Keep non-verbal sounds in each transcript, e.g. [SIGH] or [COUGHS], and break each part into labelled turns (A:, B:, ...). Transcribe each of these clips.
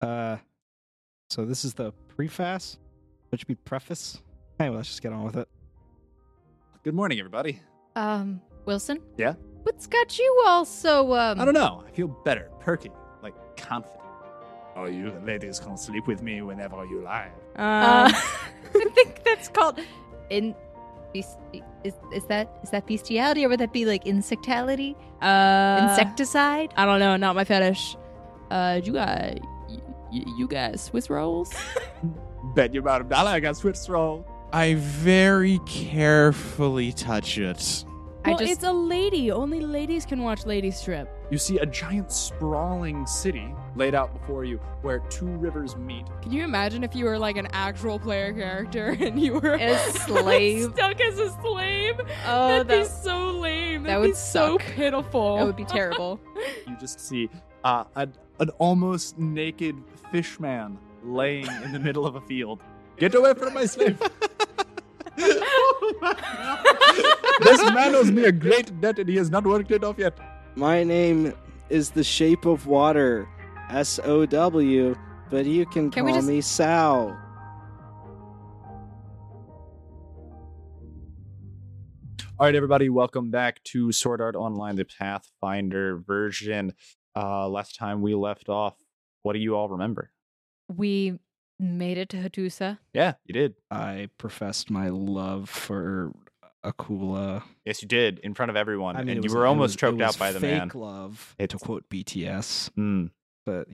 A: Uh, so this is the preface, which should be preface. Anyway, let's just get on with it.
B: Good morning, everybody.
C: Um, Wilson?
B: Yeah?
C: What's got you all so, um.
B: I don't know. I feel better, perky, like confident. Oh, you ladies can sleep with me whenever you like.
C: Uh, [LAUGHS]
D: Um,
C: I think that's called. In. beast- Is, is that is that bestiality or would that be like insectality?
D: uh, [LAUGHS]
C: Insecticide?
D: I don't know. Not my fetish. Uh, you got you, you got Swiss [LAUGHS] rolls.
B: Bet you about a dollar I got Swiss roll.
E: I very carefully touch it.
D: Well,
C: I just
D: it's a lady. Only ladies can watch Lady Strip.
B: You see a giant sprawling city laid out before you where two rivers meet.
D: Can you imagine if you were like an actual player character [LAUGHS] and you were
C: A slave.
D: [LAUGHS] stuck as a slave?
C: [LAUGHS] Oh,
D: That'd be
C: that-
D: so lame.
C: that
D: That'd be
C: would
D: so
C: suck.
D: pitiful.
C: that would be terrible.
B: You just see uh, a, an almost naked fish man laying in the middle of a field. Get away from my slave! [LAUGHS] this man owes me a great debt and he has not worked it off yet.
F: My name is the Shape of Water, S O W, but you can,
C: Can we
F: call
C: just-
F: me Sal.
B: All right, everybody, welcome back to Sword Art Online, the Pathfinder version. Uh, last time we left off, what do you all remember?
C: we made it to Hatusa.
B: Yeah, you did.
A: I professed my love for Akula.
B: Yes, you did in front of everyone,
A: I mean, it
B: and
A: was-
B: you were
A: it
B: almost
A: was- it
B: choked
A: was
B: out by the
A: fake
B: man.
A: love, to
B: It's-
A: quote BTS,
B: Mm,
A: but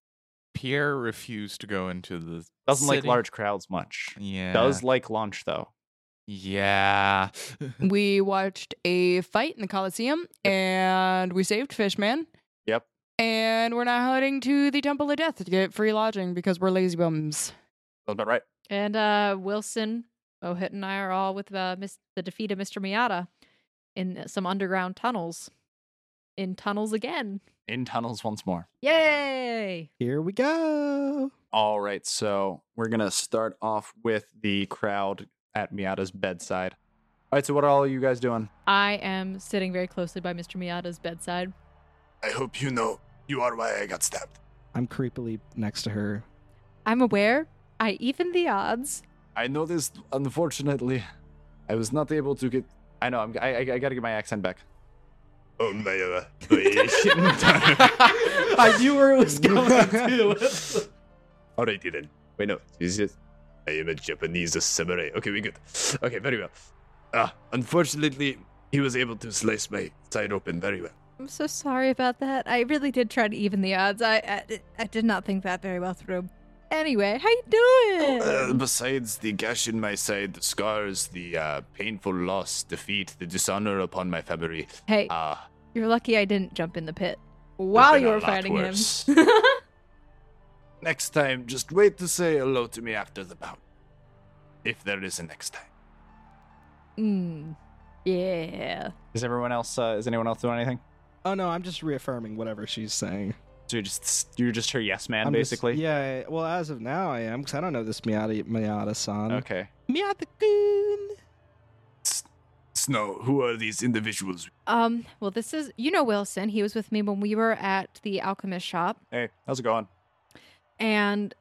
E: Pierre refused to go into the
B: doesn't like
E: city.
B: large crowds much.
E: Yeah.
B: Does like lunch though.
E: Yeah. [LAUGHS]
D: [LAUGHS] we watched a fight in the Coliseum and we saved Fishman.
B: Yep.
D: And we're now heading to the Temple of Death to get free lodging because we're lazy bums.
B: That's about right.
C: And uh, Wilson, Mohit, and I are all with uh, Miss, the defeat of Mr. Miata in some underground tunnels. In tunnels again.
B: In tunnels once more.
C: Yay!
A: here we go.
B: All right, so we're gonna start off with the crowd at Miata's bedside. All right, so what are all you guys doing?
C: I am sitting very closely by Mr. Miata's bedside.
G: I hope you know you are why I got stabbed.
A: I'm creepily next to her.
C: I'm aware. I even the
G: [LAUGHS]
C: odds.
B: I know this. Unfortunately, I was not able to get. I know. I'm, I, I, I gotta get my accent back.
G: Oh my uh,
C: [LAUGHS]
G: creation.
A: [LAUGHS] I knew where it was
G: [LAUGHS] Alrighty then. Wait, no. Is it? I am a Japanese samurai. Okay, we good. Okay, very well. Ah, unfortunately, he was able to slice my side open very well.
C: I'm so sorry about that. I really did try to even the odds. I I, I did not think that very well through. Anyway, how you doing?
G: Uh, besides the gash in my side, the scars, the uh, painful loss, defeat, the dishonor upon my family.
C: hey,
G: Ah,
C: you're lucky I didn't jump in the pit while
G: been
C: you
G: a
C: were
G: lot
C: fighting
G: worse.
C: [LAUGHS] him.
G: next time, just wait to say hello to me after the bout. If there is a next time.
C: mm, yeah.
B: Is everyone else? Uh, is anyone else doing anything?
A: Oh no, I'm just reaffirming whatever she's saying.
B: So you're just you're just her yes man,
A: I'm just-
B: basically.
A: yeah. Well, as of now, I am because I don't know this Miata Miata san.
B: Okay.
A: Miata kun.
G: Snow, [LAUGHS] who are these individuals?
C: Um, well, this is, you know, Wilson. He was with me when we were at the alchemist shop.
B: Hey, how's it going?
C: And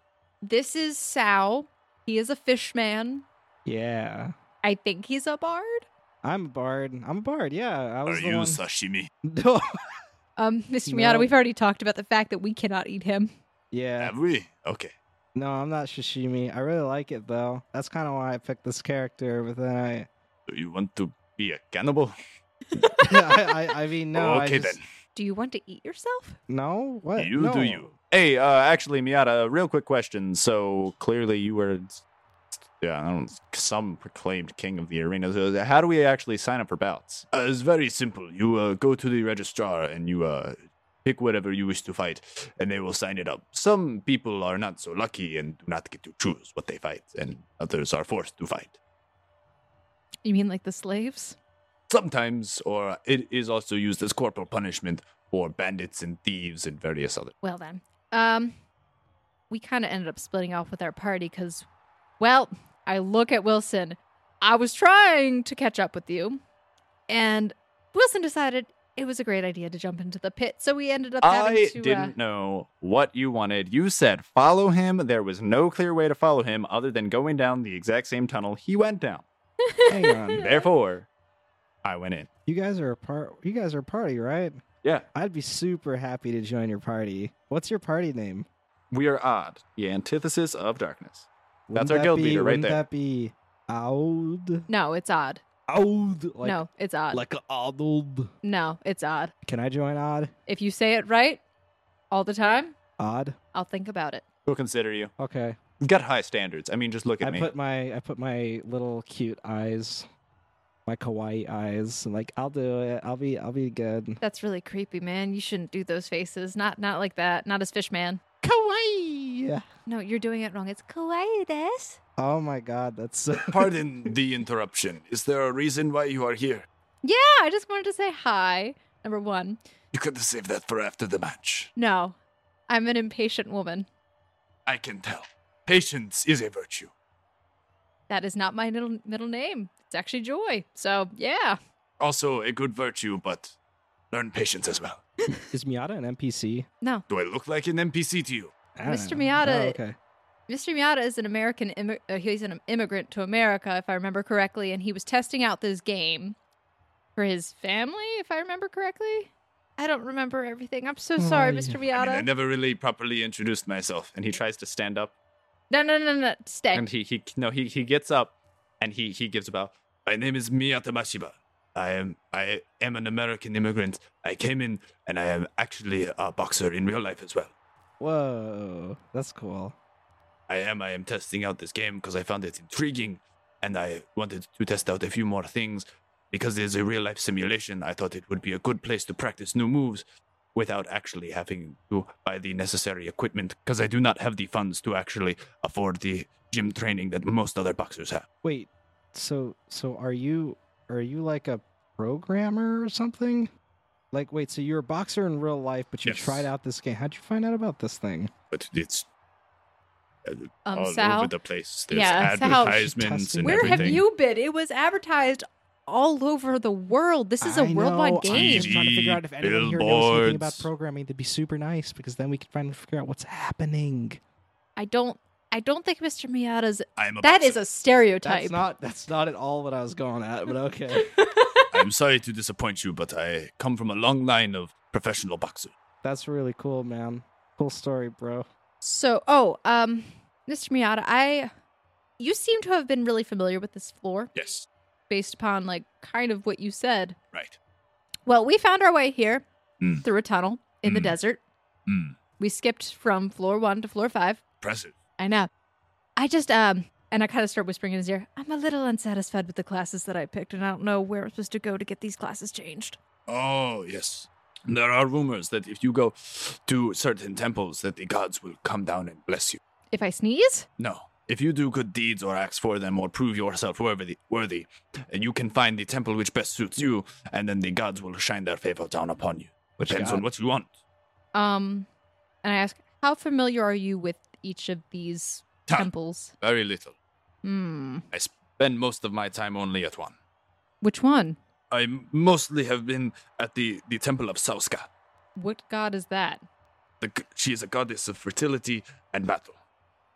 C: this is Sal. He is a fish man.
A: Yeah,
C: I think he's a bard.
A: I'm a bard. I'm a bard. Yeah, I
G: Are
A: was the
G: you
A: one.
G: sashimi?
A: [LAUGHS] No.
C: Um, [LAUGHS] Mr.
A: No.
C: Miata, we've already talked about the fact that we cannot eat him.
A: yeah.
G: Have we? Okay.
A: No, I'm not sashimi. I really like it though. That's kind of why I picked this character. But then I, [LAUGHS]
G: Do you want to be a cannibal?
A: I, I, I mean, no. I
G: okay
A: just-
G: then.
C: Do you want to eat yourself?
A: No. What?
G: You
A: No.
G: do you.
B: Hey, uh, actually, Miata, a real quick question. So clearly, you were, yeah, I don't, some proclaimed king of the arena. So how do we actually sign up for bouts?
G: Uh, it's very simple. You uh, go to the registrar and you uh, pick whatever you wish to fight, and they will sign it up. Some people are not so lucky and do not get to choose what they fight, and others are forced to fight.
C: You mean like the slaves?
G: Sometimes, or it is also used as corporal punishment for bandits and thieves and various other.
C: Well then, um, we kind of ended up splitting off with our party because, well, I look at Wilson. I was trying to catch up with you, and Wilson decided it was a great idea to jump into the pit. So we ended up having
B: I
C: to. Uh,
B: didn't know what you wanted. You said follow him. There was no clear way to follow him other than going down the exact same tunnel he went down.
A: Hang on.
B: Therefore, I went in.
A: You guys are a part. You guys are a party, right?
B: Yeah.
A: I'd be super happy to join your party. What's your party name?
B: We are odd. The antithesis of darkness.
A: Wouldn't
B: That's our
A: that
B: guild
A: be,
B: leader right
A: wouldn't
B: there.
A: that be Aud?
C: no, it's odd.
A: Aud. Like,
C: no, it's odd.
A: Like a Aud.
C: no, it's odd.
A: Can I join Odd?
C: If you say it right all the time,
A: Odd.
C: I'll think about it.
B: We'll consider you.
A: Okay.
B: You've got high standards. I mean, just look at
A: I
B: me.
A: put my I put my little cute eyes, my kawaii eyes. and like I'll do it. I'll be I'll be good.
C: That's really creepy, man. You shouldn't do those faces. Not not like that. Not as fish man.
A: Kawaii.
C: No, you're doing it wrong. It's kawaii desu.
A: Oh my god, that's so
G: Pardon [LAUGHS] the interruption. Is there a reason why you are here?
C: Yeah, Ah, I just wanted to say hi. Number one.
G: You could have saved that for after the match.
C: No, I'm an impatient woman.
G: I can tell. Patience is a virtue.
C: That is not my middle middle name. It's actually Joy. So yeah.
G: Also a good virtue, but learn patience as well.
A: [LAUGHS] Is Miata an NPC?
C: No,
G: Do I look like an NPC to you?
A: I don't
C: Mr.
A: know.
C: Miata-
A: Oh, okay.
C: Mr. Miata is an American. Immi- uh, he's an immigrant to America, if I remember correctly, and he was testing out this game for his family, if I remember correctly. I don't remember everything. I'm so
A: Oh,
C: sorry,
A: yeah.
C: Mr.
G: I
C: Miata.
G: mean, I never really properly introduced myself.
B: and he tries to stand up.
C: No, no, no, no. Stay.
B: And he, he no, he, he gets up and he, he gives a bow.
G: My name is Miyata Mashiba. I am I am an American immigrant. I came in and I am actually a boxer in real life as well.
A: Whoa, that's cool.
G: I am I am testing out this game because I found it intriguing and I wanted to test out a few more things because it is a real life simulation. I thought it would be a good place to practice new moves without actually having to buy the necessary equipment because I do not have the funds to actually afford the gym training that most other boxers have.
A: Wait, so so are you are you like a programmer or something? Like wait, so you're a boxer in real life, but you
G: Yes.
A: tried out this game. How'd you find out about this thing?
G: But it's
C: um,
G: all
C: Sal,
G: over the place. There's
C: Yeah, Sal.
G: advertisements and
C: where
G: everything.
C: have you been? It was advertised all over the world. This is a
A: I
C: worldwide
A: know, I'm
C: game.
A: just trying to figure out if anyone here knows anything about
G: billboards.
A: programming. That'd be super nice because then we could finally figure out what's happening.
C: I don't. I don't think Mr. Miata's.
G: I'm a
C: That is
G: boxer.
C: a stereotype.
A: That's not that's not at all what I was going at, but
C: [LAUGHS]
A: okay.
G: I'm sorry to disappoint you, but I come from a long line of professional boxers.
A: that's really cool, man. Cool story, bro.
C: So, oh, um, Mr. Miata, I, you seem to have been really familiar with this floor
G: Yes,
C: based upon like kind of what you said.
G: right.
C: Well, we found our way here
G: Mm.
C: through a tunnel in the
G: Mm.
C: desert.
G: Mm.
C: We skipped from floor one to floor five.
G: Impressive.
C: I know. I just, um, and I kind of start whispering in his ear, I'm a little unsatisfied with the classes that I picked, and I don't know where I'm supposed to go to get these classes changed.
G: Oh, yes. There are rumors that if you go to certain temples that the gods will come down and bless you.
C: If I sneeze?
G: No. If you do good deeds or acts for them or prove yourself worthy, worthy, you can find the temple which best suits you, and then the gods will shine their favor down upon you.
A: Which
G: Depends
A: god?
G: on what you want.
C: Um, and I ask, how familiar are you with each of these
G: Huh.
C: temples?
G: Very little.
C: Hmm.
G: I spend most of my time only at one.
C: Which one?
G: I mostly have been at the, the temple of Sauska.
C: What god is that?
G: The, g- she is a goddess of fertility and battle.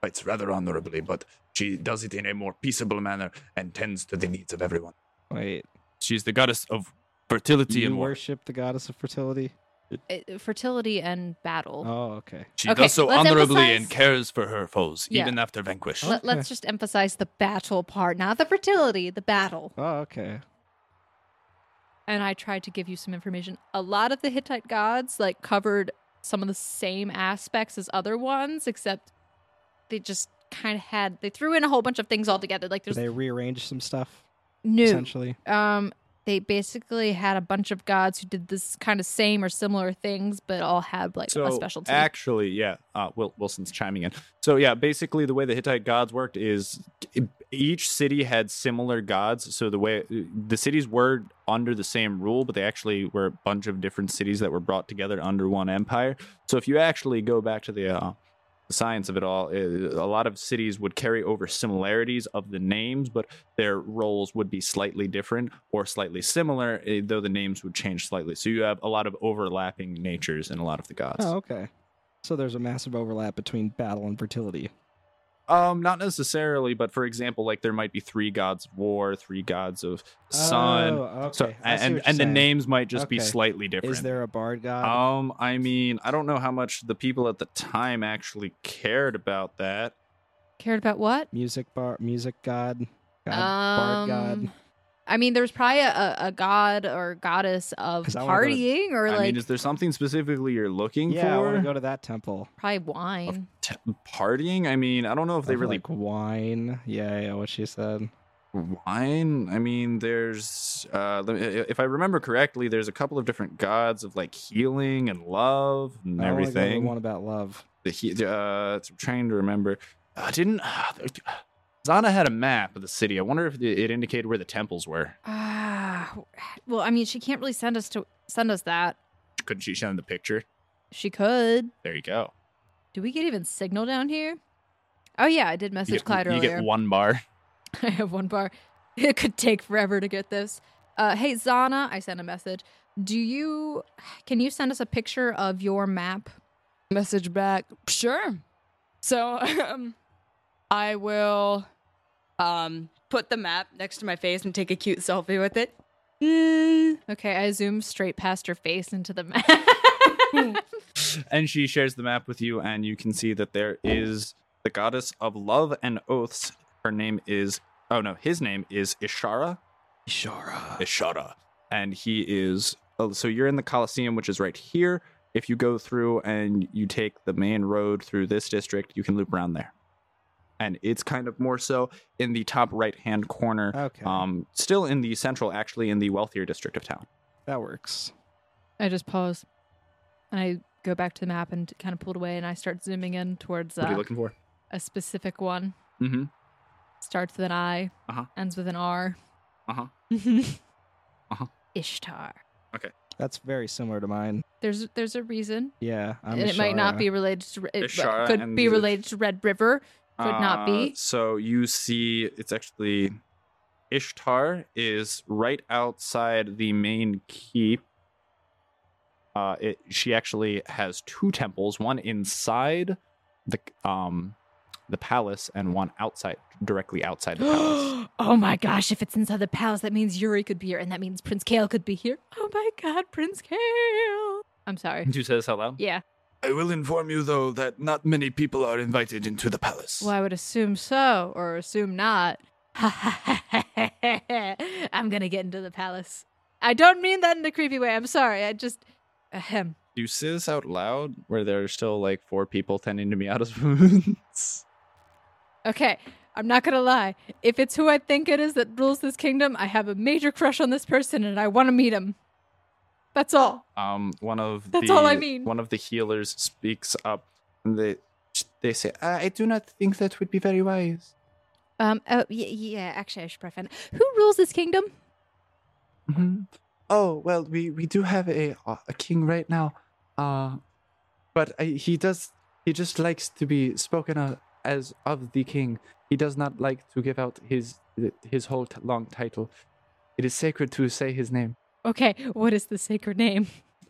G: Fights rather honorably, but she does it in a more peaceable manner and tends to the needs of everyone.
A: Wait.
G: She's the goddess of fertility
A: You
G: and war.
A: worship the goddess of fertility?
C: Uh, fertility and battle.
A: Oh, okay.
G: She
C: Okay,
G: does so
C: let's
G: honorably and
C: emphasize-
G: cares for her foes,
C: Yeah.
G: even after vanquished.
C: Let,
A: Okay.
C: Let's just emphasize the battle part, not the fertility, the battle.
A: Oh, okay.
C: And I tried to give you some information. A lot of the Hittite gods like covered some of the same aspects as other ones, except they just kind of had they threw in a whole bunch of things all together. Like
A: Did
C: there's
A: they rearrange some stuff
C: new
A: essentially?
C: um they basically had a bunch of gods who did this kind of same or similar things, but all had like a specialty.
B: Actually, yeah. Uh, Wil- Wilson's chiming in. So yeah, basically the way the Hittite gods worked is e, each city had similar gods. So the way the cities were under the same rule, but they actually were a bunch of different cities that were brought together under one empire. So if you actually go back to the uh, science of it all, i- a lot of cities would carry over similarities of the names, but their roles would be slightly different or slightly similar, eh, though the names would change slightly. So you have a lot of overlapping natures in a lot of the gods.
A: Oh, okay. So there's a massive overlap between battle and fertility.
B: Um, not necessarily, but for example, like there might be three gods of war, three gods of sun.
A: Oh, okay.
B: So
A: I see
B: and
A: what you're
B: and the
A: saying.
B: names might just be
A: Okay.
B: slightly different.
A: Is there a bard god?
B: Um, I mean, I don't know how much the people at the time actually cared about that.
C: Cared about what?
A: music bar, music god, god bard god.
C: Um, I mean, there's probably a, a- a god or goddess of
A: 'Cause I wanna go to-
C: partying or
B: I
C: like
B: mean, is there something specifically you're looking
A: Yeah, I want
B: for?
A: to go to that temple.
C: probably wine.
B: T- partying? I mean, I don't know if they
A: Of,
B: really
A: like wine. Yeah, yeah. What she said. Uh-huh.
B: wine. I mean, there's uh, let me- if I remember correctly, there's a couple of different gods of like healing and love and
A: Oh, I wanna go to the
B: everything.
A: one about love.
B: the he, the, uh, I'm trying to remember. I didn't. uh, [SIGHS] Zana had a map of the city. I wonder if it it indicated where the temples were.
C: Ah, well, I mean, she can't really send us to send us that.
B: Couldn't she send the picture?
C: She could.
B: There you go.
C: Do we get even signal down here? Oh yeah, I did message
B: You get,
C: Clyde
B: you
C: earlier.
B: get one bar.
C: [LAUGHS] I have one bar. It could take forever to get this. Uh, hey Zana, I sent a message. Do you can you send us a picture of your map?
D: Message back. Sure. So um, I will um, put the map next to my face and take a cute selfie with it. Mm,
C: Okay, I zoom straight past her face into the map. [LAUGHS]
B: and she shares the map with you, and you can see that there is the goddess of love and oaths. Her name is oh no, his name is Ishara. Ishara. Ishara. And he is oh, so you're in the Colosseum, which is right here. If you go through and you take the main road through this district, you can loop around there. And it's kind of more so in the top right hand corner.
A: Okay,
B: Um, still in the central, actually in the wealthier district of town.
A: that works.
C: I just pause, and I go back to the map and kind of pulled away, and I start zooming in towards
B: What are you
C: uh,
B: looking for?
C: a specific one.
B: Mm-hmm.
C: Starts with an I,
B: Uh-huh.
C: ends with an R.
B: Uh-huh.
C: [LAUGHS]
B: Uh-huh.
C: Ishtar.
A: That's very similar to mine.
C: There's there's a reason,
A: Yeah, I'm
C: and it might not
A: Ashara.
C: be related. to It
B: Ishara
C: could
B: and
C: be
B: the-
C: related to Red River. [GASPS] Could not be.
B: Uh, So you see, it's actually Ishtar is right outside the main keep. Uh, it, she actually has two temples, one inside the um the palace and one outside, directly outside the [GASPS]
C: [GASPS]
B: palace.
C: oh my gosh! If it's inside the palace, that means Yuri could be here, and that means Prince Kale could be here. Oh my God, Prince Kale! I'm sorry.
B: [LAUGHS] you say this out loud?
C: Yeah.
G: I will inform you, though, that not many people are invited into the palace.
C: Well, I would assume so, or assume not. [LAUGHS] I'm gonna get into the palace. I don't mean that in a creepy way. I'm sorry. I just ahem.
B: Do you say this out loud where there are still like four people tending to me out of [LAUGHS] wounds?
C: Okay, I'm not gonna lie. If it's who I think it is that rules this kingdom, I have a major crush on this person, and I want to meet him. That's all.
B: um one of
C: [LAUGHS] That's
B: the,
C: all I mean.
B: one of the healers speaks up and they they say i do not think that would be very wise
C: Um. Oh, yeah. yeah actually, I should probably find out. who rules this kingdom.
B: oh well we we do have a a king right now uh but I, he does he just likes to be spoken of as of the king he does not like to give out his his whole t- long title it is sacred to say his name
C: Okay, what is the sacred name?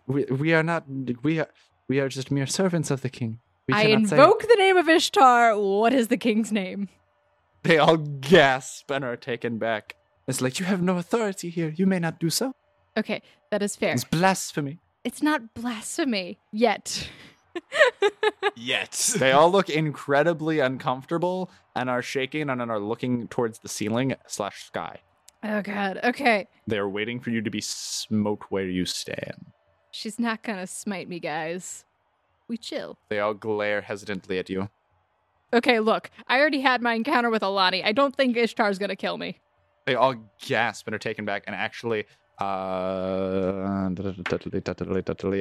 B: we, we are not we are we are just mere servants of the king we
C: I
B: cannot say-
C: invoke the name of Ishtar. What is the king's name?
B: They all gasp and are taken back. It's like, you have no authority here. You may not do so.
C: Okay, that is fair.
B: It's blasphemy.
C: It's not blasphemy yet.
E: Yet.
B: they all look incredibly uncomfortable and are shaking and are looking towards the ceiling slash sky.
C: oh god. Okay.
B: They are waiting for you to be smote where you stand.
C: She's not gonna smite me, guys. We chill.
B: They all glare hesitantly at you.
C: Okay, look. I already had my encounter with Alani. I don't think Ishtar's gonna kill me.
B: They all gasp and are taken back and actually uh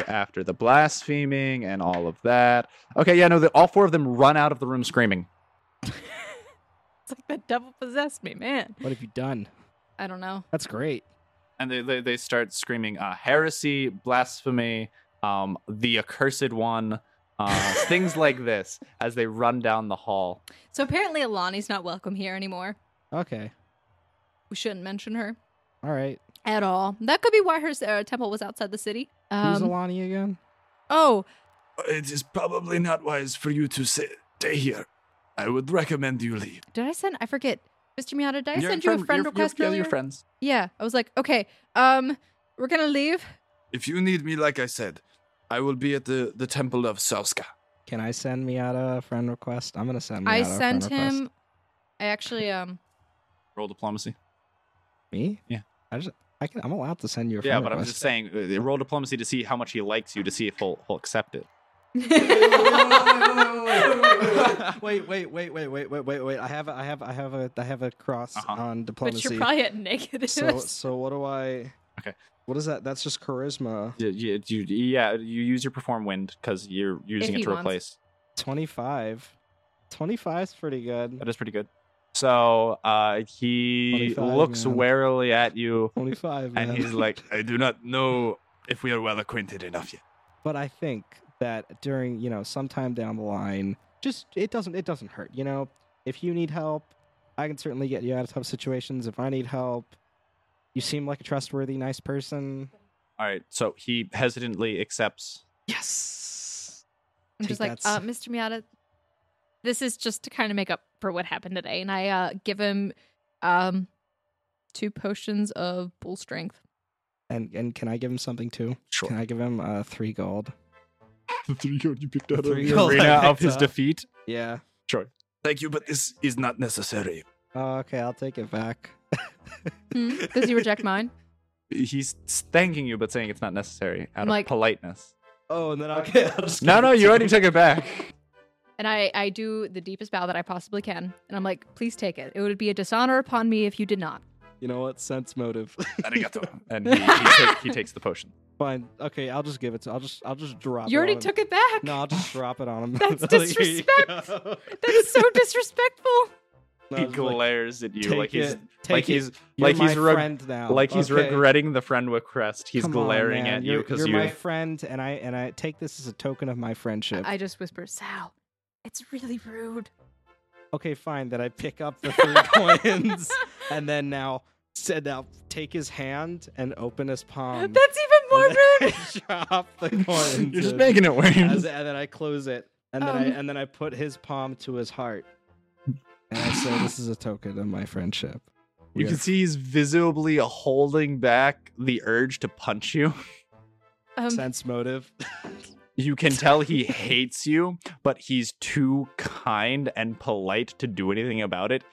B: after the blaspheming and all of that. Okay, yeah, no, the, all four of them run out of the room screaming.
C: It's like the devil possessed me, man.
A: What have you done?
C: I don't know.
A: That's great.
B: and they they, they start screaming uh, heresy, blasphemy, um, the accursed one, [LAUGHS] Uh, things like this as they run down the hall.
C: So apparently Alani's not welcome here anymore.
A: Okay.
C: We shouldn't mention her
A: All right.
C: at all. That could be why her uh, temple was outside the city.
A: Who's
C: Um,
A: Alani again?
C: oh,
G: It is probably not wise for you to sa- stay here. I would recommend you leave.
C: did I send? I forget. Mr. Miata, did I
B: You're
C: send you a
B: friend-
C: friend
B: you're-
C: request
B: you're, you're
C: earlier?
B: friends.
C: Yeah, I was like, okay, um, we're gonna leave.
G: If you need me, like I said, I will be at the, the temple of Sauska.
A: Can I send Miata a friend request? I'm gonna send. Miata
C: I
A: a friend
C: sent
A: request.
C: him. I actually um. [LAUGHS]
B: Roll diplomacy.
A: Me?
B: Yeah.
A: I just. I can, I'm allowed to send you a friend
B: Yeah, but I'm
A: request.
B: just saying, uh, roll diplomacy to see how much he likes you to see if he'll, he'll accept it.
A: [LAUGHS] wait, wait, wait, wait, wait, wait, wait, wait. I have, a- I have, I have a, I have a cross
B: Uh-huh.
A: on
C: But
A: diplomacy.
C: you're probably [LAUGHS] at negative.
A: so, so what do I?
B: Okay.
A: What is that? That's just charisma.
B: Yeah, you, you, yeah, you use your perform wind because you're using it
C: he
B: to
C: wants.
B: replace.
A: Twenty five. Twenty five is pretty good.
B: [LAUGHS] That is pretty good. So uh, he
A: 25,
B: looks
A: man.
B: warily at you,
A: Twenty five.
B: and he's like,
G: I do not know if we are well acquainted enough yet.
A: but I think that during you know sometime down the line, just it doesn't it doesn't hurt. You know, if you need help, I can certainly get you out of tough situations. If I need help, you seem like a trustworthy, nice person.
B: "All right." So he hesitantly accepts.
A: Yes.
C: I'm just like,
A: Take
C: uh,
A: that.
C: Mr. Miata, this is just to kind of make up for what happened today. And I uh, give him um, two potions of bull strength.
A: And and can I give him something too?
B: Sure.
A: Can I give him uh, three gold?
G: [LAUGHS] The three gold you picked out
A: Three
B: the
A: gold.
B: arena
A: Like
B: of his
A: that.
B: defeat.
A: Yeah.
G: [LAUGHS] Thank you, but this is not necessary.
A: Oh, okay, I'll take it back. [LAUGHS]
C: [LAUGHS] Hmm? Does he reject mine?
B: He's thanking you, but saying it's not necessary out
C: I'm
B: of
C: like-
B: politeness.
A: Oh, and then I'll, okay, [LAUGHS] I'll just
B: No, no, you already took it back. [LAUGHS]
C: And I, I do the deepest bow that I possibly can. And I'm like, please take it. It would be a dishonor upon me if you did not.
A: You know what? Sense motive.
G: Arigato.
B: And he, he, ta- he takes the potion.
A: [LAUGHS] Fine. Okay, I'll just give it. To, I'll just I'll just drop.
C: You
A: it
C: already
A: on him.
C: took it back.
A: No, I'll just drop it on him.
C: [LAUGHS] That's
A: [LAUGHS] Like, here you [LAUGHS]
C: disrespect.
A: go.
C: That's so disrespectful.
A: No,
B: He
A: it's like,
B: glares at you
A: "Take
B: like he's
A: it,
B: like
A: take it.
B: he's
A: You're
B: like he's
A: my
B: reg-
A: friend now.
B: like he's
A: Okay.
B: regretting the friend request. He's
A: Come on,
B: glaring
A: man.
B: at you
A: you're,
B: because
A: you're
B: you.
A: my
B: [LAUGHS]
A: friend, and I and I take this as a token of my friendship.
C: I just whisper, Sal, it's really rude.
A: okay, fine. That I pick up the
C: [LAUGHS]
A: three coins, and then now said now take his hand and open his palm.
C: [LAUGHS] That's even
A: [LAUGHS]
C: more
A: and
C: rude.
A: then I drop the coins. in
B: it [LAUGHS]
A: as- and then I close it, and then I
C: Um.
A: and then I put his palm to his heart, and I say, "This is a token of my friendship."
B: You
A: We
B: can
A: are-
B: see he's visibly holding back the urge to punch you.
C: Um,
A: sense motive. [LAUGHS]
B: You can tell he hates you, but he's too kind and polite to do anything about it.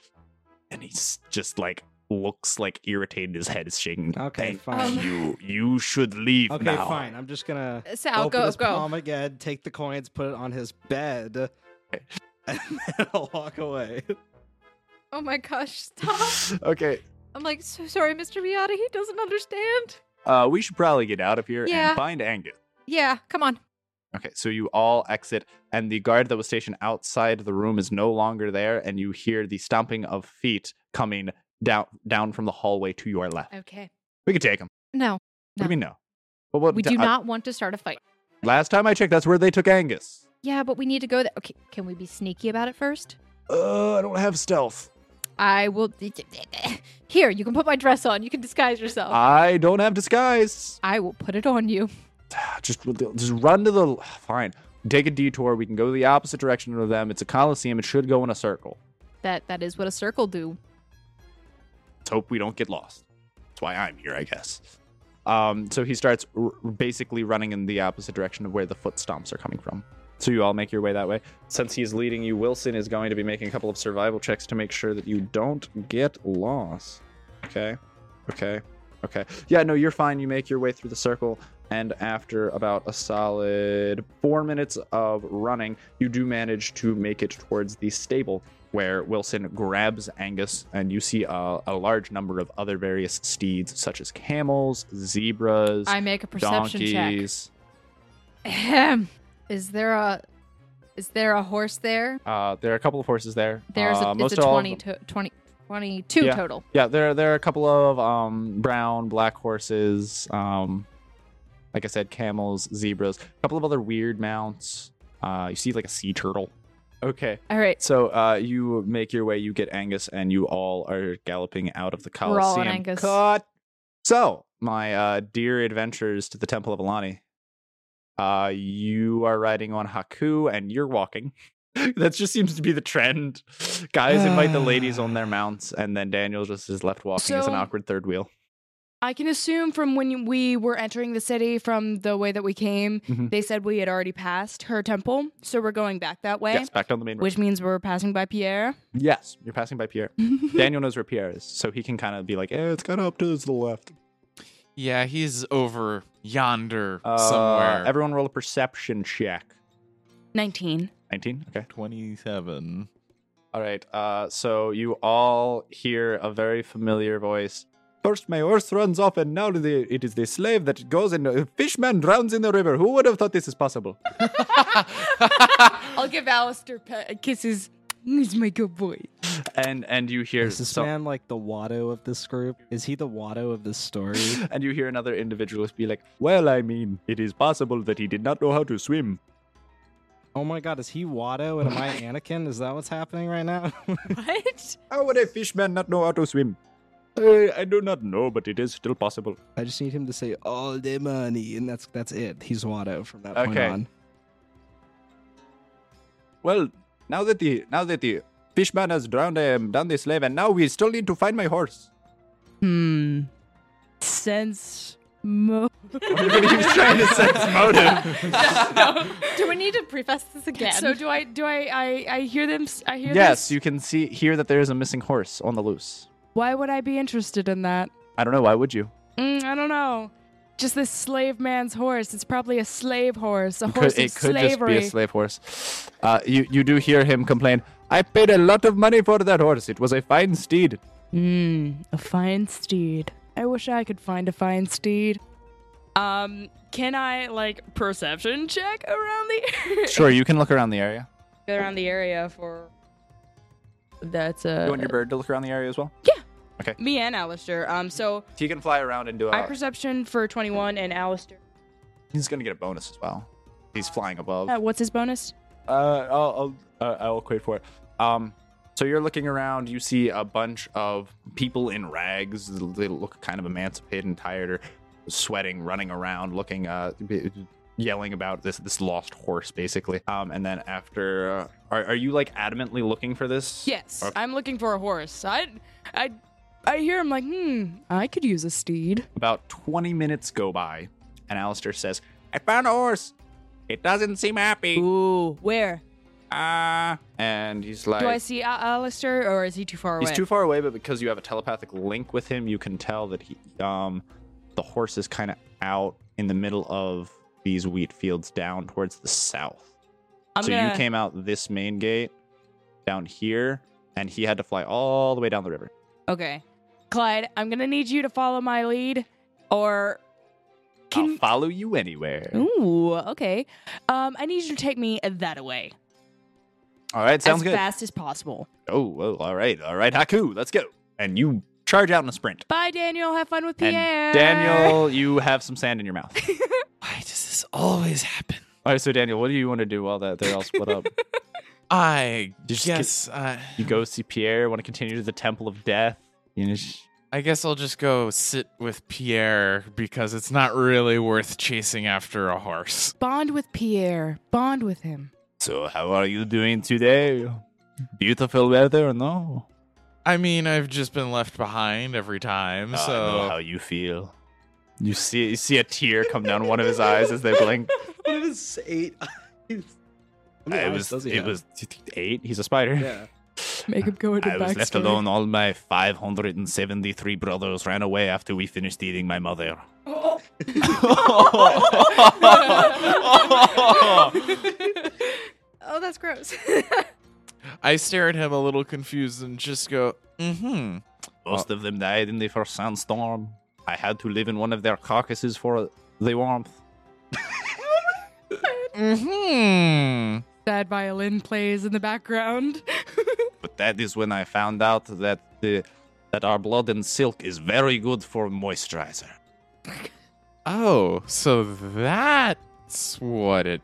B: And he's just like looks like irritated. His head is shaking.
A: Okay,
B: Thank
A: fine.
G: you, you should leave
A: Okay,
G: now.
A: fine. I'm just gonna
C: Sal,
A: open
C: go,
A: his
C: go.
A: palm again, take the coins, put it on his bed, [LAUGHS] and then [LAUGHS] I'll walk away.
C: Oh my gosh, stop.
B: okay.
C: I'm like, so sorry, Mr. Miata. He doesn't understand.
B: Uh, we should probably get out of here
C: Yeah.
B: and find Angus.
C: Yeah, come on.
B: Okay, so you all exit, and the guard that was stationed outside the room is no longer there, and you hear the stomping of feet coming down down from the hallway to your left.
C: Okay.
B: We could take him.
C: No,
B: What do you mean no? But what,
C: we do
B: I-
C: not want to start a fight.
B: last time I checked, that's where they took Angus.
C: Yeah, but we need to go there. Okay, can we be sneaky about it first?
G: Uh, I don't have stealth.
C: I will. Here, you can put my dress on. You can disguise yourself.
B: I don't have disguise. Ah,
C: I will put it on you.
B: Just just run to the fine. Take a detour. We can go the opposite direction of them. It's a coliseum. It should go in a circle.
C: That that is what a circle do.
B: let's hope we don't get lost. That's why I'm here, I guess. Um, so he starts r- basically running in the opposite direction of where the foot stomps are coming from. So you all make your way that way. Since he's leading you, Wilson is going to be making a couple of survival checks to make sure that you don't get lost. Okay. Okay. Okay. Yeah, no, you're fine. You make your way through the circle, and after about a solid four minutes of running, you do manage to make it towards the stable where Wilson grabs Angus, and you see a, a large number of other various steeds, such as camels, zebras,
C: I make a perception
B: donkeys.
C: check. Ahem. Is there a is there a horse there?
B: Uh, there are a couple of horses there.
C: There's
B: uh,
C: a, it's a
B: all of
C: 20
B: them-
C: to, 20 22
B: Yeah.
C: total.
B: Yeah, there there are a couple of um, brown, black horses. Um, like I said, camels, zebras, a couple of other weird mounts. Uh, you see like a sea turtle. Okay.
C: All right.
B: So uh, you make your way, you get Angus, and you all are galloping out of the Colosseum.
C: We're all in Angus.
B: Cut. So, my uh, dear adventures to the Temple of Alani, uh, you are riding on Haku and you're walking. [LAUGHS] that just seems to be the trend. Guys invite the ladies
C: [SIGHS]
B: on their mounts, and then Daniel just is left walking as an
D: So-
B: awkward third wheel.
D: I can assume from when we were entering the city, from the way that we came,
B: Mhm.
D: they said we had already passed her temple, so we're going back that way,
B: Yes, back down the main road.
D: which means we're passing by Pierre.
B: Yes, you're passing by
C: [LAUGHS]
B: Pierre. Daniel knows where Pierre is, so he can kind of be like, eh, it's kind of up to the left.
E: Yeah, he's over yonder
B: Uh,
E: somewhere.
B: Everyone roll a perception check.
D: 19.
B: 19? Okay.
E: 27.
B: All right. Uh, so you all hear a very familiar voice. First, my horse runs off, and now the, it is the slave that goes and a fishman drowns in the river. Who would have thought this is possible?
D: I'll give Alistair pe- kisses. He's my good boy.
B: And and you hear
A: Is this
B: some-
A: man like the Watto of this group? Is he the Watto of this
B: [LAUGHS]
A: story?
B: and you hear another individualist be like, "Well, I mean, it is possible that he did not know how to swim."
A: oh my god, is he Watto and am
B: [LAUGHS]
A: I Anakin? Is that what's happening right now? [LAUGHS]
C: What?
B: How would a fishman not know how to swim? I, I do not know, but it is still possible.
A: I just need him to say all the money, and that's that's it. He's Watto from that point
B: Okay.
A: on.
B: [LAUGHS] Well, now that the now that the fishman has drowned, I am done the slave, and now we still need to find my horse.
D: Hmm. Sense mo.
B: he was trying to sense motive.
C: Do we need to preface [LAUGHS] this again?
D: So do I? Do I? I, I hear them. s- I hear.
B: Yes,
D: this?
B: you can see hear that there is a missing horse on the loose.
D: Why would I be interested in that?
B: I don't know. Why would you?
D: Mm, I don't know. Just this slave man's horse. It's probably a slave horse. A
B: It
D: horse
B: could, it
D: of
B: could just
D: slavery.
B: be a slave horse. Uh, you you do hear him complain. I paid a lot of money for that horse. It was a fine steed.
D: Mm, a fine steed. I wish I could find a fine steed. Um, can I like perception check around the [LAUGHS]
B: Sure, you can look around the area.
D: around the area for? That's
B: You
D: a
B: want your bird to look around the area as well?
D: me and Alistair. Um, so
B: He can fly around and do
D: I
B: a.
D: perception for twenty one and Alistair.
B: he's gonna get a bonus as well. He's flying above.
D: Uh, what's his bonus?
B: Uh, I'll I'll, uh, I'll wait for it. Um, so you're looking around. You see a bunch of people in rags. They look kind of emancipated and tired, or sweating, running around, looking, uh, b- yelling about this this lost horse, basically. Um, and then after, uh, are, are you like adamantly looking for this?
D: Yes,
B: Uh,
D: I'm looking for a horse. I, I, I hear him like, hmm, I could use a steed.
B: About 20 minutes go by, and Alistair says, "I found a horse. It doesn't seem happy."
D: Ooh, where?
B: Ah, and he's like,
D: Do I see Al- Alistair or is he too far away?
B: He's too far away, but because you have a telepathic link with him, you can tell that he, um, the horse is kind of out in the middle of these wheat fields down towards the south.
D: I'm
B: so
D: gonna-
B: you came out this main gate down here, and he had to fly all the way down the river.
D: Okay. Clyde, I'm gonna need you to follow my lead, or can
B: I'll follow you anywhere.
D: ooh okay. Um, I need you to take me that away
B: All right, sounds
D: as
B: good.
D: fast as possible.
B: Oh, whoa, all right, all right, Haku, let's go. And you charge out in a sprint.
D: Bye, Daniel. Have fun with Pierre.
B: And Daniel, you have some sand in your mouth. [LAUGHS]
E: Why does this always happen?
B: all right, so Daniel, what do you want to do while that they're all split up?
E: I
B: Just get-
E: guess I,
B: You go see Pierre. Want to continue to the Temple of Death? You know, sh-
E: I guess I'll just go sit with Pierre because it's not really worth chasing after a horse.
D: Bond with Pierre. Bond with him.
B: so, how are you doing today? Beautiful weather, or no?
E: I mean, I've just been left behind every time,
B: Oh, I know how
E: Uh, so
B: you feel. You see, you see a tear come down one of his eyes as they [LAUGHS]
G: [LAUGHS]
B: blink.
A: What if it's eight? eyes? How many
B: I
A: eyes
B: was,
A: does he
B: it
A: have?
B: was eight. He's a
A: [LAUGHS]
B: spider.
A: Yeah.
D: Make him go into
B: I was left
D: backstory.
B: alone. All my 573 brothers ran away after we finished eating my mother.
D: [LAUGHS]
C: oh, that's gross.
E: I stare at him a little confused and just go, mm-hmm.
B: Most of them died in the first sandstorm. I had to live in one of their carcasses for the warmth.
E: Mm-hmm.
D: Sad violin plays in the background.
B: But that is when I found out that the that our blood and silk is very good for moisturizer.
E: Oh, so that's what it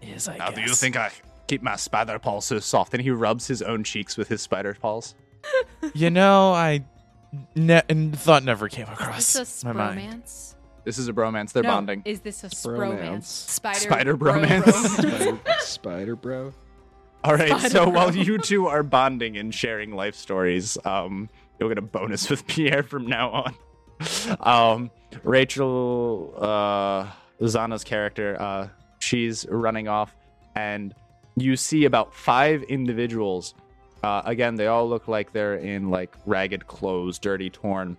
G: is, I
B: How
G: guess.
B: do you think I keep my spider paws so soft? And he rubs his own cheeks with his spider paws.
E: You know, I ne- and thought never came across
C: Is this a
E: my mind.
C: bromance?
B: This is a bromance. They're
C: No,
B: bonding.
C: Is this a
A: Bromance.
C: spromance? Spider,
B: Spider
C: bro-
B: bromance. [LAUGHS]
A: Spider, spider bro.
B: All right. so
C: Spider
B: while
C: bro.
B: you two are bonding and sharing life stories, um, you'll get a bonus [LAUGHS] with Pierre from now on. Um, Rachel, uh, Zana's character, uh, she's running off, and you see about five individuals. Uh, again, they all look like they're in like ragged clothes, dirty, torn,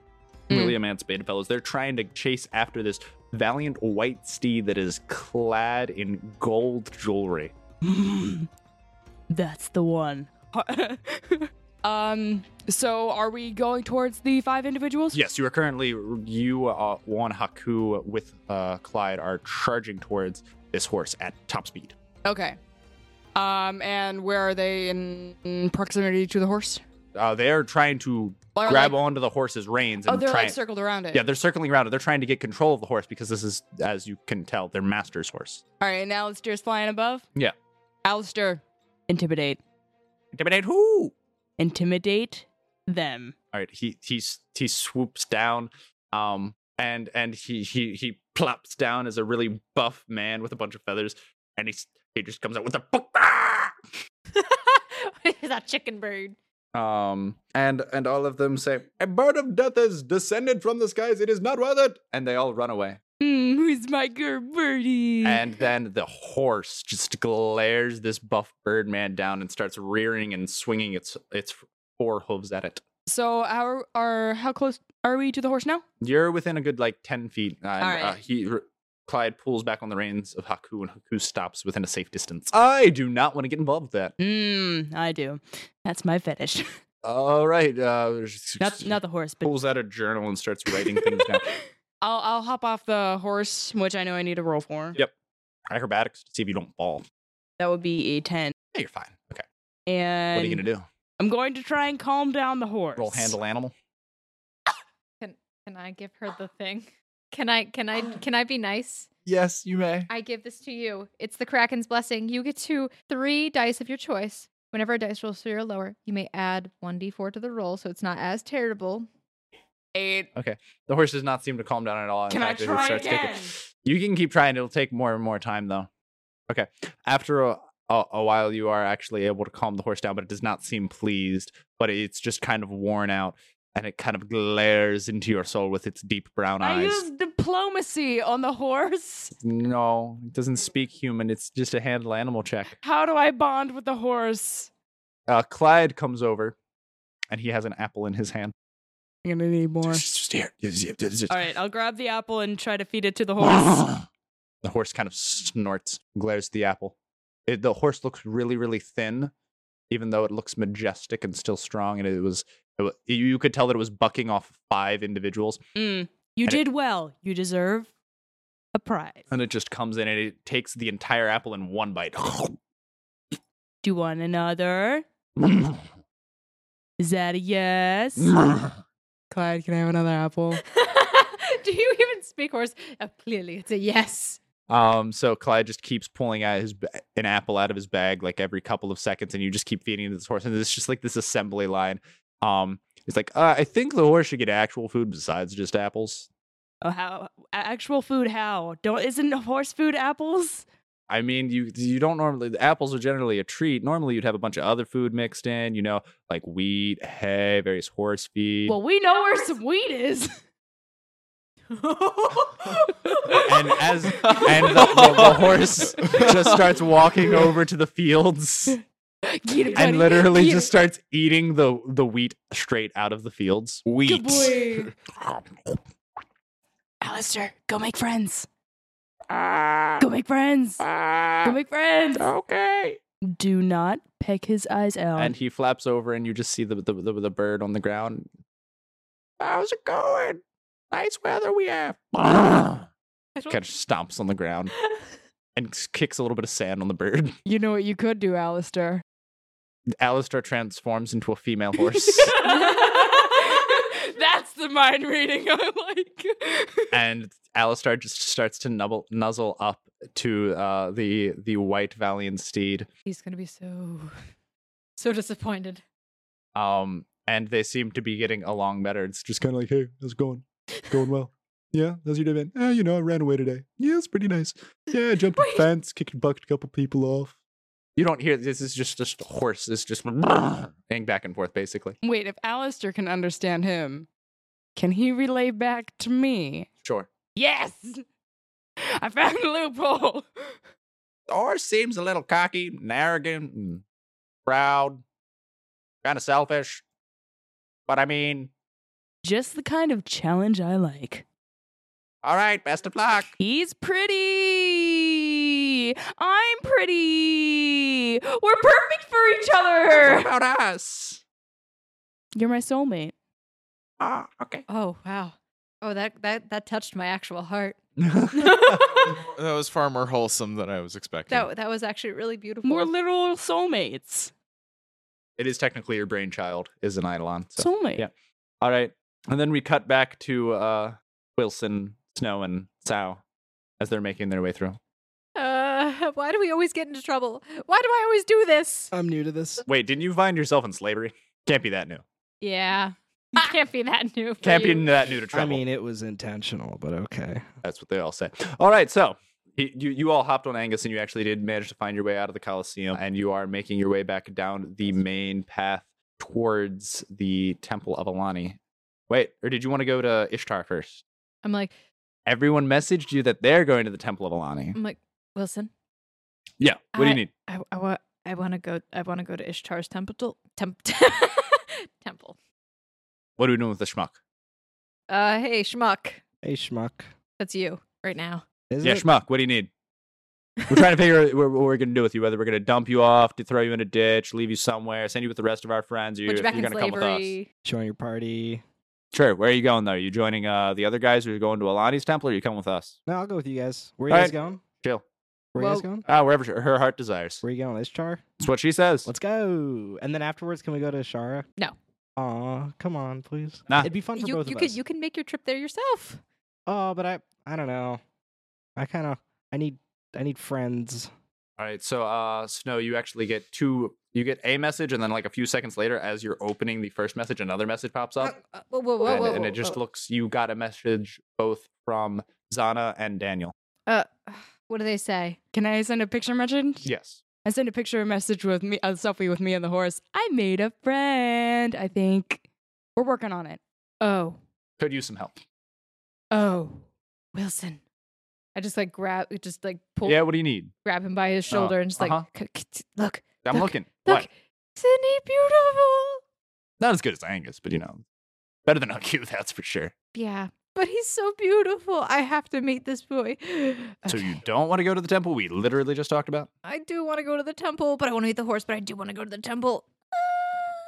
B: really emancipated fellows. They're trying to chase after this valiant white steed that is clad in gold jewelry.
D: That's the one. [LAUGHS] um. So, are we going towards the five individuals?
B: Yes, you are currently you uh, Juan Haku with uh, Clyde are charging towards this horse at top speed.
D: Okay. Um. And where are they in, in proximity to the horse?
B: Uh, they are trying to
D: Or
B: grab
D: like-
B: onto the horse's reins and
D: Oh, they're
B: try.
D: like circled around it.
B: yeah, they're circling around it. They're trying to get control of the horse because this is, as you can tell, their master's horse.
D: All right. And Alistair's flying above.
B: Yeah.
D: Alistair, intimidate.
B: Intimidate who?
D: Intimidate them.
B: All right, he he s- he swoops down, um, and and he he he plops down as a really buff man with a bunch of feathers, and he s- he just comes out with a
C: [LAUGHS]
B: book.
C: is that chicken bird?
B: Um, and and all of them say, "A bird of death has descended from the skies. It is not worth it." And they all run away.
D: Hmm, who's my girl birdie?
B: And then the horse just glares this buff bird man down and starts rearing and swinging its its four hooves at it.
D: so, how are how close are we to the horse now?
B: You're within a good like ten feet. And,
D: right.
B: uh, he r- Clyde pulls back on the reins of Haku, and Haku stops within a safe distance. I do not want to get involved with that.
D: Mm, I do. That's my
B: [LAUGHS]
D: fetish.
B: All right, uh,
D: not not the horse, but
B: pulls out a journal and starts writing things
C: [LAUGHS]
B: down.
D: [LAUGHS] I'll I'll hop off the horse, which I know I need to roll for.
B: Yeah. Acrobatics to see if you don't fall.
D: That would be a ten.
B: Yeah, you're fine. Okay.
D: And
B: what are you gonna do?
D: I'm going to try and calm down the horse.
B: Roll handle animal.
C: Can I give her the thing? Can I can I can I be nice?
B: Yes, you may.
C: I give this to you. It's the Kraken's blessing. You get to three dice of your choice. Whenever a dice rolls three or lower, you may add one d4 to the roll, so it's not as terrible.
D: Eight.
B: The horse does not seem to calm down at all. In
D: Can I
B: fact, it
D: try
B: starts kicking.
D: again?
B: You can keep trying. It'll take more and more time, though. Okay. After a, a, a while, you are actually able to calm the horse down, but it does not seem pleased. But it's just kind of worn out, and it kind of glares into your soul with its deep brown
D: I
B: eyes.
D: used diplomacy on the horse.
B: no, it doesn't speak human. It's just a handle animal check.
D: How do I bond with the horse?
B: Uh, Clyde comes over, and he has an apple in his hand.
D: I'm gonna need more. All right, I'll grab the apple and try to feed it to the horse.
B: [LAUGHS] The horse kind of snorts, glares at the apple. It, the horse looks really, really thin, even though it looks majestic and still strong. And it was, it wa- you you could tell that it was bucking off five individuals.
D: Mm, you
B: And it-
D: did well. You deserve a prize.
B: And it just comes in and it takes the entire apple in one [LAUGHS] bite.
D: Do you want another? Is that a yes? Clyde, can I have another
B: Oh.
D: apple?
C: [LAUGHS] Do you even speak horse? Oh, clearly, it's a yes.
B: um, so Clyde just keeps pulling out his ba- an apple out of his bag like every couple of seconds, and you just keep feeding it to this horse. And it's just like this assembly line. Um, it's like uh, I think the horse should get actual food besides just apples.
D: Oh, how a- actual food? How don't isn't horse food apples?
B: I mean, you you don't normally the apples are generally a treat. Normally, you'd have a bunch of other food mixed in, you know, like wheat, hay, various horse feed.
D: Well, we know where some
B: [LAUGHS]
D: wheat is.
B: and as and the, the,
C: [LAUGHS]
B: the horse just
D: [LAUGHS]
B: starts walking over to the fields
D: Get it, buddy.
B: and literally
D: [LAUGHS] Get
B: just
D: it.
B: starts eating the the wheat straight out of the fields.
D: Good
E: Wheat.
D: boy. Alistair, go make friends. go make friends. go make friends.
B: Ah, Okay.
D: Do not peck his eyes out.
B: And he flaps over, and you just see the the, the, the bird on the ground. How's it going? Nice weather we have.
C: I don't-
B: [LAUGHS] kind of stomps on the [LAUGHS] ground and s- kicks a little bit of sand on the bird. [LAUGHS]
D: you know what you could do, Alistair.
B: Alistair transforms into a female [LAUGHS] horse
C: [LAUGHS]
D: That's the mind reading I like.
B: and Alistar just starts to nubble, nuzzle up to uh, the the white Valiant steed.
C: He's gonna be so, so disappointed.
B: Um, and they seem to be getting along better. It's just kind of like, hey, how's it going? Going well. Yeah, how's your day been? Ah, you know, I ran away today. Yeah, it's pretty nice. Yeah, I jumped
C: Wait.
B: a fence, kicked bucked a couple people off. You don't hear this is just just a horse is just [LAUGHS] hang back and forth basically.
D: Wait, if Alistair can understand him, can he relay back to me?
B: Sure.
D: Yes! I found a loophole!
B: Or seems a little cocky, and arrogant, and proud, kind of selfish. But I mean,
D: Just the kind of challenge I like.
B: all right, best of luck.
D: He's pretty! I'm pretty! We're perfect for each other!
B: about us?
D: You're my soulmate.
B: Ah, [LAUGHS] okay.
C: Oh wow. Oh that that that touched my actual heart. [LAUGHS]
E: That was far more wholesome than I was expecting.
C: That that was actually really beautiful.
D: We're literal soulmates.
B: it is technically your brainchild is an eidolon. So.
D: Soulmate.
B: yeah. All right. And then we cut back to uh, Wilson, Snow, and Sow as they're making their way through.
C: uh, why do we always get into trouble? Why do I always do this?
F: I'm new to this.
B: Wait, didn't you find yourself in slavery? Can't be that new.
C: Yeah. You can't be that new. for
B: Can't
C: you.
B: be that new to
A: I
B: trouble.
A: mean, it was intentional, but okay.
B: That's what they all say. All right, so y- you you all hopped on Angus and you actually did manage to find your way out of the Coliseum and you are making your way back down the main path towards the Temple of Alani. Wait, or did you want to go to Ishtar first?
C: I'm like
B: Everyone messaged you that they're going to the Temple of Alani.
C: I'm like Wilson.
B: Yeah. What do
C: I-
B: you need?
C: I I want I want to go I want to go to Ishtar's temple temp- [LAUGHS] temple.
B: What are we doing with the schmuck?
C: Uh hey schmuck,
A: Hey, schmuck.
C: that's you right now.
A: Is
B: yeah,
A: it?
B: schmuck. What do you need? We're
C: [LAUGHS]
B: trying to figure out what what we're going to do with you. Whether we're going to dump you off, to throw you in a ditch, leave you somewhere, send you with the rest of our friends, or you're,
C: Put you
B: you're
C: back
B: going
C: in
B: to come with us.
C: slavery.
A: Join your party.
B: Sure. Where are you going though? Are you joining uh, the other guys? Or are you going to Alani's temple? Or are you coming with us?
A: No, I'll go with you guys. Where you
B: All
A: guys
B: right.
A: going?
B: Chill.
A: Where you
C: Well-
A: guys going?
B: Ah, wherever her her heart desires.
A: Where you going? Ishtar?
B: That's what she says.
A: Let's go. And then afterwards, can we go to Ishara?
C: No.
A: Aw, come on, please.
B: Nah.
A: It'd be fun for
C: You
A: both
C: you
A: of
C: could
A: us.
C: you can make your trip there yourself.
A: Oh, but I I don't know. I kind of I need I need friends.
B: All right. So, uh, Snow, you actually get two. You get a message, and then like a few seconds later, as you're opening the first message, another message pops up,
C: Uh, uh, whoa, whoa, whoa,
B: and,
C: whoa,
B: and
C: whoa,
B: it just
C: whoa.
B: looks. You got a message both from Zana and Daniel.
C: Uh, [SIGHS] what do they say?
D: Can I send a picture message?
B: Yes.
D: I sent a picture a message with me, a selfie with me and the horse. I made a friend, I think. We're working on it.
C: Oh,
B: Could use some help.
C: oh, Wilson. I just like grab, just like pull,
B: Yeah. What do you need?
C: grab him by his shoulder and just like,
B: uh-huh.
C: "K- k- t- look,
B: I'm
C: Look,
B: looking.
C: look,
B: What?
C: isn't he beautiful?
B: Not as good as Angus, but you know, better than [LAUGHS] Q. That's for sure.
C: Yeah, but he's so beautiful. I have to meet this boy. [SIGHS]
B: So you
C: Okay.
B: don't want to go to the temple we literally just talked about.
C: I do want to go to the temple, but I want to meet the horse. But I do want to go to the temple.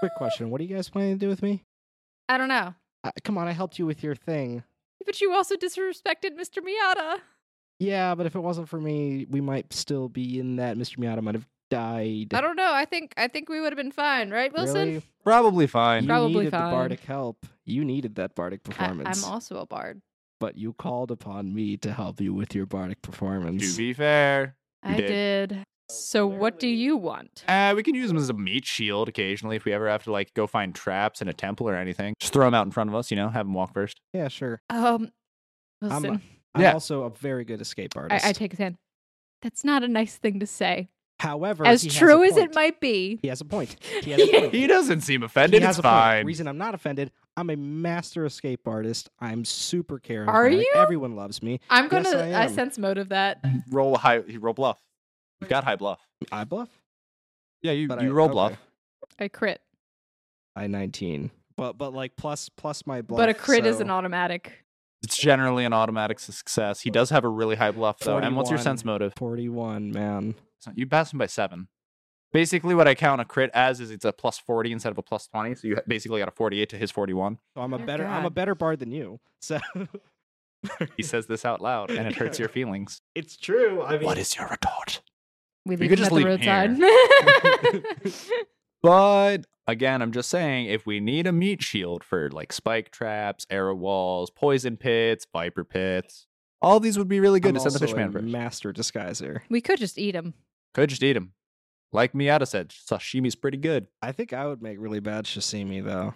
A: Quick question: What are you guys planning to do with me?
C: [SIGHS] I don't know.
A: Uh, come on, I helped you with your thing.
C: [SIGHS] But you also disrespected Mr. Miata.
A: Yeah, but if it wasn't for me, we might still be in that. Mr. Miata might have died.
C: I don't know. I think I think we would have been fine, right, Wilson?
A: Really?
B: Probably
A: You
B: fine.
C: Probably
A: needed
C: fine.
A: the bardic help. You needed that bardic
C: I,
A: performance.
C: I'm also a bard.
A: but you called upon me to help you with your bardic performance.
B: To be fair, You
C: I did. So what do you want?
B: uh, we can use them as a meat shield occasionally if we ever have to like go find traps in a temple or anything. Just throw them out in front of us, you know, have them walk first.
A: yeah, sure.
C: Um,
A: I'm-
C: listen,
A: I'm
B: Yeah.
A: also a very good escape
C: I,
A: artist.
C: I take his hand. That's not a nice thing to say.
A: However,
C: as
A: he has a
C: true as it
A: point.
C: might be,
A: he has a
C: [LAUGHS]
A: point. He has a
C: Yeah.
A: point.
B: He doesn't seem
A: He
B: offended.
A: has
B: It's
A: a point.
B: fine.
A: Reason I'm not offended. I'm a master escape artist. I'm super charismatic.
C: you?
A: Everyone loves me.
C: I'm
A: Yes,
C: gonna.
A: I
C: I,
A: am.
C: sense motive that.
B: Roll high. He roll bluff. You've got high bluff.
A: I bluff.
B: Yeah, you,
A: But
B: you
A: I-
B: roll
A: okay.
B: bluff.
C: I crit,
A: I 19. But but like plus plus my bluff.
C: but a crit is
A: so
C: an automatic.
B: It's generally an automatic success. He does have a really high bluff though. And what's your
A: 41.
B: sense motive?
A: 41, man.
B: So you pass him by seven. Basically, what I count a crit as is it's a plus forty instead of a plus twenty. So you basically got a forty-eight to his forty-one.
A: So I'm a
C: Dear
A: better I'm a
C: Oh God.
A: better bard than you. So
B: He says this out loud, and it [LAUGHS] hurts your feelings.
A: it's true. I mean,
B: What is your retort?
C: We
B: You
C: leave
B: could
C: him
B: just
C: at the
B: leave him
C: roadside. [LAUGHS]
B: [LAUGHS] But again, I'm just saying, if we need a meat shield for like spike traps, arrow walls, poison pits, viper pits, All these would be really good
A: I'm
B: to send the
A: also
B: Fishman
A: a
B: for.
A: Master disguiser.
C: We could just eat them.
B: Could just eat them. Like Miata said, sashimi's pretty good.
A: I think I would make really bad sashimi though.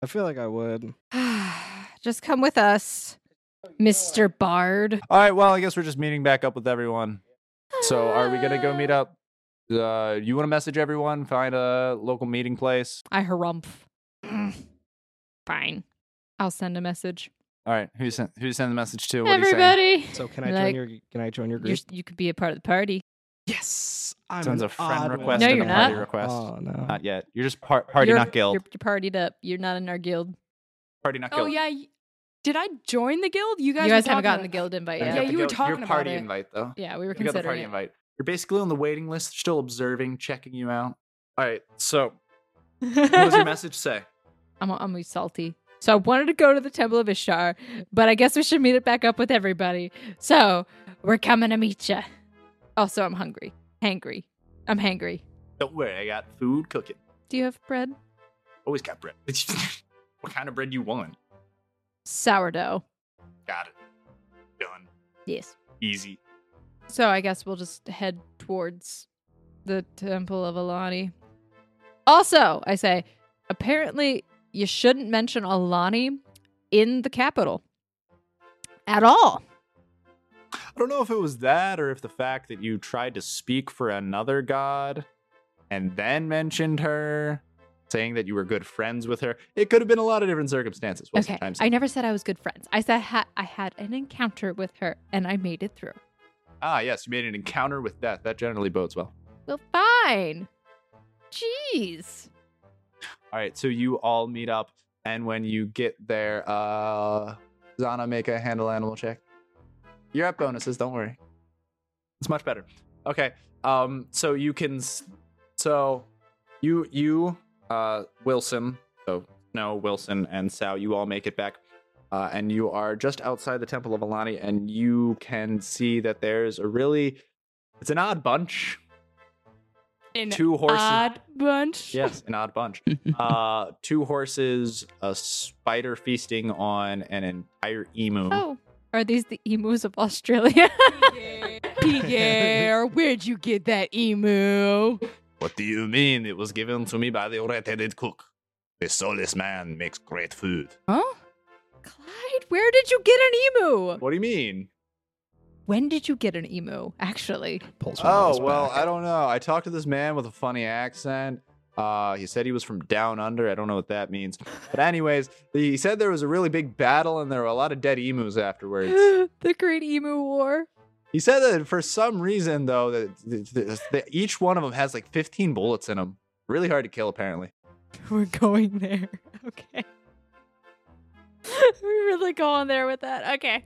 A: I feel like I would.
C: [SIGHS] just come with us, Mr. Bard.
B: All right, well, I guess we're just meeting back up with everyone. So are we gonna go meet up? Uh, you want to message everyone, find a local meeting place.
C: I harumph. Fine. I'll send a message.
B: All right, who sent who send the message to? What
C: Everybody.
A: So can I join
C: Like-
A: your can I join your
C: You're,
A: group?
C: you could be a part of the party.
A: Yes. I'm
B: Sounds
A: an
B: a friend
A: odd one.
B: request
C: No, and a you're
B: party not. request.
A: Oh no.
B: Not yet. You're just par- party
C: you're,
B: not guild.
C: You're, you're partied up. You're not in our guild.
B: party not
D: Oh
B: guild.
D: yeah, y- did I join the guild? You guys,
C: You
D: were
C: guys haven't
D: talking
C: gotten the
D: about-
C: guild invite
B: You
D: Yeah,
C: yet.
B: got the
D: you were
B: guild-
D: talking
B: your
D: about
B: party
D: it.
B: invite though.
C: Yeah, we were
B: You got the
C: considering
B: party
C: it.
B: invite. You're basically on the waiting list, still observing, checking you out. All right,
C: [LAUGHS]
B: so
D: [LAUGHS]
B: what does your message say?
C: I'm I'm really salty. So I wanted to go to the Temple of Ishtar, but I guess we should meet it back up with everybody. So we're coming to meet ya. Also, I'm hungry. Hangry. I'm hangry.
B: Don't worry, I got food cooking.
C: Do you have bread?
B: Always got bread. [LAUGHS] what kind of bread you want?
C: Sourdough.
B: Got it. Done.
C: Yes.
B: Easy.
C: So I guess we'll just head towards the Temple of Alani. Also, I say, apparently you shouldn't mention Alani in the capital at all.
B: I don't know if it was that or if the fact that you tried to speak for another god and then mentioned her, saying that you were good friends with her. It could have been a lot of different circumstances. wasn't
C: Okay,
B: it, Times?
C: I never said I was good friends. I said I had, I had an encounter with her and I made it through.
B: Ah, yes, you made an encounter with death. That generally bodes well.
C: Well, fine. Jeez.
B: All right, so you all meet up, and when you get there, uh, Zana, make a handle animal check. You're at bonuses, don't worry. It's much better. Okay, um, so you can, s- so you you uh Wilson, so no Wilson and Sal, you all make it back, uh, and you are just outside the Temple of Alani, and you can see that there's a really, it's an odd bunch,
D: An
B: two horses.
D: Odd bunch.
B: Yes, an odd [LAUGHS] bunch. uh, two horses, a spider feasting on an entire emu.
C: Oh, are these the emus of Australia? [LAUGHS]
D: [LAUGHS] Pierre, where'd you get that emu?
G: What do you mean? It was given to me by the red-headed cook. The soulless man makes great food.
D: Huh?
C: Clyde, where did you get an
D: [LAUGHS]
C: emu?
B: What do you mean?
C: When did you get an emu,
B: [GASPS]
C: actually?
A: Pulls one of
B: Oh,
A: those
B: well,
A: back.
B: I don't know. I talked to this man with a funny accent. Uh, he said he was from down under. I don't know what that means. But, anyways, he said there was a really big battle and there were a lot of dead emus [LAUGHS] afterwards.
C: the Great Emu War.
B: He said that for some reason, though, that, that, that, that each one of them has like 15 bullets in them. Really hard to kill, apparently.
C: We're going
D: [LAUGHS]
C: there. Okay. we really going there with that. Okay.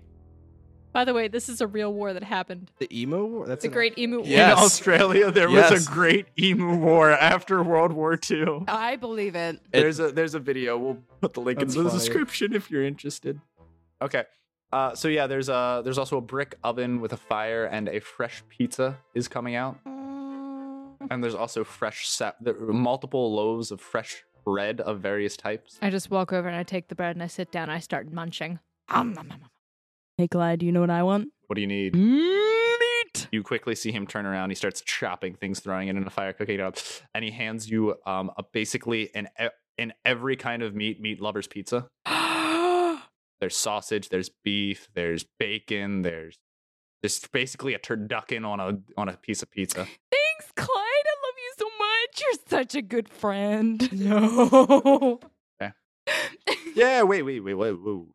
C: By the way, this is a real war that happened.
A: The emo war? That's
C: The
A: an-
C: Great Emu War.
E: Yes.
G: In Australia, there was
E: Yes.
G: a great emu war after World War II.
D: I believe it.
E: It-
B: there's a there's a video. We'll put the link
A: That's
B: into the
A: fire.
B: description if you're interested. Okay. Uh, so yeah, there's a there's also a brick oven with a fire and a fresh pizza is coming out,
C: Um,
B: and there's also fresh sa- there are multiple loaves of fresh bread of various types.
C: I just walk over and I take the bread and I sit down. I start munching. Om, nom, nom, nom.
D: Hey, Clyde, do you know what I want?
B: What do you need?
C: [GASPS]
D: [GASPS] Meat.
B: You quickly see him turn around. He starts chopping things, throwing it in a fire, cooking it up, and he hands you um a, basically an e- an every kind of meat meat lovers pizza. there's sausage, there's beef, there's bacon, there's just basically a turducken on a on a piece of pizza.
D: Thanks, Clyde. I love you so much. You're such a good friend. [LAUGHS] No.
B: Okay. yeah, wait, wait, wait, wait, whoa.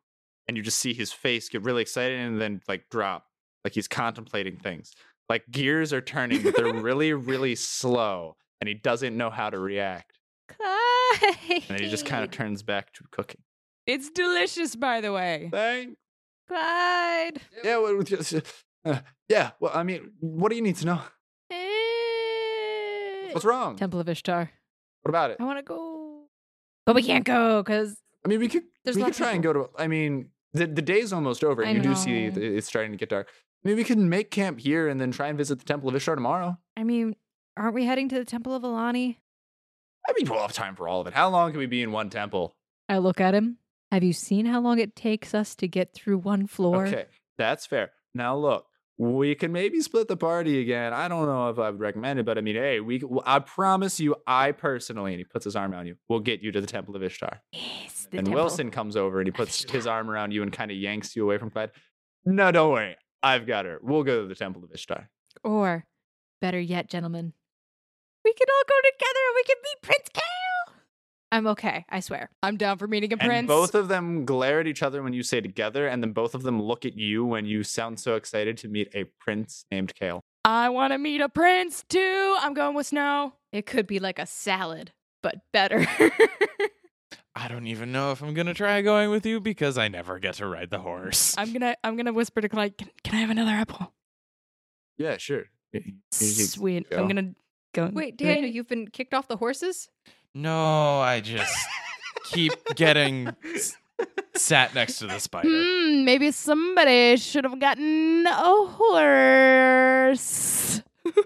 B: And you just see his face get really excited and then like drop, like he's contemplating things. Like gears are turning, but [LAUGHS] they're really, really slow, and he doesn't know how to react.
C: Clyde.
B: And then he just kind of turns back to cooking.
D: [LAUGHS] it's delicious, by the way.
B: Thank.
C: Clyde.
B: Yeah. Well, just, [LAUGHS] uh, yeah. Well, I mean, what do you need to know? What's wrong?
C: Temple of Ishtar.
B: What about it?
C: I want to go. But we can't go because
B: I mean, we could
C: There's
B: we could
C: lots of
B: try and go to. I mean, the the day's almost over.
C: I
B: and you do see
C: know.
B: th- it's starting to get dark. Maybe we can make camp here and then try and visit the Temple of Ishtar tomorrow.
C: I mean, aren't we heading to the Temple of Alani?
B: I mean, we'll have time for all of it. How long can we be in one temple?
C: I look at him. Have you seen how long it takes us to get through one floor?
B: Okay, that's fair. Now look, we can maybe split the party again. I don't know if I would recommend it, but I mean, hey, we. c- I promise you, I personally, and he puts his arm around you. We'll get you to the Temple of Ishtar.
C: Yes, the
B: and
C: temple.
B: Wilson comes over and he puts
C: Ishtar.
B: his arm around you and kind of yanks you away from Clyde. No, don't worry. I've got her. We'll go to the Temple of Ishtar.
C: Or, better yet, gentlemen, we can all go together and we can meet Prince Kale. I'm okay, I swear.
D: I'm down for meeting a
B: And
D: prince.
B: both of them glare at each other when you say together, and then both of them look at you when you sound so excited to meet a prince named Kale.
D: I want to meet a prince too. I'm going with Snow.
C: It could be like a salad, but better. [LAUGHS]
E: I don't even know if I'm gonna try going with you because I never get to ride the horse.
D: I'm gonna I'm gonna whisper to Clyde. Can, can I have another apple?
B: Yeah, sure.
D: Sweet.
B: go.
D: I'm gonna go. and
C: Wait,
D: do it.
C: Daniel, you've been kicked off the horses?
E: No, I just keep getting s- sat next to the spider.
D: Hmm, maybe somebody should have gotten a horse.
B: Hmm.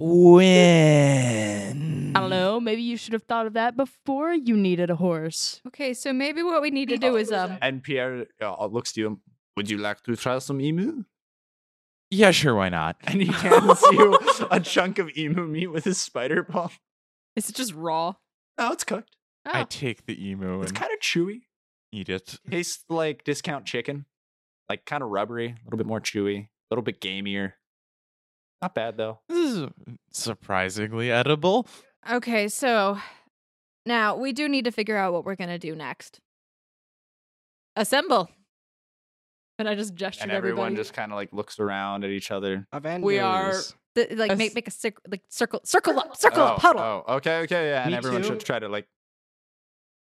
E: When
D: I don't know. Maybe you should have thought of that before you needed a horse.
C: Okay, so maybe what we need to do is um
B: And Pierre uh, looks to you. Would you like to try some emu?
E: Yeah, sure, why not?
B: [LAUGHS] And [LAUGHS] he hands you a chunk of emu meat with his spider paw.
D: Is it just raw?
B: Oh, it's cooked.
E: I
C: oh,
E: take the emu
B: It's
E: and
B: kind of chewy.
E: eat it.
B: Tastes like discount chicken, like kind of rubbery, a little bit more chewy, a little bit gamier. Not bad though.
E: This is surprisingly edible.
C: Okay, so now we do need to figure out what we're going to do next. Assemble. And I just gesture
B: and
C: to
B: everyone
C: everybody.
B: just kind of like looks around at each other.
A: Avengers.
D: We are-
C: Th- like
D: As-
C: make make a cir- like circle circle up, circle up, huddle.
B: oh, okay, okay, yeah. And
A: Me
B: everyone should
A: too.
B: try to like,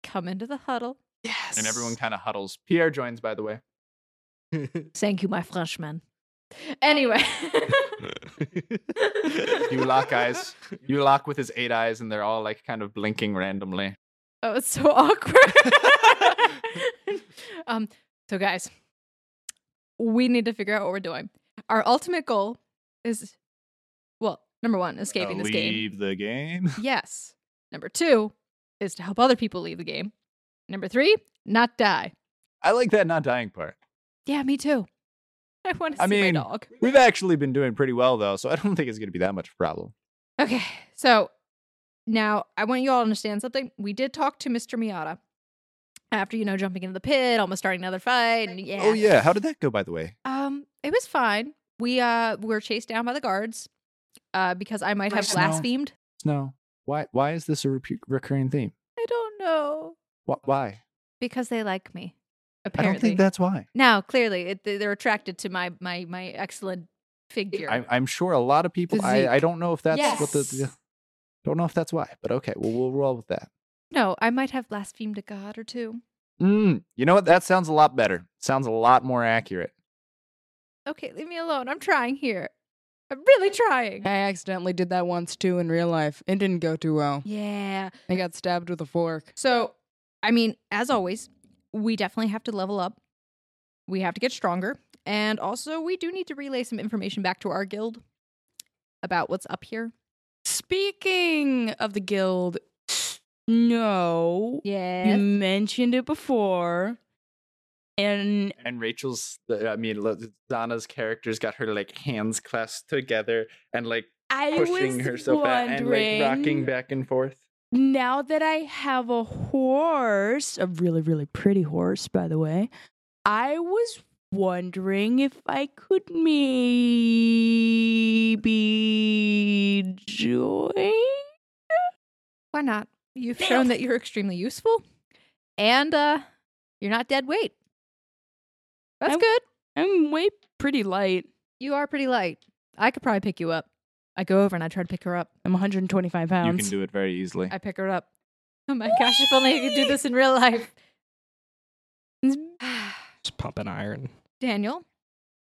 C: Come into the huddle.
D: Yes.
B: and everyone kind of huddles. Pierre joins, by the way.
C: Thank you, my Frenchman. Anyway. [LAUGHS]
B: You lock
C: [LAUGHS]
B: eyes. You lock with his eight eyes, and they're all like kind of blinking randomly.
C: Oh, it's so
B: [LAUGHS]
C: awkward. um, so guys, we need to figure out what we're doing. Our ultimate goal is, well, number one, escaping this game.
G: leave the game.
C: Yes. Number two is to help other people leave the game. Number three, not die.
B: [LAUGHS] I like that not dying part.
C: Yeah, me too. [LAUGHS] I want to see
B: I mean-
C: my dog.
B: We've actually been doing pretty well though, so I don't think it's going to be that much of a problem.
C: Okay, so now I want you all to understand something. We did talk to Mr. Miata after you know jumping into the pit, almost starting another fight, and yeah,
B: Oh yeah, how did that go by the way?
C: Um, it was fine. We uh were chased down by the guards, uh, because I might have
B: Snow.
C: blasphemed.
B: Snow, why why is this a repu- recurring theme?
C: I don't know
B: Wh- why?
C: because they like me.
B: I
C: Apparently,
B: don't think that's why.
C: now clearly it, they- they're attracted to my my my excellent figure.
B: I'm, I'm sure a lot of people. I, I
C: Physique.
B: don't know if that's what the, the-
C: Yes.
B: Don't know if that's why, but okay. Well, we'll roll with that.
C: no, I might have blasphemed a god or two.
B: Mm, you know what? That sounds a lot better. Sounds a lot more accurate.
C: Okay, leave me alone. I'm trying here. I'm really trying.
D: I accidentally did that once too in real life. It didn't go too well.
C: Yeah.
D: I got stabbed with a fork.
C: So, I mean, as always, we definitely have to level up. We have to get stronger. And also, we do need to relay some information back to our guild about what's up here.
D: Speaking of the guild, no, you
C: Yeah.
D: mentioned it before, and
B: And Rachel's, I mean, Donna's character's got her like hands clasped together and like
D: I was wondering.
B: back and forth.
D: now that I have a horse, a really, really pretty horse, by the way, I was wondering if I could maybe join.
C: Why not? You've shown that you're extremely useful and uh, you're not dead weight. That's
D: I'm-
C: good.
D: I'm way pretty light.
C: You are pretty light. I could probably pick you up. I go over and I try to pick her up.
D: I'm 125 pounds.
B: You can do it very easily.
C: I pick her up. Oh my [SIGHS] gosh, if only I could do this in real life.
A: Just pumping iron.
C: Daniel,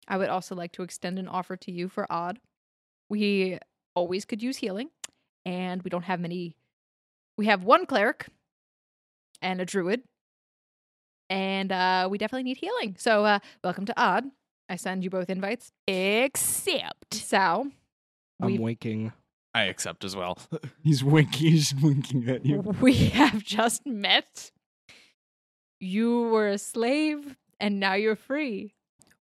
C: I would also like to extend an offer to you for Odd. We always could use healing, and we don't have many. We have one cleric and a druid, and uh, we definitely need healing. So, uh, welcome to Odd. I send you both invites.
D: Except
C: Sal,
A: I'm
C: [LAUGHS] we
A: winking.
E: I accept as well.
B: He's winking. He's winking at
C: we have just met. You were a slave, and now you're free.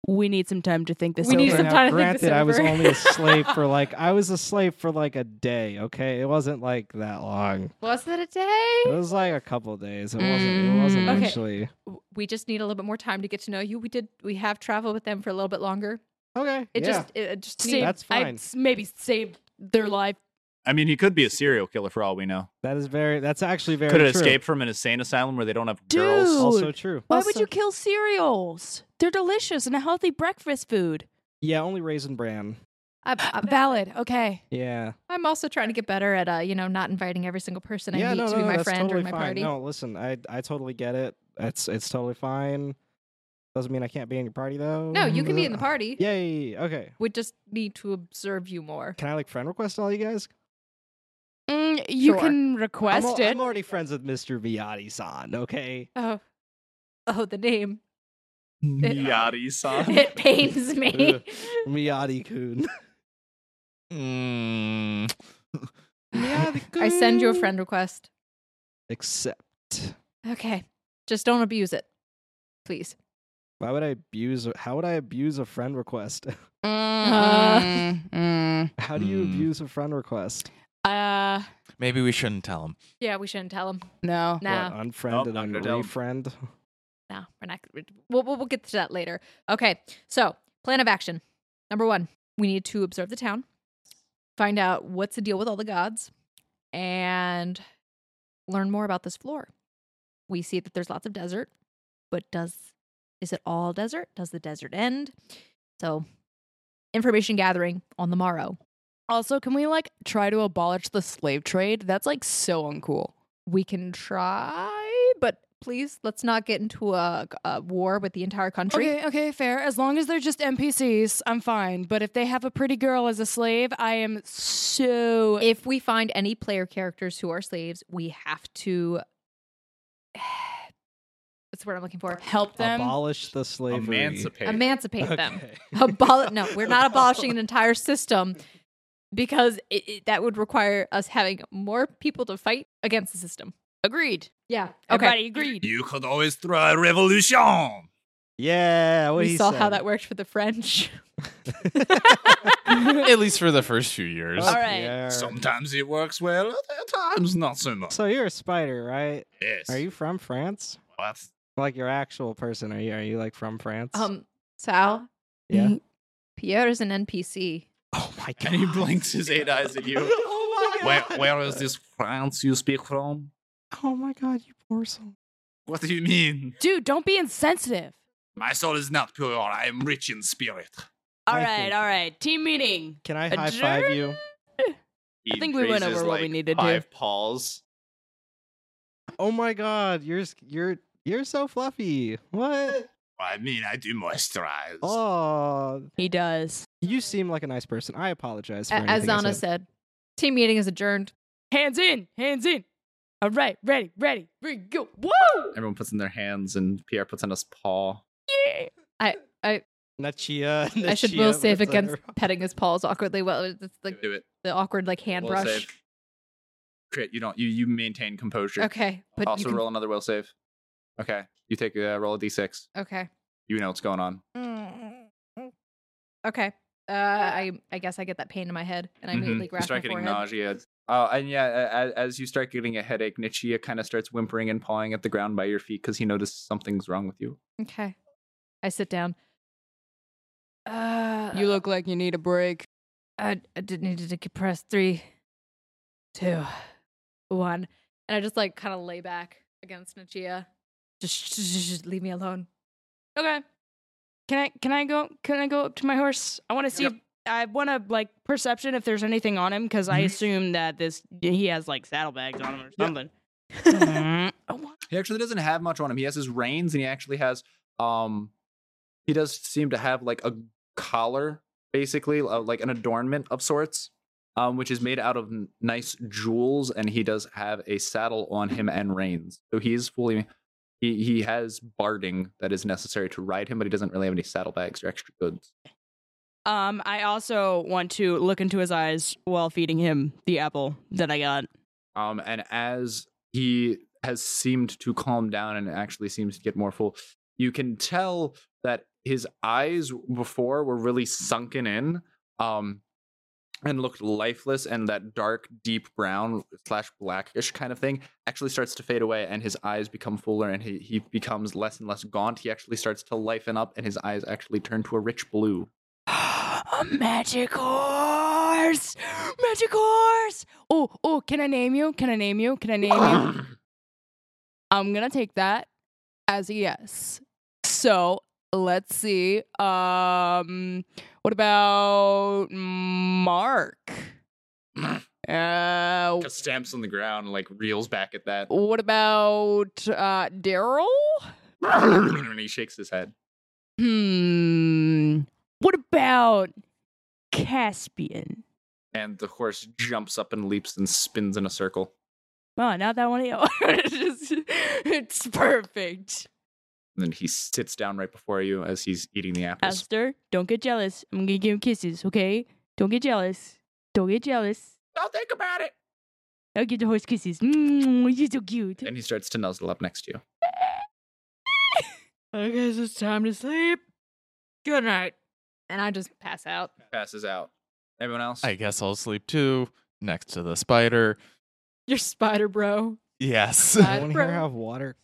D: we need some time to think this
C: We
D: over.
C: need some
A: Now,
C: time to think
A: granted,
C: this
A: I was
C: over. [LAUGHS]
A: only a slave for like I was a slave for like a day. Okay, it wasn't like that long.
C: Was that a
A: It
C: day?
A: was like a couple days. It wasn't. It wasn't
C: Mm. Okay.
A: actually.
C: We just need a little bit more time to get to know you. We did. We have traveled with them for a little bit longer.
A: Okay.
C: It
A: yeah.
C: just. It it just.
D: Save-
C: need-
A: That's
D: I
A: fine.
D: s- maybe saved their life.
B: I mean, he could be a serial killer for all we know.
A: that is very. That's actually very.
B: Could have
A: true.
B: escaped from an insane asylum where they don't have
D: Dude.
B: girls.
A: Also true.
D: Why would
A: Also-
D: you kill cereals? They're delicious and a healthy breakfast food.
A: Yeah, only raisin bran.
C: I,
D: Uh,
C: I,
D: Valid. Okay.
A: Yeah.
C: I'm also trying to get better at, uh, you know, not inviting every single person I
A: yeah.
C: meet
A: no,
C: to
A: no,
C: be
A: no,
C: my
A: that's
C: friend
A: totally
C: or my
A: fine.
C: party.
A: No, listen, I I totally get it. It's it's totally fine. Doesn't mean I can't be in your party though.
C: No, you can be
A: [LAUGHS]
C: in
A: Uh,
C: the party.
A: Yay. Okay.
C: We just need to observe you more.
A: Can I like friend request all you guys?
D: Mm, you
C: Sure.
D: can
A: I'm,
D: request
A: al-
D: it.
A: [LAUGHS] I'm already friends with Mr. Miyati-san.
C: [LAUGHS]
A: Okay.
C: Oh, oh, the name. It-
B: Yachty
A: Um,
B: son.
C: It pains
A: [LAUGHS]
C: me. [LAUGHS]
A: Miyati-kun.
E: Mm.
C: I send you a friend request.
A: Except,
C: Okay, just don't abuse it, please.
A: why would I abuse? How would I abuse a friend request? [LAUGHS]
D: Mm, mm,
A: How do you
E: Hmm.
A: abuse a friend request?
D: mm. Uh,
E: Maybe we shouldn't tell him.
C: Yeah, we shouldn't tell him.
D: no.
C: No,
A: What, unfriend
B: Nope, not
A: and then
B: gonna tell 'em.
A: refriend?
C: no, we're not. we- We'll, we'll, we'll get to that later. Okay, so plan of action. Number one, we need to observe the town, find out what's the deal with all the gods, and learn more about this floor. We see that there's lots of desert, but does is it all desert? Does the desert end? So, information gathering on the morrow.
D: Also, can we like try to abolish the slave trade? That's like so uncool.
C: we can try, but please let's not get into a, a war with the entire country.
D: Okay, okay, fair. As long as they're just NPCs, I'm fine. But if they have a pretty girl as a slave, I am so
C: If we find any player characters who are slaves, we have to. [SIGHS] That's what I'm looking for.
D: help them.
A: Abolish the slavery.
B: Emancipate.
C: Emancipate
A: Okay. [LAUGHS]
C: them. [LAUGHS] Abol- no,
B: [LAUGHS]
C: we're not abolishing an entire system because it, it, that would require us having more people to fight against the system.
D: agreed.
C: Yeah. Okay.
D: Everybody agreed.
G: You could always throw a revolution.
A: Yeah, what
C: we
A: he
C: saw how
A: said.
C: that worked for the French. [LAUGHS]
A: [LAUGHS]
E: At least for the first few years.
B: Uh,
A: Oh,
D: right.
A: yeah.
G: Sometimes it works well, at times not so much.
A: So you're a spider, right?
G: Yes.
A: Are you from France?
G: What?
A: Like your actual person? Are you? Are you like from France?
C: Um, Sal,
A: yeah.
C: Pierre is an NPC.
A: Oh my god.
B: And he blinks his eight eyes at you.
A: [LAUGHS]
B: [LAUGHS]
A: oh my
G: Where,
A: god.
G: where is this France you speak from?
A: Oh my god, you poor soul.
G: What do you mean?
D: Dude, don't be insensitive.
G: My soul is not pure. I am rich in spirit.
D: All
A: I
D: right,
A: think-
D: all right. Team meeting.
A: Can I high five you?
B: He
D: think we went
B: raises,
D: over what we
B: like,
D: needed to.
B: Five paws.
A: Oh my god, you're s- you're you're so fluffy.
B: [LAUGHS]
A: What?
G: I mean, I do moisturize.
A: Oh,
D: He does.
A: you seem like a nice person. I apologize for
C: A- As
A: anything I
C: Anna said, team meeting is adjourned.
D: Hands in, hands in. All right, ready, ready, ready, go. Woo!
B: Everyone puts in their hands, and Pierre puts in his paw.
D: Yeah.
A: Nachia.
C: I should
A: Nachia
C: will save
A: puts on
C: [LAUGHS] against
A: her-
C: petting his paws awkwardly. Well, it's like
B: Do it.
C: the awkward like hand
B: Will
C: brush.
B: save. Crit. You don't. You you maintain composure.
C: Okay, but
B: also
C: you can,
B: roll another will save. Okay. You take uh, roll a d6.
C: okay,
B: You know what's going on.
D: Mm.
C: okay. Uh, I I guess I get that pain in my head, and I immediately
B: Mhm. You
C: grasp my
B: start getting
C: forehead.
B: nausea. Uh, and yeah, a- a- as you start getting a headache, Nichia kind of starts whimpering and pawing at the ground by your feet because he notices something's wrong with you.
C: Okay, I sit down. Uh,
D: You look like you need a break.
C: I, I did needed to compress three, two, one, and I just like kind of lay back against Nachia. Just sh- sh- sh- leave me alone.
D: Okay. Can I can I go can I go up to my horse? I want to see
B: Yep.
D: I want to like perception if there's anything on him because I assume that this he has like saddlebags on him or something.
B: Mm-hmm.
D: Mhm. oh, what?
B: He actually doesn't have much on him. He has his reins, and he actually has um, he does seem to have like a collar, basically uh, like an adornment of sorts, um, which is made out of n- nice jewels, and he does have a saddle on him and reins. So he is fully. He, he has barding that is necessary to ride him, but he doesn't really have any saddlebags or extra goods.
D: Um I also want to look into his eyes while feeding him the apple that I got.
B: Um, and as he has seemed to calm down and actually seems to get more full, you can tell that his eyes before were really sunken in um and looked lifeless and that dark deep brown slash blackish kind of thing actually starts to fade away and his eyes become fuller and he, he becomes less and less gaunt he actually starts to lifen up and his eyes actually turn to a rich blue
D: a magic horse! Magic horse! Oh, oh, can I name you? Can I name you? Can I name you? I'm gonna take that as a yes. So let's see. Um what about Mark? Uh
B: Just stamps on the ground and like reels back at that
D: what about uh Daryl?
B: and he shakes his head
D: Hmm. What about Caspian?
B: and the horse jumps up and leaps and spins in a circle
D: Oh, not that one. of you. [LAUGHS] it's, just- it's perfect.
B: and then he sits down right before you as he's eating the apples
D: Aster, don't get jealous. I'm gonna give him kisses, okay? Don't get jealous. Don't get jealous.
B: don't think about it
D: I'll give the horse kisses. Mmm, you're so cute.
B: and he starts to nuzzle up next to you
C: I guess it's time to sleep. Good night. [LAUGHS] And I just pass out.
B: passes out everyone else
E: I guess I'll sleep too next to the spider.
C: Your spider bro.
E: Yes. [LAUGHS]
A: I
C: Spider
A: want to hear how water.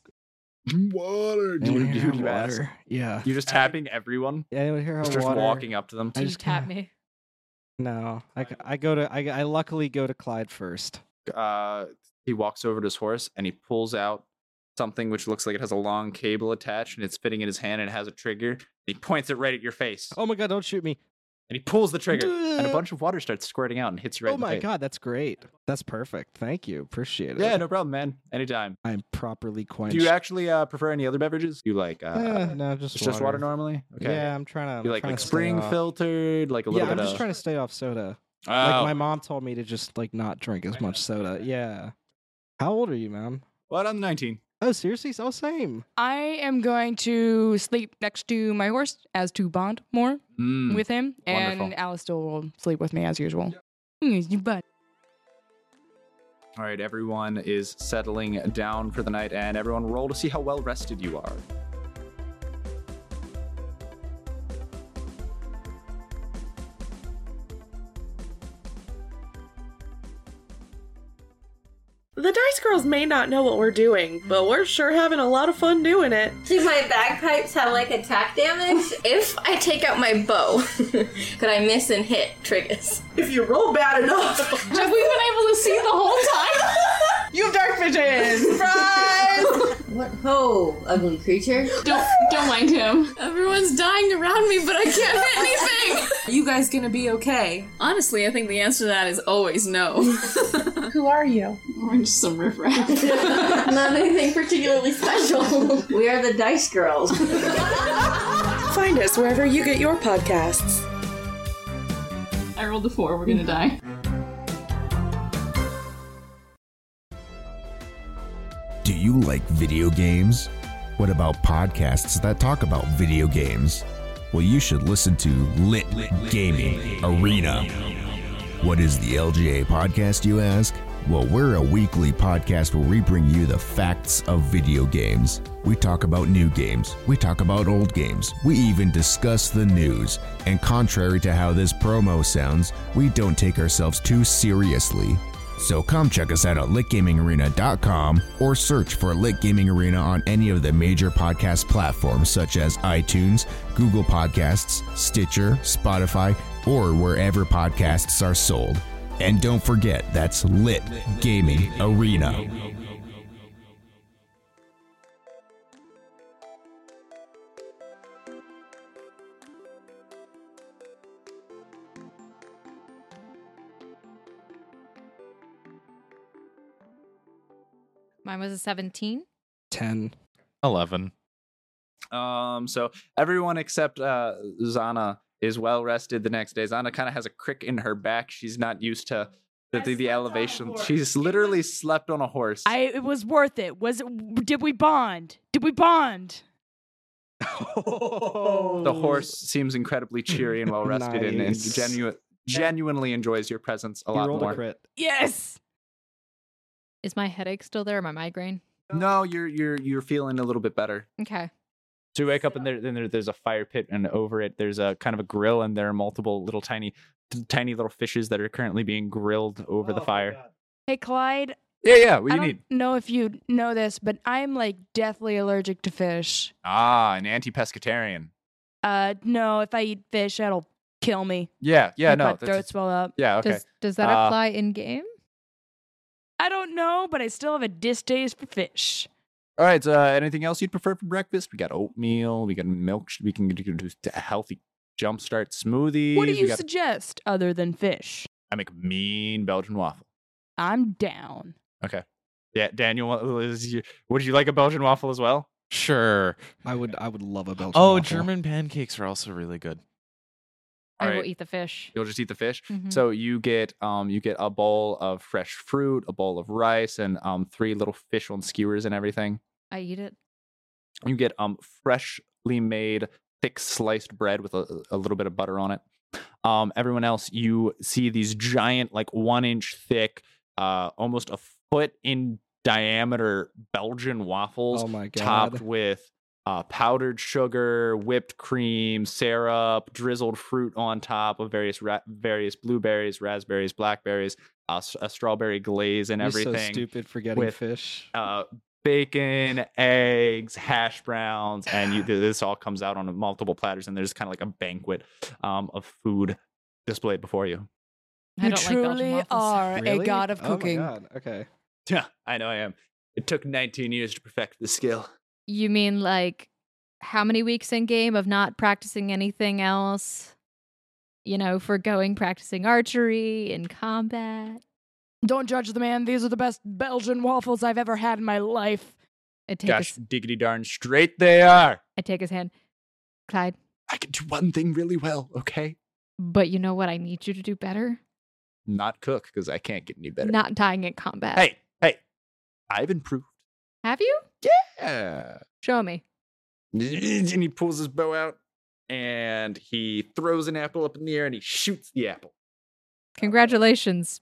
B: water
A: I wanna hear how
B: you ass.
A: water. Yeah.
B: you're just tapping everyone
A: Yeah, I want to hear how
B: just
A: water.
B: walking up to them
A: I
C: Did you
A: just
C: tap
A: kinda-
C: me?
A: No, I, g- I go to I, I luckily go to Clyde first.
B: uh, he walks over to his horse and he pulls out something which looks like it has a long cable attached and it's fitting in his hand and it has a trigger. He points it right at your face
A: Oh my god! Don't shoot me!
B: and he pulls the trigger and a
A: Duh.
B: bunch of water starts squirting out and hits you right
A: oh
B: in the
A: my
B: face.
A: god, that's great. That's perfect. Thank you. Appreciate it.
B: Yeah, no problem, man. Anytime.
A: I'm properly quenched.
B: Do you actually uh, prefer any other beverages? You like uh,
A: Eh, no, just
B: it's just water normally?
A: Yeah, I'm trying to. I'm
B: You like
A: trying
B: like
A: to stay
B: spring
A: off-
B: filtered, like a little
A: yeah,
B: bit
A: I'm just
B: of
A: trying to stay off soda.
B: Oh.
A: Like my mom told me to just like not drink as much soda. Yeah. How old are you, ma'am?
B: What I'm 19.
A: Oh, seriously? Oh, same.
D: I am going to sleep next to my horse as to bond more
B: Mm.
D: with him, and
B: Wonderful.
D: Alistair will sleep with me as usual. Mm, you bud.
B: All right, everyone is settling down for the night, and everyone roll to see how well rested you are.
H: The Dice Girls may not know what we're doing, but we're sure having a lot of fun doing it.
I: Do my bagpipes have like attack damage? if I take out my bow, [LAUGHS] could I miss and hit triggers?
H: If you roll bad [LAUGHS] enough,
I: Have we been able to see the whole time?
H: [LAUGHS] you have dark vision. Surprise!
I: What
H: Oh,
I: ho, ugly creature.
J: Don't don't mind him. Everyone's dying around me, but I can't hit anything.
H: Are [LAUGHS] you guys gonna be okay?
J: Honestly, I think the answer to that is always [LAUGHS] no.
H: Who are you?
J: We're just some
I: [LAUGHS]
J: riffraff.
I: Not anything particularly
J: [LAUGHS]
I: special. we are the dice girls.
H: Find us wherever you get your podcasts.
J: I rolled a four. We're gonna die.
K: Do you like video games? What about podcasts that talk about video games? Well, you should listen to Lit Gaming Arena. What is the LGA podcast, you ask? Well, we're a weekly podcast where we bring you the facts of video games. We talk about new games, we talk about old games, we even discuss the news. And contrary to how this promo sounds, we don't take ourselves too seriously. So come check us out at litgamingarena.com or search for Lit Gaming Arena on any of the major podcast platforms such as iTunes, Google Podcasts, Stitcher, Spotify, or wherever podcasts are sold. And don't forget, that's Lit Gaming Arena.
C: Mine was a 17.
A: Ten.
E: 11.
B: Um, so everyone except uh, Zana is well rested the next day. Zana kind of has a crick in her back. She's not used to the, the, the elevation. She's literally slept on a horse.
D: I it was worth it. Was it? Did we bond? Did we bond?
B: the horse seems incredibly cheery and
D: [LAUGHS]
B: well rested and, and
A: Nice.
B: genu- genuinely enjoys your presence a
A: You
B: lot
A: rolled a
B: more.
A: crit.
D: Yes.
C: Is my headache still there or my migraine?
B: no, you're you're you're feeling a little bit better.
C: Okay.
B: So we wake up and there, then there, there's a fire pit, and over it there's a kind of a grill, and there are multiple little tiny, tiny little fishes that are currently being grilled over the fire.
D: Hey, Clyde.
B: Yeah, yeah. What do
D: Oh, I
B: you
D: don't
B: need?
D: know if you know this, but I'm like deathly allergic to fish.
B: Ah, an anti-pescatarian.
D: Uh, no, if I eat fish, that'll kill me.
B: Yeah, yeah,
D: Make
B: no.
D: My
B: that's-
D: throat swell up.
B: Yeah, okay.
C: Does, does that
B: Uh,
C: apply in game?
D: I don't know, but I still have a distaste for fish.
B: All right. So, uh, anything else you'd prefer for breakfast? We got oatmeal. We got milk. sh- We can do do a healthy jumpstart smoothie.
D: What do you
B: we got,
D: suggest other than fish?
B: I make mean Belgian waffle.
D: I'm down.
B: Okay. Yeah, Daniel, what is your- would you like a Belgian waffle as well?
E: Sure.
A: I would. I would love a Belgian.
E: Oh,
A: waffle.
E: German pancakes are also really good.
C: I will
B: Alright.
C: eat the fish.
B: You'll just eat the fish.
C: Mhm.
B: So you get um you get a bowl of fresh fruit, a bowl of rice, and um three little fish on skewers and everything.
C: I eat it.
B: You get um freshly made thick sliced bread with a, a little bit of butter on it. Um, everyone else, you see these giant, like one inch thick, uh, almost a foot in diameter Belgian waffles,
A: Oh my
B: topped
A: God.
B: with uh, powdered sugar, whipped cream, syrup, drizzled fruit on top of various ra- various blueberries, raspberries, blackberries, uh, s- a strawberry glaze, and
A: You're
B: everything
A: so stupid for getting
B: with-
A: fish.
B: uh, bacon, eggs, hash browns, and you, this all comes out on multiple platters, and there's kind of like a banquet um, of food displayed before you.
C: I don't like
D: You
C: Belgian
D: truly
C: waffles.
D: are a
A: Really?
D: god of
A: Oh my
D: cooking.
A: God, Okay.
B: Yeah, I know I am. It took 19 years to perfect the skill.
C: You mean like how many weeks in game of not practicing anything else? You know, for going practicing archery and combat.
D: Don't judge the man. These are the best Belgian waffles I've ever had in my life.
C: I take
B: Gosh,
C: his,
B: diggity darn straight they are.
C: I take his hand, Clyde.
B: I can do one thing really well, okay?
C: But you know what? I need you to do better.
B: Not cook, because I can't get any better.
C: Not dying in combat.
B: hey, hey, I've improved.
C: Have you?
B: Yeah.
C: Show me.
B: Oh. And he pulls his bow out and he throws an apple up in the air and he shoots the apple.
C: Congratulations.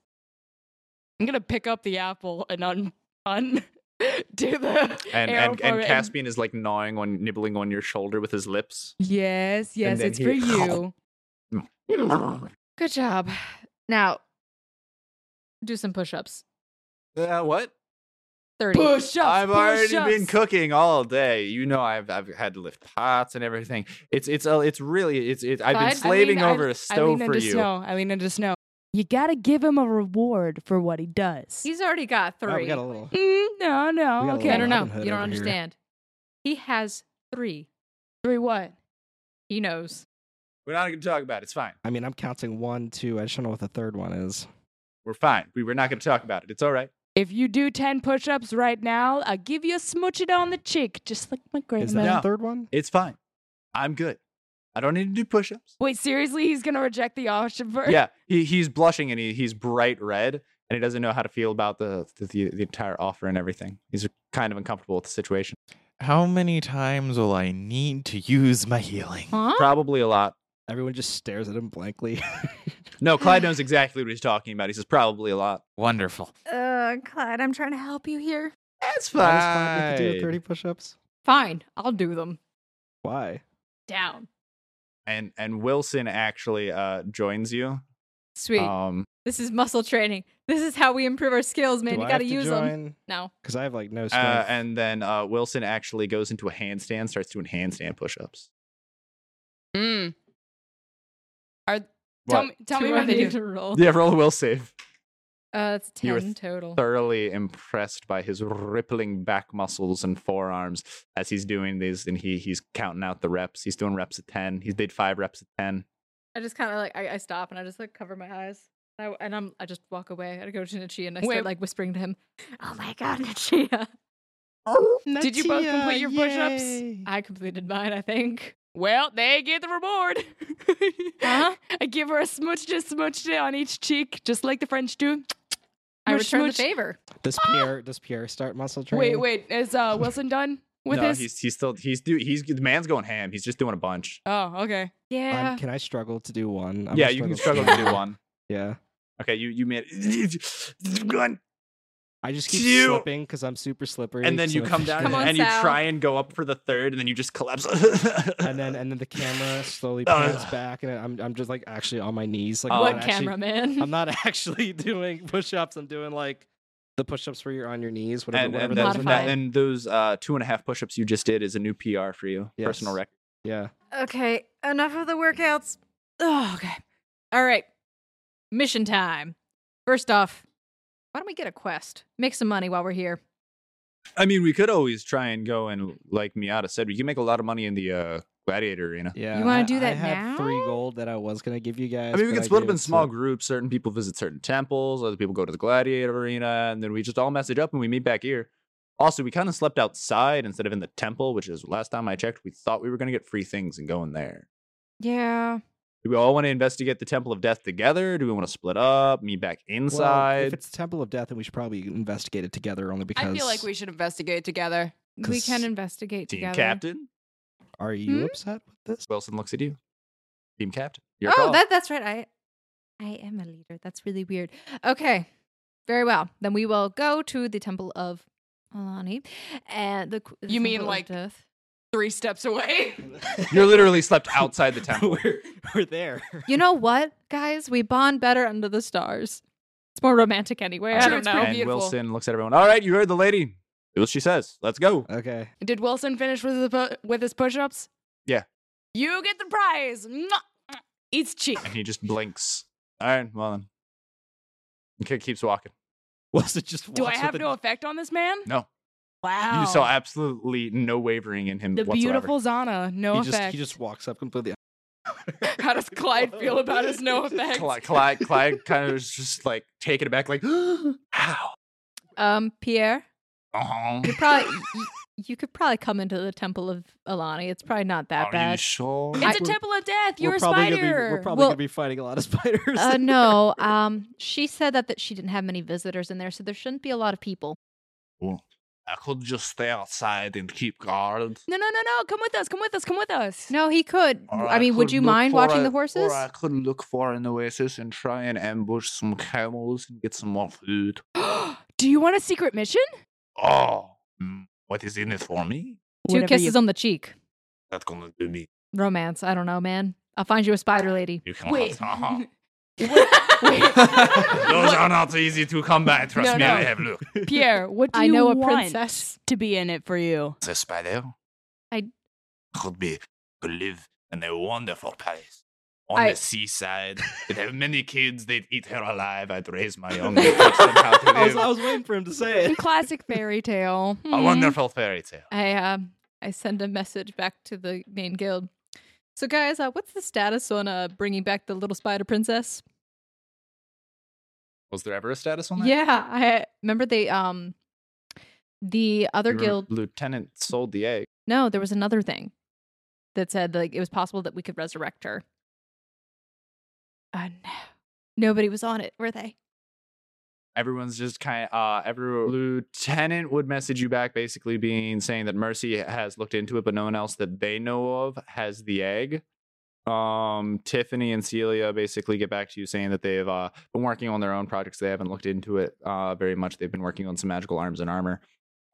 D: I'm gonna pick up the apple and un un [LAUGHS] do the
B: and
D: arrow
B: and,
D: for
B: and
D: it
B: Caspian is like gnawing on nibbling on your shoulder with his lips.
D: Yes, yes,
B: then
D: it's
B: he- Oh.
D: for you.
B: uh,
C: Good job. Now, do some push ups.
B: Uh, what?
C: 30.
D: Push ups.
B: I've already been cooking all day. You know, I've I've had to lift pots and everything. It's it's uh, it's really it's it. I've been
C: Fine.
B: slaving
D: I lean-
B: over
D: I-
B: a stove
D: I lean
B: for
D: into
B: you.
D: Snow. I lean into snow. You gotta give him a reward for what he does.
C: He's already got
A: Oh,
C: three.
A: we got a little.
D: Mm, no,
A: We
D: no,
A: got a
D: okay.
C: I
A: little
C: don't know.
A: Robin Hood
C: You don't
A: over here.
C: understand. He has three.
D: Three what?
C: He knows.
B: We're not going to talk about it. It's fine.
A: I mean, I'm counting one, two. I just don't know what the third one is.
B: We're fine. We were not going to talk about it. It's all right.
D: If you do ten push-ups right now, I'll give you a smooch it on the cheek, just like my
A: Is that
D: grandma.
B: No.
A: the third one?
B: It's fine. I'm good. I don't need to do push-ups.
D: Wait, seriously, he's gonna reject the option for
B: Yeah, he, he's blushing and he, he's bright red and he doesn't know how to feel about the, the the entire offer and everything. He's kind of uncomfortable with the situation.
E: How many times will I need to use my healing?
C: Huh?
B: Probably a lot.
A: Everyone just stares at him blankly. [LAUGHS]
D: [SIGHS]
B: No, Clyde knows exactly what he's talking about. He says probably a lot.
E: Wonderful.
C: Uh, Clyde, I'm trying to help you here.
B: That's
A: Why does Clyde make you do 30 push-ups?
C: Fine. I'll do them.
A: Why?
C: Down.
B: And and Wilson actually uh, joins you.
C: Sweet.
A: Oh.
B: Um,
C: this is muscle training. This is how we improve our skills, man.
A: Do
C: you
A: I
C: got
A: have to
C: use them.
A: join?
C: No.
A: Because I have like no strength.
B: uh, and then uh, Wilson actually goes into a handstand, starts doing handstand push-ups.
D: Mm. Are tell
B: What?
D: me tell me
C: Do I
D: what they
C: need
D: do.
C: to roll.
B: Yeah, roll a will save.
C: Uh, it's
B: You were
C: 10 total.
B: Thoroughly impressed by his rippling back muscles and forearms as he's doing these, and he he's counting out the reps. He's doing reps of ten. He did five reps of ten.
C: I just kind of like I, I stop and I just like cover my eyes. And I, and I'm I just walk away. I go to Nichia and I
D: Wait.
C: start like whispering to him, "Oh my god, Nichia!
D: [LAUGHS] Did you both complete your push-ups?
C: [LAUGHS] I completed mine. I think.
D: Well, they get the reward. [LAUGHS]
C: Huh?
D: I give her a smooch, just smooched it on each cheek, just like the French do.
C: I
D: Your
C: return the
D: smooch-
C: favor.
A: Does Pierre does Pierre start muscle
D: Wait,
A: training?
D: wait, is uh, Wilson done with
B: no,
D: his?
B: he's he's still he's do he's the man's going ham. He's just doing a bunch.
D: Oh, okay.
A: I'm-
C: Yeah.
A: can I struggle to do one? I'm
B: yeah,
A: gonna
B: you can [LAUGHS]
A: struggle
B: struggle to do one.
A: Yeah.
B: [LAUGHS] Okay, you you made one.
A: I just keep
B: Phew.
A: slipping because I'm super slippery.
B: and then
A: so
B: you
A: it [LAUGHS]
B: come
A: just
B: down
A: goes-
B: and you try and go up for the third, and then you just collapse. [LAUGHS]
A: and then and then the camera slowly
B: Ugh.
A: pans back, and I'm I'm just like actually on my knees, like
B: Oh.
A: I'm
B: What
A: not actually- [LAUGHS]
C: cameraman?
A: I'm not actually [LAUGHS] doing push-ups. I'm doing like the push-ups where you're on your knees, whatever.
B: and,
A: whatever
B: and,
A: those
B: that,
A: are
B: that-
A: called.
B: and those uh, two and a half push-ups you just did is a new PR for you, personal
A: Yes.
B: record.
A: Yeah.
C: Okay, enough of the workouts. Oh, okay. All right. Mission time. First off, why don't we get a quest? Make some money while we're here.
B: I mean, we could always try and go and, like Miata said, we can make a lot of money in the uh, gladiator arena.
A: Yeah.
C: You wanna
A: I-
C: do that
A: I had Three
C: now?
A: gold that I was gonna give you guys.
B: I mean, we
A: but
B: can split
A: gave
B: up in
A: it to-
B: small groups. Certain people visit certain temples. Other people go to the gladiator arena, and then we just all message up and we meet back here. Also, we kind of slept outside instead of in the temple, which is last time I checked. We thought we were going to get free things and go in there.
C: Yeah.
B: Do we all want to investigate the Temple of Death together? Do we want to split up, meet back
A: Well, if
B: inside?
A: it's Temple of Death, then we should probably investigate it together. Only because
D: I feel like we should investigate together.
C: We can
A: 'Cause
C: investigate
B: Team
C: together.
B: captain
A: Are you
C: Hmm?
A: upset with this?
B: Wilson looks at you. Team captain. Your
C: Oh,
B: call.
C: that that's right. I I am a leader. That's really weird. Okay. Very well. Then we will go to the Temple of Alani and the, qu- the
D: You mean
C: Temple of
D: like-
C: death.
D: Three
A: [LAUGHS]
D: steps away.
B: You're literally slept outside the temple.
A: we're, [LAUGHS] we're there.
C: You know what, guys? We bond better under the stars. It's more romantic anyway. I
D: True,
C: don't
D: it's
C: know.
D: pretty
B: and
D: beautiful.
B: Wilson looks at everyone. All right, you heard the lady. Do what she says. Let's go.
A: Okay.
D: Did Wilson finish with his pu- with his push-ups?
B: Yeah.
D: You get the prize. Mwah! It's cheap.
B: And he just blinks. All right, well then. The kid keeps walking.
A: Wilson just
D: Do I
A: walks
D: have
A: with
D: no effect on this man?
B: No.
D: Wow.
B: You saw absolutely no wavering in him
D: Oh. the
B: whatsoever.
D: beautiful Zana.
A: a,
D: No
A: he just
D: effect.
A: he just walks up completely.
D: [LAUGHS] How does Clyde feel about his
A: [LAUGHS]
D: no effect? [LAUGHS]
B: Clyde, Clyde, Clyde kind of was just like taken aback, like, [GASPS] how?
C: Um, Pierre,
B: Uh-huh.
C: you probably you, you could probably come into the Temple of Alani. It's probably not
G: Oh,
C: that
B: Are you
C: bad.
B: sure?
D: It's a temple of death. You're
A: we're
D: a
A: probably
D: spider.
A: Gonna be, we're probably
C: Well-
A: gonna be fighting a lot of [LAUGHS] spiders.
C: Uh, no.
G: [LAUGHS]
C: Um, she said that that she didn't have many visitors in there, so there shouldn't be a lot of people.
G: I could just stay outside and keep guard.
D: no, no, no, no. Come with us. Come with us. Come with us.
C: No, he could.
G: Or
C: I mean, would
G: could
C: you
G: look
C: mind
G: for
C: watching
G: a-
C: the horses?
G: Or I could look for an oasis and try and ambush some camels and get some more food.
D: [GASPS] Do you want a secret mission?
G: Oh, mm, what is in it for me?
C: Two kisses on the cheek.
G: That's gonna do me.
C: Romance. I don't know, man. I'll find you a spider
G: [LAUGHS]
C: lady.
G: You can
D: Wait. [LAUGHS]
C: [LAUGHS]
G: Uh-huh. Those
D: Wait.
G: are not easy to come by. Trust
D: No,
G: me, I
D: no.
G: have looked.
D: Pierre, what do
C: I
D: you
C: know a
D: want
C: princess.
D: to be in it for you?
G: The spider.
C: I-
G: could be could live in a wonderful palace on
C: I-
G: the seaside. They'd have many kids. They'd eat her alive. I'd raise my
C: [LAUGHS]
G: own. I'd teach them how to
A: I was,
G: live.
A: I was waiting for him to say it.
D: Classic fairy tale.
C: mm-hmm.
D: Hmm.
G: A wonderful fairy tale.
C: I um I send a message back to the main guild. So guys, uh, what's the status on uh bringing back the little spider princess?
B: Was there ever a status on that?
C: Yeah, I remember they um the other
B: Your
C: guild.
B: Lieutenant sold the egg.
C: No, there was another thing that said like it was possible that we could resurrect her. Uh, no, nobody was on it, were they?
B: Everyone's just kind of, uh, every lieutenant would message you back basically being saying that Mercy has looked into it, but no one else that they know of has the egg. Um, Tiffany and Celia basically get back to you saying that they've uh, been working on their own projects. They haven't looked into it uh, very much. They've been working on some magical arms and armor.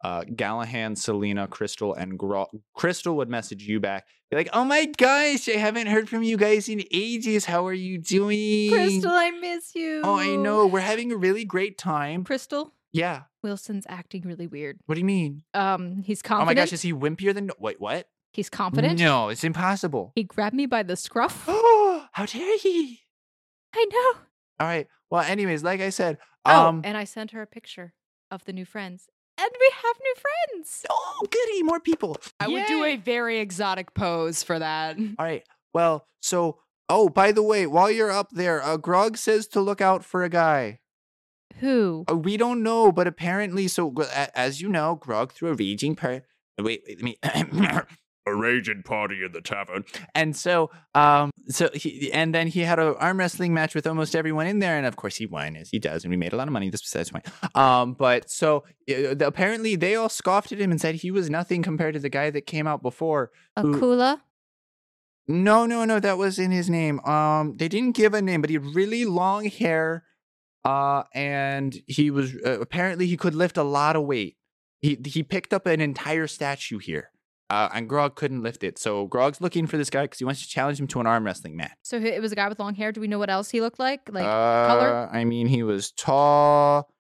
B: Uh, Gallahan, Selena, Crystal, and Gra- Crystal would message you back, be like, "Oh my gosh, I haven't heard from you guys in ages. How are you doing?"
C: Crystal, I miss you.
B: Oh, I know. We're having a really great time.
C: Crystal
B: Yeah.
C: Wilson's acting really weird.
B: What do you mean?
C: Um, he's confident.
B: Oh my gosh, is he wimpier than? Wait, what?
C: he's confident.
B: No, it's impossible.
C: He grabbed me by the
B: [GASPS]
C: scruff.
B: Oh, [GASPS] how dare he?
C: I know.
B: All right. Well, anyways, like I said,
C: Oh,
B: um,
C: and I sent her a picture of the new friends. And we have new friends.
B: oh, goody, more people.
D: I would do a very exotic pose for [LAUGHS] that.
B: All right. Well, so oh, by the way, while you're up there, uh, Grog says to look out for a guy.
C: Who?
B: Uh, we don't know, but apparently, so gr- a- as you know, Grog through a raging per. Wait, wait, let me. [COUGHS]
G: A raging party in the tavern.
B: And so, um, so he, and then he had a arm wrestling match with almost everyone in there, and of course he won, as he does, and we made a lot of money. This besides the point. Um, but so uh, the- apparently they all scoffed at him and said he was nothing compared to the guy that came out before. who-
C: Akula?
B: No, no, no, that wasn't his name. Um, they didn't give a name, but he had really long hair. Uh, and he was uh, apparently he could lift a lot of weight. He he picked up an entire statue here, uh, and Grog couldn't lift it. So Grog's looking for this guy because he wants to challenge him to an arm wrestling match.
C: So he- it was a guy with long hair. Do we know what else he looked like? Like
B: uh,
C: color?
B: I mean, he was tall.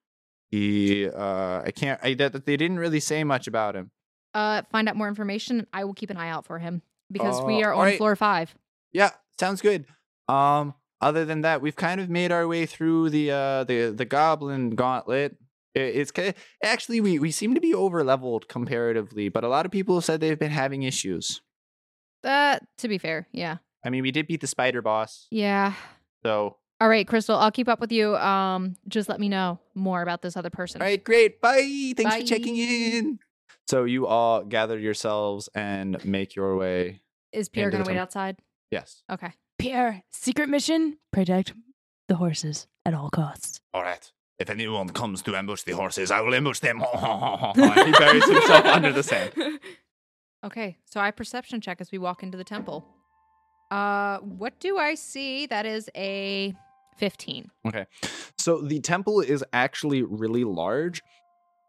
B: He uh, I can't. I that, that they didn't really say much about him.
C: uh, find out more information. and I will keep an eye out for him because
B: Uh,
C: we are on
B: alright.
C: floor five.
B: Yeah, sounds good. Um, other than that, we've kind of made our way through the uh the the goblin gauntlet. I- It's kind actually we we seem to be over leveled comparatively, but a lot of people have said they've been having issues.
C: That Uh, to be fair, yeah,
B: I mean, we did beat the spider boss,
C: yeah.
B: so
C: All right, Crystal, I'll keep up with you. Um, just let me know more about this other person.
B: All right, great. Bye. Thanks for checking
C: Bye.
B: in. So you all gather yourselves and make your way.
C: Is Pierre
B: Into the
C: gonna wait
B: tunnel.
C: outside?
B: Yes.
C: Okay.
D: Pierre, secret mission: protect the horses at all costs.
G: All right. If anyone comes to ambush the horses, I will ambush
B: [LAUGHS]
G: them. [LAUGHS] And he buries himself under the sand.
C: Okay, so I perception check as we walk into the temple. Uh, what do I see? That is a fifteen.
B: Okay. So the temple is actually really large,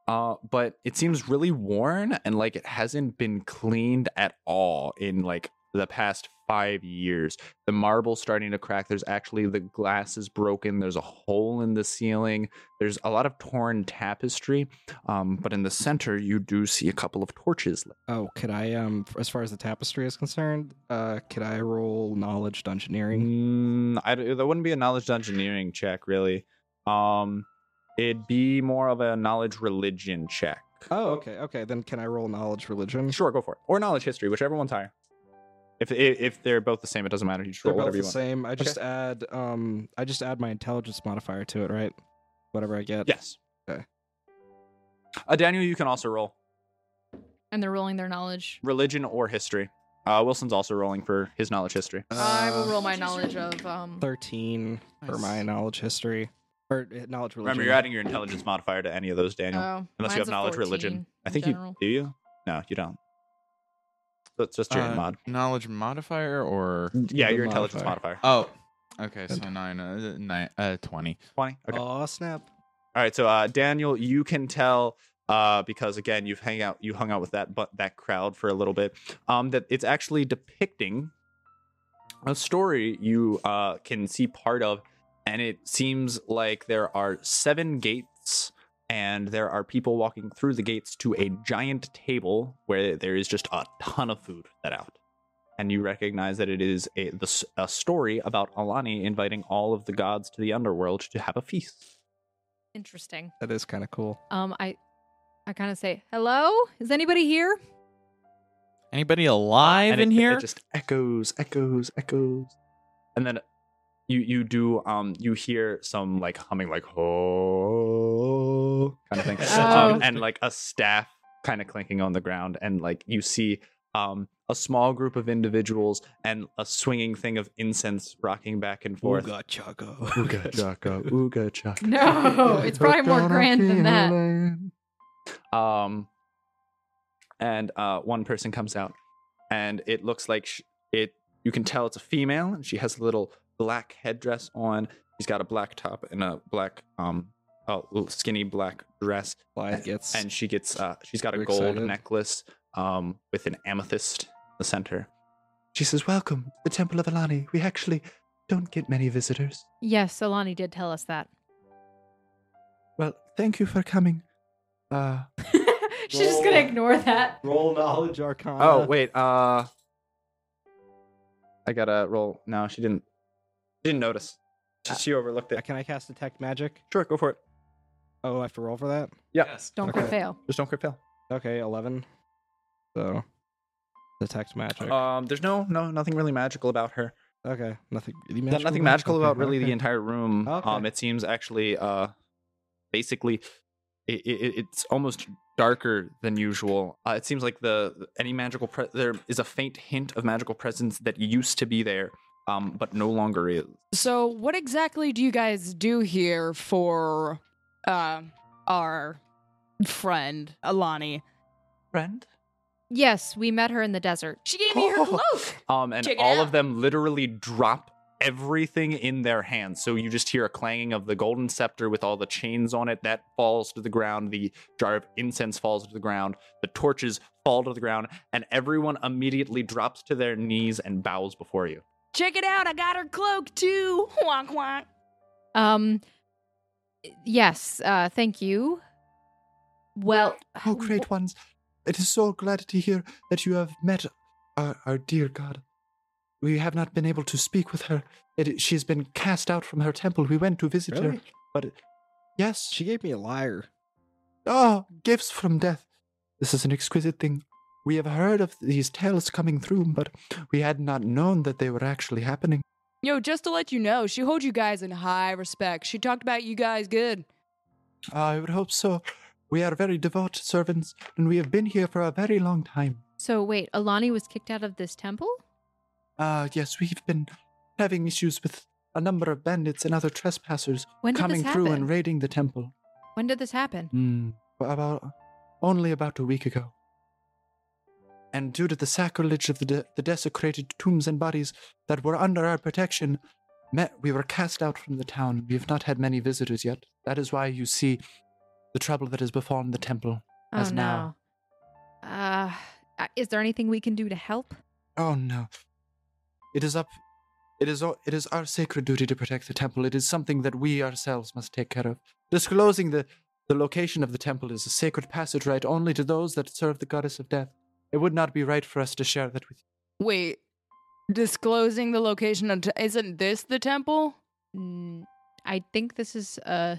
B: uh, but it seems really worn and like it hasn't been cleaned at all in like the past five years. The marble's starting to crack. There's actually the glass is broken. There's a hole in the ceiling. There's a lot of torn tapestry. Um, but in the center, you do see a couple of torches. lit.
A: Oh, could I um f- as far as the tapestry is concerned, uh could I roll knowledge dungeoneering?
B: Mm, I, that wouldn't be a knowledge engineering check, really. Um, it'd be more of a knowledge religion check.
A: Oh, okay, okay. Then can I roll knowledge religion?
B: Sure, go for it. Or knowledge history, whichever one's higher. If if, if they're both the same, it doesn't matter. You just
A: They're
B: roll
A: both the
B: whatever you want.
A: same. I just add um I just add my intelligence modifier to it, right? Whatever I get.
B: Yes.
A: Okay.
B: Uh, Daniel, you can also roll
C: And they're rolling their knowledge.
B: religion or history. Uh, Wilson's also rolling for his knowledge history.
C: I
B: Uh,
C: will roll my knowledge of um.
A: Uh, Thirteen for my knowledge history or uh, knowledge religion.
B: Remember, you're adding your intelligence modifier to any of those, Daniel.
C: Oh,
B: unless you
C: mine's
B: have
C: a
B: knowledge religion.
C: 14
B: I
C: in
B: think
C: general.
B: you do. You? No, you don't. That's just your
E: Uh,
B: mod.
E: Knowledge modifier or
B: Yeah, your intelligence modifier.
E: Oh, okay. So nine, uh, nine, uh, twenty.
B: Twenty. Okay.
A: Oh snap.
B: All right, so uh, Daniel, you can tell uh, because again, you've hang out, you hung out with that but that crowd for a little bit. Um, that it's actually depicting a story you uh, can see part of, and it seems like there are seven gates, and there are people walking through the gates to a giant table where there is just a ton of food set out. And you recognize that it is a, the, s- a story about Alani inviting all of the gods to the underworld to have a feast.
C: Interesting.
A: That is kinda cool.
C: Um, I, I kind of say, "Hello, is anybody here?"
E: Anybody alive
B: and
E: in
B: it,
E: here?
B: It just echoes, echoes, echoes, and then you you do um you hear some like humming like oh kind of thing,
C: Oh.
B: um, and like a staff kind of clinking on the ground, and like you see um a small group of individuals and a swinging thing of incense rocking back and forth.
A: Ooga chugga.
B: Ooga chaka, ooga chaka.
C: [LAUGHS]
G: [LAUGHS]
C: No, it's probably more grand than that.
B: Um, and uh, one person comes out, and it looks like sh- it. You can tell it's a female, and she has a little black headdress on. She's got a black top and a black um, a little skinny black dress.
A: Blythe gets
B: [LAUGHS] and she gets uh, she's got a
A: We're
B: gold
A: excited.
B: necklace um with an amethyst in the center. She says, "Welcome to the Temple of Alani. We actually don't get many visitors."
C: Yes, Alani did tell us that.
B: Well, thank you for coming. Uh,
C: [LAUGHS] She's just gonna ignore that.
A: Roll knowledge arcana.
B: Oh wait, uh I gotta roll. No, she didn't. She didn't notice. She, she overlooked
A: Uh,
B: it.
A: Can I cast detect magic?
B: Sure, go for it.
A: Oh, I have to roll for that?
B: Yeah.
C: Don't
A: Okay.
C: quit fail.
B: Just don't crit fail.
A: Okay, eleven. So detect magic.
B: Um, there's no, no, nothing really magical about her.
A: okay. Nothing really
B: No-
A: magical.
B: nothing
A: about it?
B: magical
A: Okay,
B: about really
A: okay.
B: the entire room.
A: Okay.
B: Um, it seems actually, uh, basically, it, it, it's almost darker than usual. Uh, it seems like the any magical pre- there is a faint hint of magical presence that used to be there, um, but no longer is.
D: [LAUGHS] So, what exactly do you guys do here for uh, our friend Alani?
B: Friend.
C: Yes, we met her in the desert.
D: She gave me her cloak.
B: Um, and
D: Check it
B: all
D: out.
B: of them literally drop everything in their hands. So you just hear a clanging of the golden scepter with all the chains on it that falls to the ground. The jar of incense falls to the ground. The torches fall to the ground, and everyone immediately drops to their knees and bows before you.
D: Check it out. I got her cloak too. Wonk wonk.
C: Um, yes, uh, thank you. Well,
G: Oh, great ones. It is so glad to hear that you have met our, our dear god. We have not been able to speak with her. It, she has been cast out from her temple. We went to visit her.
A: Really?
G: But yes.
A: She gave me a liar.
G: Ah, gifts from death. This is an exquisite thing. We have heard of these tales coming through, but we had not known that they were actually happening.
D: Yo, just to let you know, she holds you guys in high respect. She talked about you guys good.
G: I would hope so. We are very devout servants, and we have been here for a very long time.
C: so wait, Alani was kicked out of this temple?
G: Ah, yes, we've been having issues with a number of bandits and other trespassers
C: When did this
G: coming through
C: happen?
G: and raiding the temple.
C: When did this happen?
G: Hmm, about only about a week ago. And due to the sacrilege of the, de- the desecrated tombs and bodies that were under our protection, met, we were cast out from the town. We have not had many visitors yet. That is why you see the trouble that has befallen the temple
C: Oh,
G: as now.
C: no. Uh, uh, is there anything we can do to help?
G: Oh no. It is up. It is, o- it is our sacred duty to protect the temple. It is something that we ourselves must take care of. Disclosing the, the location of the temple is a sacred passage right only to those that serve the goddess of death. It would not be right for us to share that with
D: Wait, disclosing the location of t- isn't this the temple?
C: Mm, I think this is uh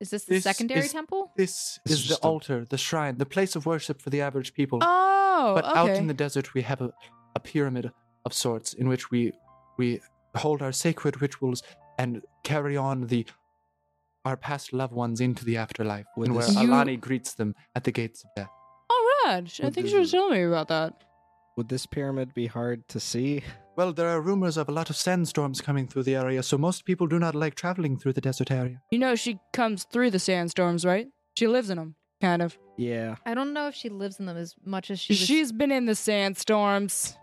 C: is this the
G: This
C: secondary
G: is-
C: temple?
G: This
E: This
G: is,
E: is
G: the
E: just a-
G: altar, the shrine, the place of worship for the average people.
D: Oh,
G: but
D: okay.
G: out in the desert, we have a, a pyramid of sorts in which we we hold our sacred rituals and carry on the our past loved ones into the afterlife,
A: Would
G: and where
A: this- You-
G: Alani greets them at the gates of death.
D: oh, Raj, I
A: What
D: think
A: is
D: she was
A: it?
D: telling me about that.
A: Would this pyramid be hard to see?
G: Well, there are rumors of a lot of sandstorms coming through the area, so most people do not like traveling through the desert area.
D: You know, she comes through the sandstorms, right? She lives in them, kind of.
A: Yeah.
C: I don't know if she lives in them as much as she was.
D: She's been in the sandstorms.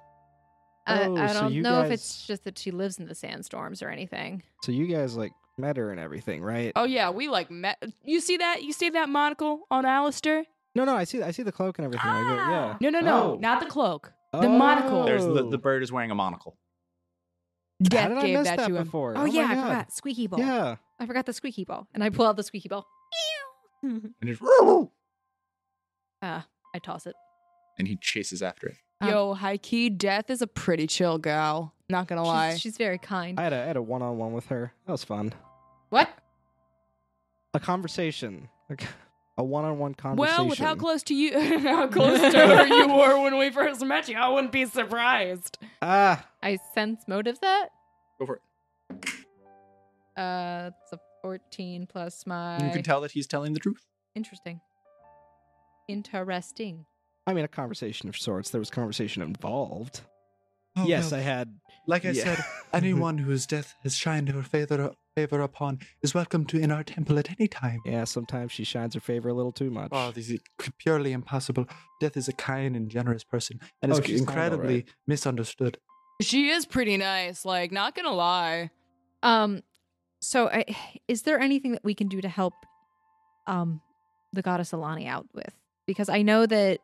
C: I,
A: Oh,
C: I
A: so
C: don't
A: you
C: know if
A: guys-
C: it's just that she lives in the sandstorms or anything.
A: So you guys like met her and everything, right?
D: Oh yeah, we like met. You see that? You see that monocle on Alistair?
A: No, no, I see, I see the cloak and everything. I go, yeah.
D: Ah. No, no, no,
A: Oh.
D: not the cloak. The
A: Oh.
D: monocle.
B: There's the, the bird is wearing a monocle.
A: How did
D: Death
A: I
D: gave
A: miss
D: that,
A: that,
D: to him.
A: before? my
C: Oh, yeah, I
A: God.
C: forgot squeaky ball.
A: Yeah.
C: I forgot the squeaky ball, and I pull out the squeaky ball. [LAUGHS]
B: And,
D: [GASPS]
B: it's,
C: Uh, I toss it.
B: and he chases after it.
C: Um,
D: Yo, high key, Death is a pretty chill gal. Not gonna lie.
C: She's, she's very kind.
A: I had a, I had a one-on-one with her. That was fun.
C: what?
A: A conversation, [LAUGHS] like a one-on-one conversation.
D: well, with how close to you, [LAUGHS] how close to her you were when we first met you, I wouldn't be surprised.
A: Ah,
C: I sense motive that.
B: Go for it.
C: Uh, it's a 14 plus my.
B: You can tell that he's telling the truth.
C: Interesting. Interesting.
A: I mean, a conversation of sorts. There was conversation involved. yes, I had.
G: Oh, Like I
A: yeah.
G: said, anyone whose death has shined her favor favor upon is welcome to in our temple at any time.
A: yeah, sometimes she shines her favor a little too much.
G: Oh, this is purely impossible. Death is a kind and generous person, and
A: Oh,
G: is
A: she's kind, all
G: incredibly
A: right.
G: misunderstood.
D: She is pretty nice. Like, not gonna lie.
C: Um, so I, is there anything that we can do to help, um, the goddess Alani out with? Because I know that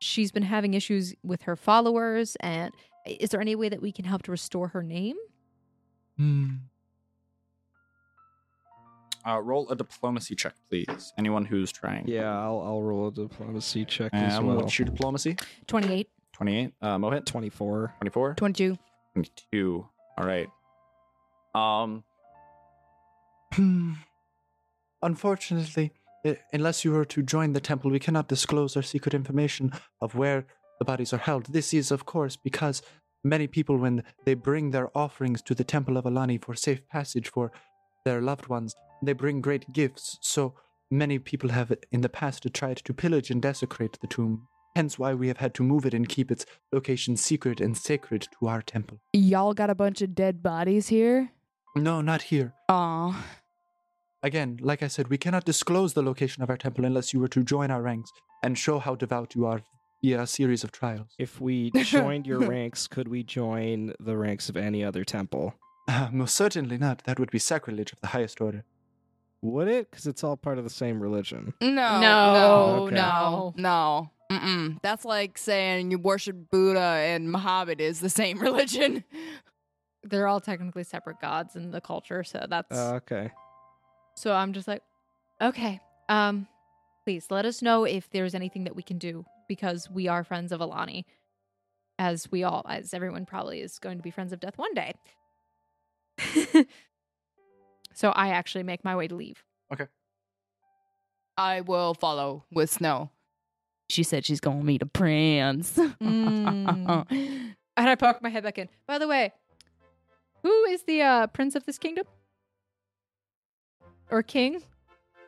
C: she's been having issues with her followers, and is there any way that we can help to restore her name?
G: Hmm.
B: Uh, roll a diplomacy check, please. Anyone who's trying.
A: yeah, I'll, I'll roll a diplomacy check as
B: Um,
A: well.
B: What's your diplomacy?
C: Twenty-eight.
B: 28. Uh, Mohit?
A: 24.
B: 24?
D: 22.
B: 22. All right. Um,
G: Hmm. [SIGHS] Unfortunately, i- unless you were to join the temple, we cannot disclose our secret information of where the bodies are held. This is, of course, because many people, when they bring their offerings to the temple of Alani for safe passage for their loved ones, they bring great gifts. So many people have in the past tried to pillage and desecrate the tomb. Hence why we have had to move it and keep its location secret and sacred to our temple.
D: Y'all got a bunch of dead bodies here.
G: No, not here.
D: Aw.
G: Again, like I said, we cannot disclose the location of our temple unless you were to join our ranks and show how devout you are via a series of trials. [LAUGHS]
A: [LAUGHS] If we joined your ranks, could we join the ranks of any other temple?
G: Uh, most certainly not. That would be sacrilege of the highest order.
A: Would it? Because it's all part of the same religion.
D: No,
C: No,
D: no,
A: Okay.
D: no, no. Mm-mm. That's like saying you worship Buddha and Muhammad is the same [LAUGHS] religion.
C: They're all technically separate gods in the culture, so that's
A: Uh, okay.
C: so I'm just like, okay, um, please let us know if there's anything that we can do because we are friends of Alani, as we all, as everyone probably is going to be friends of death one day. [LAUGHS] so I actually make my way to leave. [LAUGHS]
D: I will follow with Snow. She said she's gonna meet a [LAUGHS] prince.
C: Mm. and I poke my head back in. By the way, who is the uh, prince of this kingdom? Or king?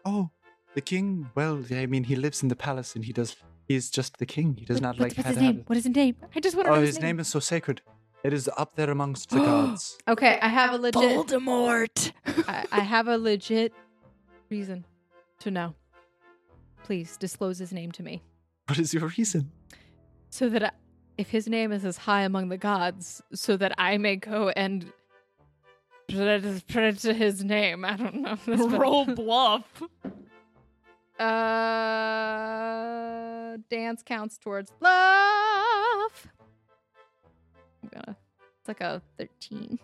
G: Oh, the king? Well, I mean, he lives in the palace and he does. He's just the king. He does not like.
C: What's his
G: had-
C: name? What is his name? I just want to
G: Oh,
C: know
G: his name is so sacred. It is up there amongst
C: [GASPS]
G: the gods.
C: Okay, I have a legit.
D: Voldemort.
C: I, I have a legit reason to know. Please disclose his name to me,
G: What is your reason?
C: so that I, if his name is as high among the gods, so that I may go and print his name. I don't know. [LAUGHS] That's what-
D: bluff.
C: Uh, dance counts towards bluff. I'm gonna. It's like a thirteen.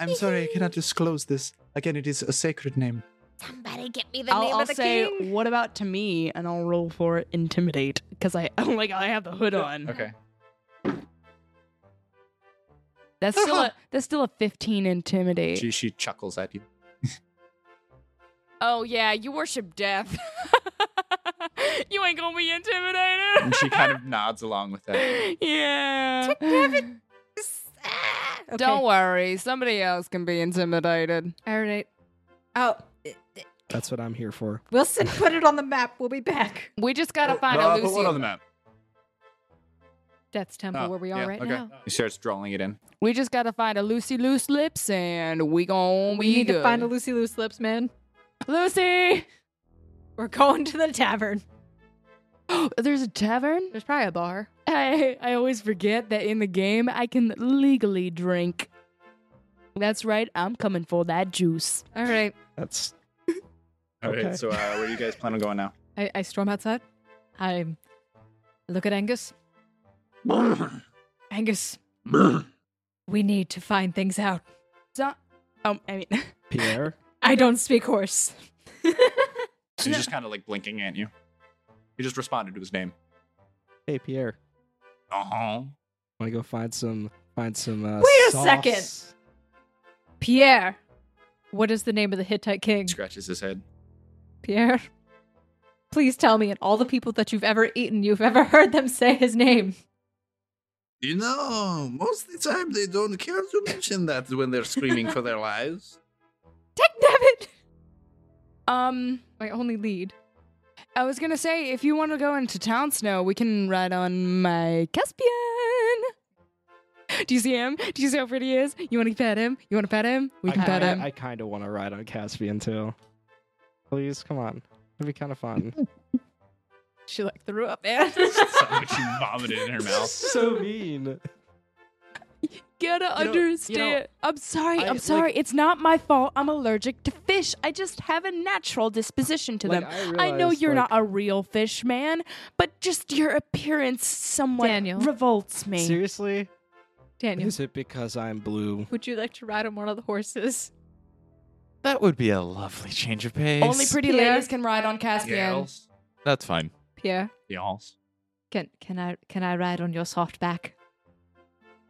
G: I'm sorry, I
C: [LAUGHS]
G: cannot disclose this. Again, it is a sacred name.
I: Somebody get me the
D: I'll,
I: name
D: I'll
I: of the
D: say,
I: king.
D: [LAUGHS] what about to me? And I'll roll for intimidate because I [LAUGHS] like I have the hood
B: [LAUGHS]
D: on.
E: Okay.
D: That's still [LAUGHS] a that's still a fifteen intimidate.
B: She, she chuckles at you.
D: Oh yeah, you worship death. [LAUGHS] you ain't gonna be intimidated.
B: And she kind of [LAUGHS] nods along with that.
D: [LAUGHS] yeah.
I: Ah,
D: Don't worry, somebody else can be intimidated.
C: All right.
I: Oh,
A: That's what I'm here for.
I: Wilson, put it on the map. We'll be
C: [LAUGHS]
I: back.
D: We just gotta find
B: Uh,
D: out
B: put one on
D: Lucy.
B: the map.
C: Death's temple,
L: Ah,
B: Oh,
C: where we are
B: yeah,
C: right
B: okay.
C: now.
B: He starts drawing it in.
D: We just gotta find a Lucy loose lips, and we gon'
C: We
D: be
C: need to
D: good.
C: find a Lucy Loose Lips man.
D: Lucy.
C: We're going to the tavern.
D: [GASPS] There's a tavern.
C: There's probably a bar.
D: I I always forget that in the game I can legally drink. That's right. I'm coming for that juice.
C: All right.
A: That's
B: All right.
A: Okay.
B: So uh, where do you guys plan on going now?
C: I, I storm outside. I look at Angus. Angus, we need oh, to find things out.
D: So, um, I mean,
A: [LAUGHS] Pierre.
C: I don't speak horse.
B: So he's just kind of like blinking at you. He just responded to his name.
A: hey, Pierre.
B: Uh
L: Uh-huh.
B: huh.
A: Want to go find some? Find some. Uh,
C: Wait a
A: sauce?
C: second. Pierre. What is the name of the Hittite king?
B: Scratches his head.
C: Pierre. Please tell me, and all the people that you've ever eaten, you've ever heard them say his name.
L: You know, most of the time they don't care to mention that when they're screaming for their lives.
C: Teknevit!
D: um,
C: My only lead.
D: I was gonna say if you want to go into town, Snow, we can ride on my Caspian. Do you see him? Do you see how pretty he is? You want to pet him? You want to pet him? We
A: I
D: can pet
A: kinda,
D: him.
A: I kind of want to ride on Caspian too. Please, come on. It'd be kind of [LAUGHS] fun.
C: She like threw
A: [LAUGHS]
C: up, man.
B: she vomited in her mouth.
C: [LAUGHS]
A: so mean.
D: Gotta
A: you know-
D: understand. I'm sorry.
A: I-
D: I, am
A: like-
D: sorry. it's not my fault. I'm allergic to fish. I just have a natural disposition to
A: Like,
D: them.
A: I
D: know
A: realize,
D: you're
A: like-
D: not a real fish man, but just your appearance somewhat
C: Daniel.
D: revolts me.
A: Seriously?
C: Daniel,
A: Is it because I'm blue?
C: would you like to ride on one of the horses?
E: That would be a lovely change of pace.
D: Only pretty
C: Pierre.
D: ladies can ride on Caspian.
B: Yells.
E: That's fine.
C: Pierre,
B: Yells.
C: can can I can I ride on your soft back?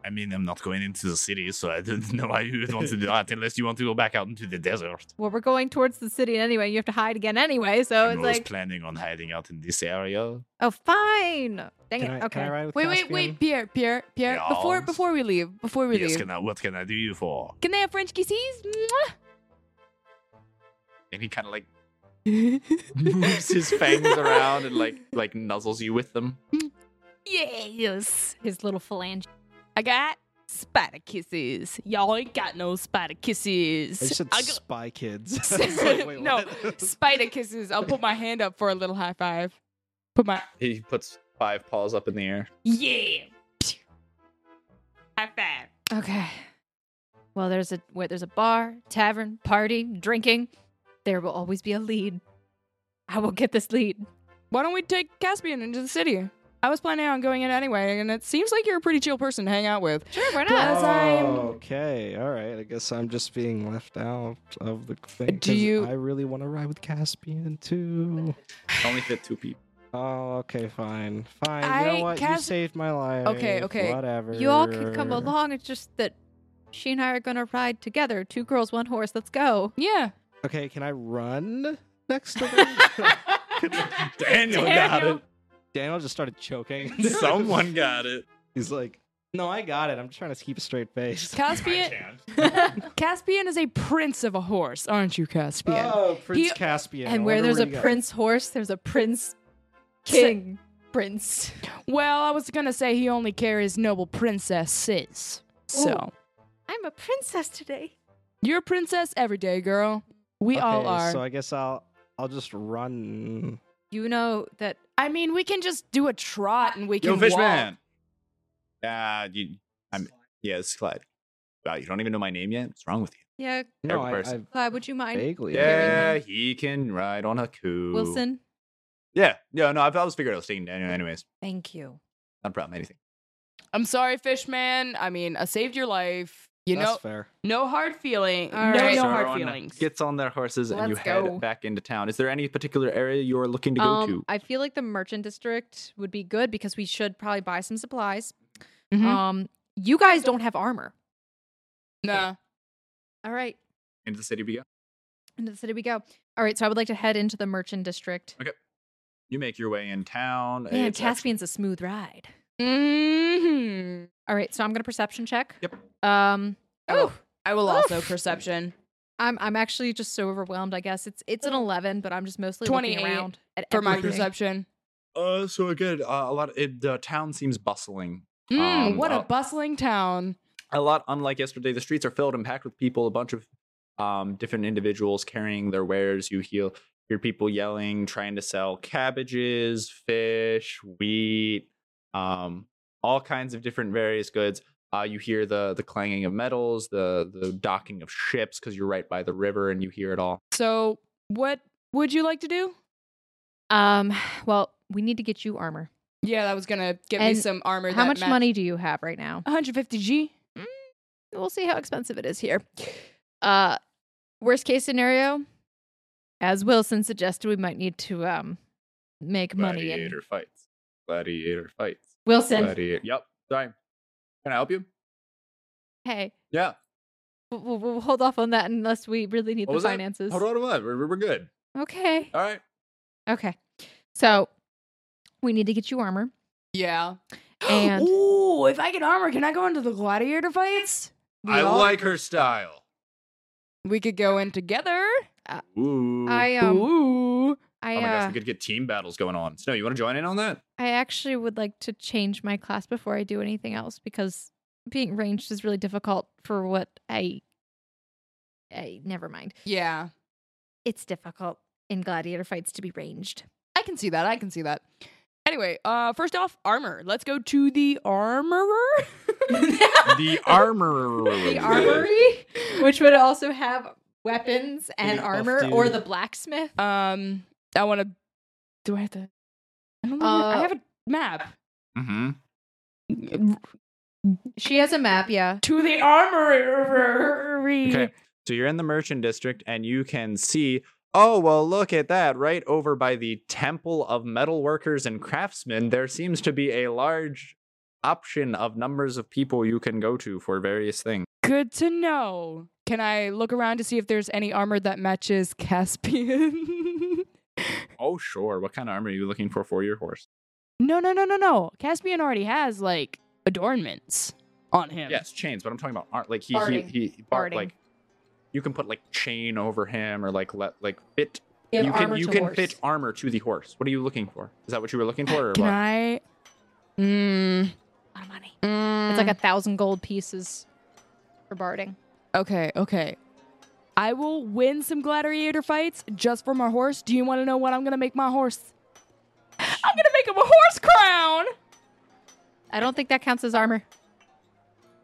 L: I mean, I'm not going into the city, so I don't [LAUGHS] know why you would want to do that unless you want to go back out into the desert.
C: Well, we're going towards the city anyway. You have to hide again anyway, so
L: I'm
C: it's
L: always
C: like,
L: planning on hiding out in this area.
C: oh, fine. Dang
A: Can
C: it.
A: I,
C: okay.
A: can I ride with
D: Wait,
A: Caspian?
D: wait, wait, Pierre, Pierre, Pierre. Before
L: Yes.
D: before we leave, before we
L: Yes,
D: leave,
L: can I, what can I do you for?
D: can they have French kisses? Mwah!
B: And he kind of like moves his fangs around and like like nuzzles you with them.
D: Yes.
C: His little phalange.
D: I got spider kisses. Y'all ain't got no spider kisses.
A: I just said
D: I got-
A: spy [LAUGHS] kids. I was like, wait,
D: no,
A: what?
D: spider kisses. I'll put my hand up for a little high five. Put my
B: He puts five paws up in the air.
D: yeah. High five.
C: Okay. Well, there's a where there's a bar, tavern, party, drinking. There will always be a lead. I will get this lead.
D: Why don't we take Caspian into the city? I was planning on going in anyway, and it seems like you're a pretty chill person to hang out with.
C: Sure, why
D: Plus, I'm
A: Oh, Okay, all right. I guess I'm just being left out of the thing.
D: Do
A: 'cause
D: you-
A: I really want to ride with Caspian too.
B: Only fit two people.
A: Oh, okay, fine, fine. you
C: I-
A: know what?
C: Cas-
A: you saved my life.
C: Okay, okay.
A: Whatever.
C: You all can come along. It's just that she and I are gonna ride together. Two girls, one horse. Let's go.
D: Yeah.
A: Okay, can I run next to them?
B: [LAUGHS] Daniel got it.
A: Daniel just started choking.
B: [LAUGHS] [LAUGHS] Someone got it.
A: He's like, no, I got it. I'm trying to keep a straight face. [LAUGHS]
D: Caspian. [LAUGHS] Caspian is a prince of a horse, aren't you, Caspian?
A: Oh, Prince
D: He-
A: Caspian.
C: and
A: I
C: where
A: wonder
C: there's a
A: he goes.
C: prince horse, there's a prince king. Prince.
D: Well, I was gonna say he only carries noble princesses. So
C: I'm a princess today.
D: you're a princess every day, girl. We all
A: Okay,
D: are.
A: So I guess I'll I'll just run.
C: You know that
D: I mean, we can just do a trot and we
B: Yo,
D: can walk.
B: Fishman.
G: Ah, you. I'm. Yeah, it's Clyde. Wow, you don't even know my name yet. What's wrong with you?
C: Yeah,
G: Terrible person.
C: Clyde, would you mind?
A: Vaguely.
G: yeah, he can ride on a coup.
C: Wilson,
G: Yeah, yeah. No, I, I was figuring I was thinking Daniel. Anyways,
C: thank you.
G: not a problem. Anything.
D: I'm sorry, Fishman. I mean, I saved your life. You
A: That's
D: know,
A: fair.
D: no hard feeling.
C: All
D: no,
C: right.
D: no
B: So
D: hard
B: everyone
D: feelings.
B: Gets on their horses and you
C: Let's
B: head
C: go.
B: back into town. Is there any particular area you are looking to go to?
C: Um, I feel like the merchant district would be good because we should probably buy some supplies.
D: Mhm.
C: Um, you guys don't have armor.
D: Nah.
C: All right,
B: Into the city we go.
C: into the city we go. All right, so I would like to head into the merchant district.
B: You make your way in town.
C: Man,
B: It's actually-
C: Caspian's a smooth ride.
D: hmm
C: Mm-hmm. All right, so I'm gonna perception check.
B: Yep.
C: Um, oh,
D: I will also
C: Oof.
D: perception.
C: I'm I'm actually just so overwhelmed. I guess it's it's an eleven, but I'm just mostly looking
D: 28
C: around at
D: For my
C: everything.
D: perception.
B: Uh, so again, uh, a lot. It, the town seems bustling.
D: Mm,
B: Um,
D: what a
B: uh,
D: bustling town.
B: A lot, unlike yesterday, the streets are filled and packed with people. A bunch of um, different individuals carrying their wares. You hear hear people yelling, trying to sell cabbages, fish, wheat, um, all kinds of different various goods. Uh, you hear the the clanging of metals, the the docking of ships because you're right by the river and you hear it all.
D: So, what would you like to do?
C: Um, well, we need to get you armor.
D: Yeah, that was gonna give
C: And
D: me some armor.
C: How
D: that
C: much
D: match-
C: money do you have right now?
D: 150g.
C: we'll see how expensive it is here. Uh worst case scenario, as Wilson suggested, we might need to um make money in
G: Gladiator fights. Gladiator fights.
C: Wilson.
G: Gladiator. Yep. Sorry. Can I help you?
C: Hey,
G: Yeah.
C: we'll, we'll- we'll hold off on that unless we really need
G: What
C: the
G: was that?
C: finances.
G: Hold on to that. We're, we're good.
C: Okay.
G: All right.
C: Okay. So we need to get you armor.
D: Yeah.
C: And-
D: [GASPS] ooh, if I get armor, can I go into the gladiator fights? We
G: I
D: all-
G: like her style.
D: We could go in together.
G: Ooh.
C: I um
D: ooh.
C: I
G: oh my
C: uh,
G: gosh, we could get team battles going on. Snow, you want to join in on that?
C: I actually would like to change my class before I do anything else because being ranged is really difficult for what I I never mind.
D: Yeah.
C: It's difficult in gladiator fights to be ranged.
D: I can see that. I can see that. Anyway, uh first off, armor. Let's go to the
C: [LAUGHS]
D: armorer.
B: The armor.
C: the armory, which would also have weapons and
A: Big buff
C: armor, or
A: dude.
C: the blacksmith.
D: um I want to Do I have to I don't know. I
C: Uh,
D: have a map.
C: Mm.
B: Mm-hmm.
C: She has a map, yeah.
D: To the armorer.
B: Okay. So you're in the merchant district and you can see, oh, well, look at that. Right over by the Temple of Metalworkers and Craftsmen, there seems to be a large option of numbers of people you can go to for various things.
D: Good to know. Can I look around to see if there's any armor that matches Caspian? [LAUGHS]
B: Oh, sure. What kind of armor are you looking for for your horse?
D: no, no, no, no, no. Caspian already has like adornments on him.
B: Yes, chains, but I'm talking about ar- like he
C: Barding.
B: he he bar-
C: Barding.
B: like you can put like chain over him or like let like fit
C: You
B: you
C: have
B: can
C: armor
B: you
C: to
B: can
C: horse.
B: fit armor to the horse. What are you looking for? Is that what you were looking for or
D: Uh, Can
B: what?
D: I? Mm,
C: A lot of money.
D: mm.
C: It's like a thousand gold pieces for barding.
D: Okay, okay. I will win some gladiator fights just for my horse. Do you want to know what I'm gonna make my horse? I'm gonna make him a horse crown.
C: I don't think that counts as armor.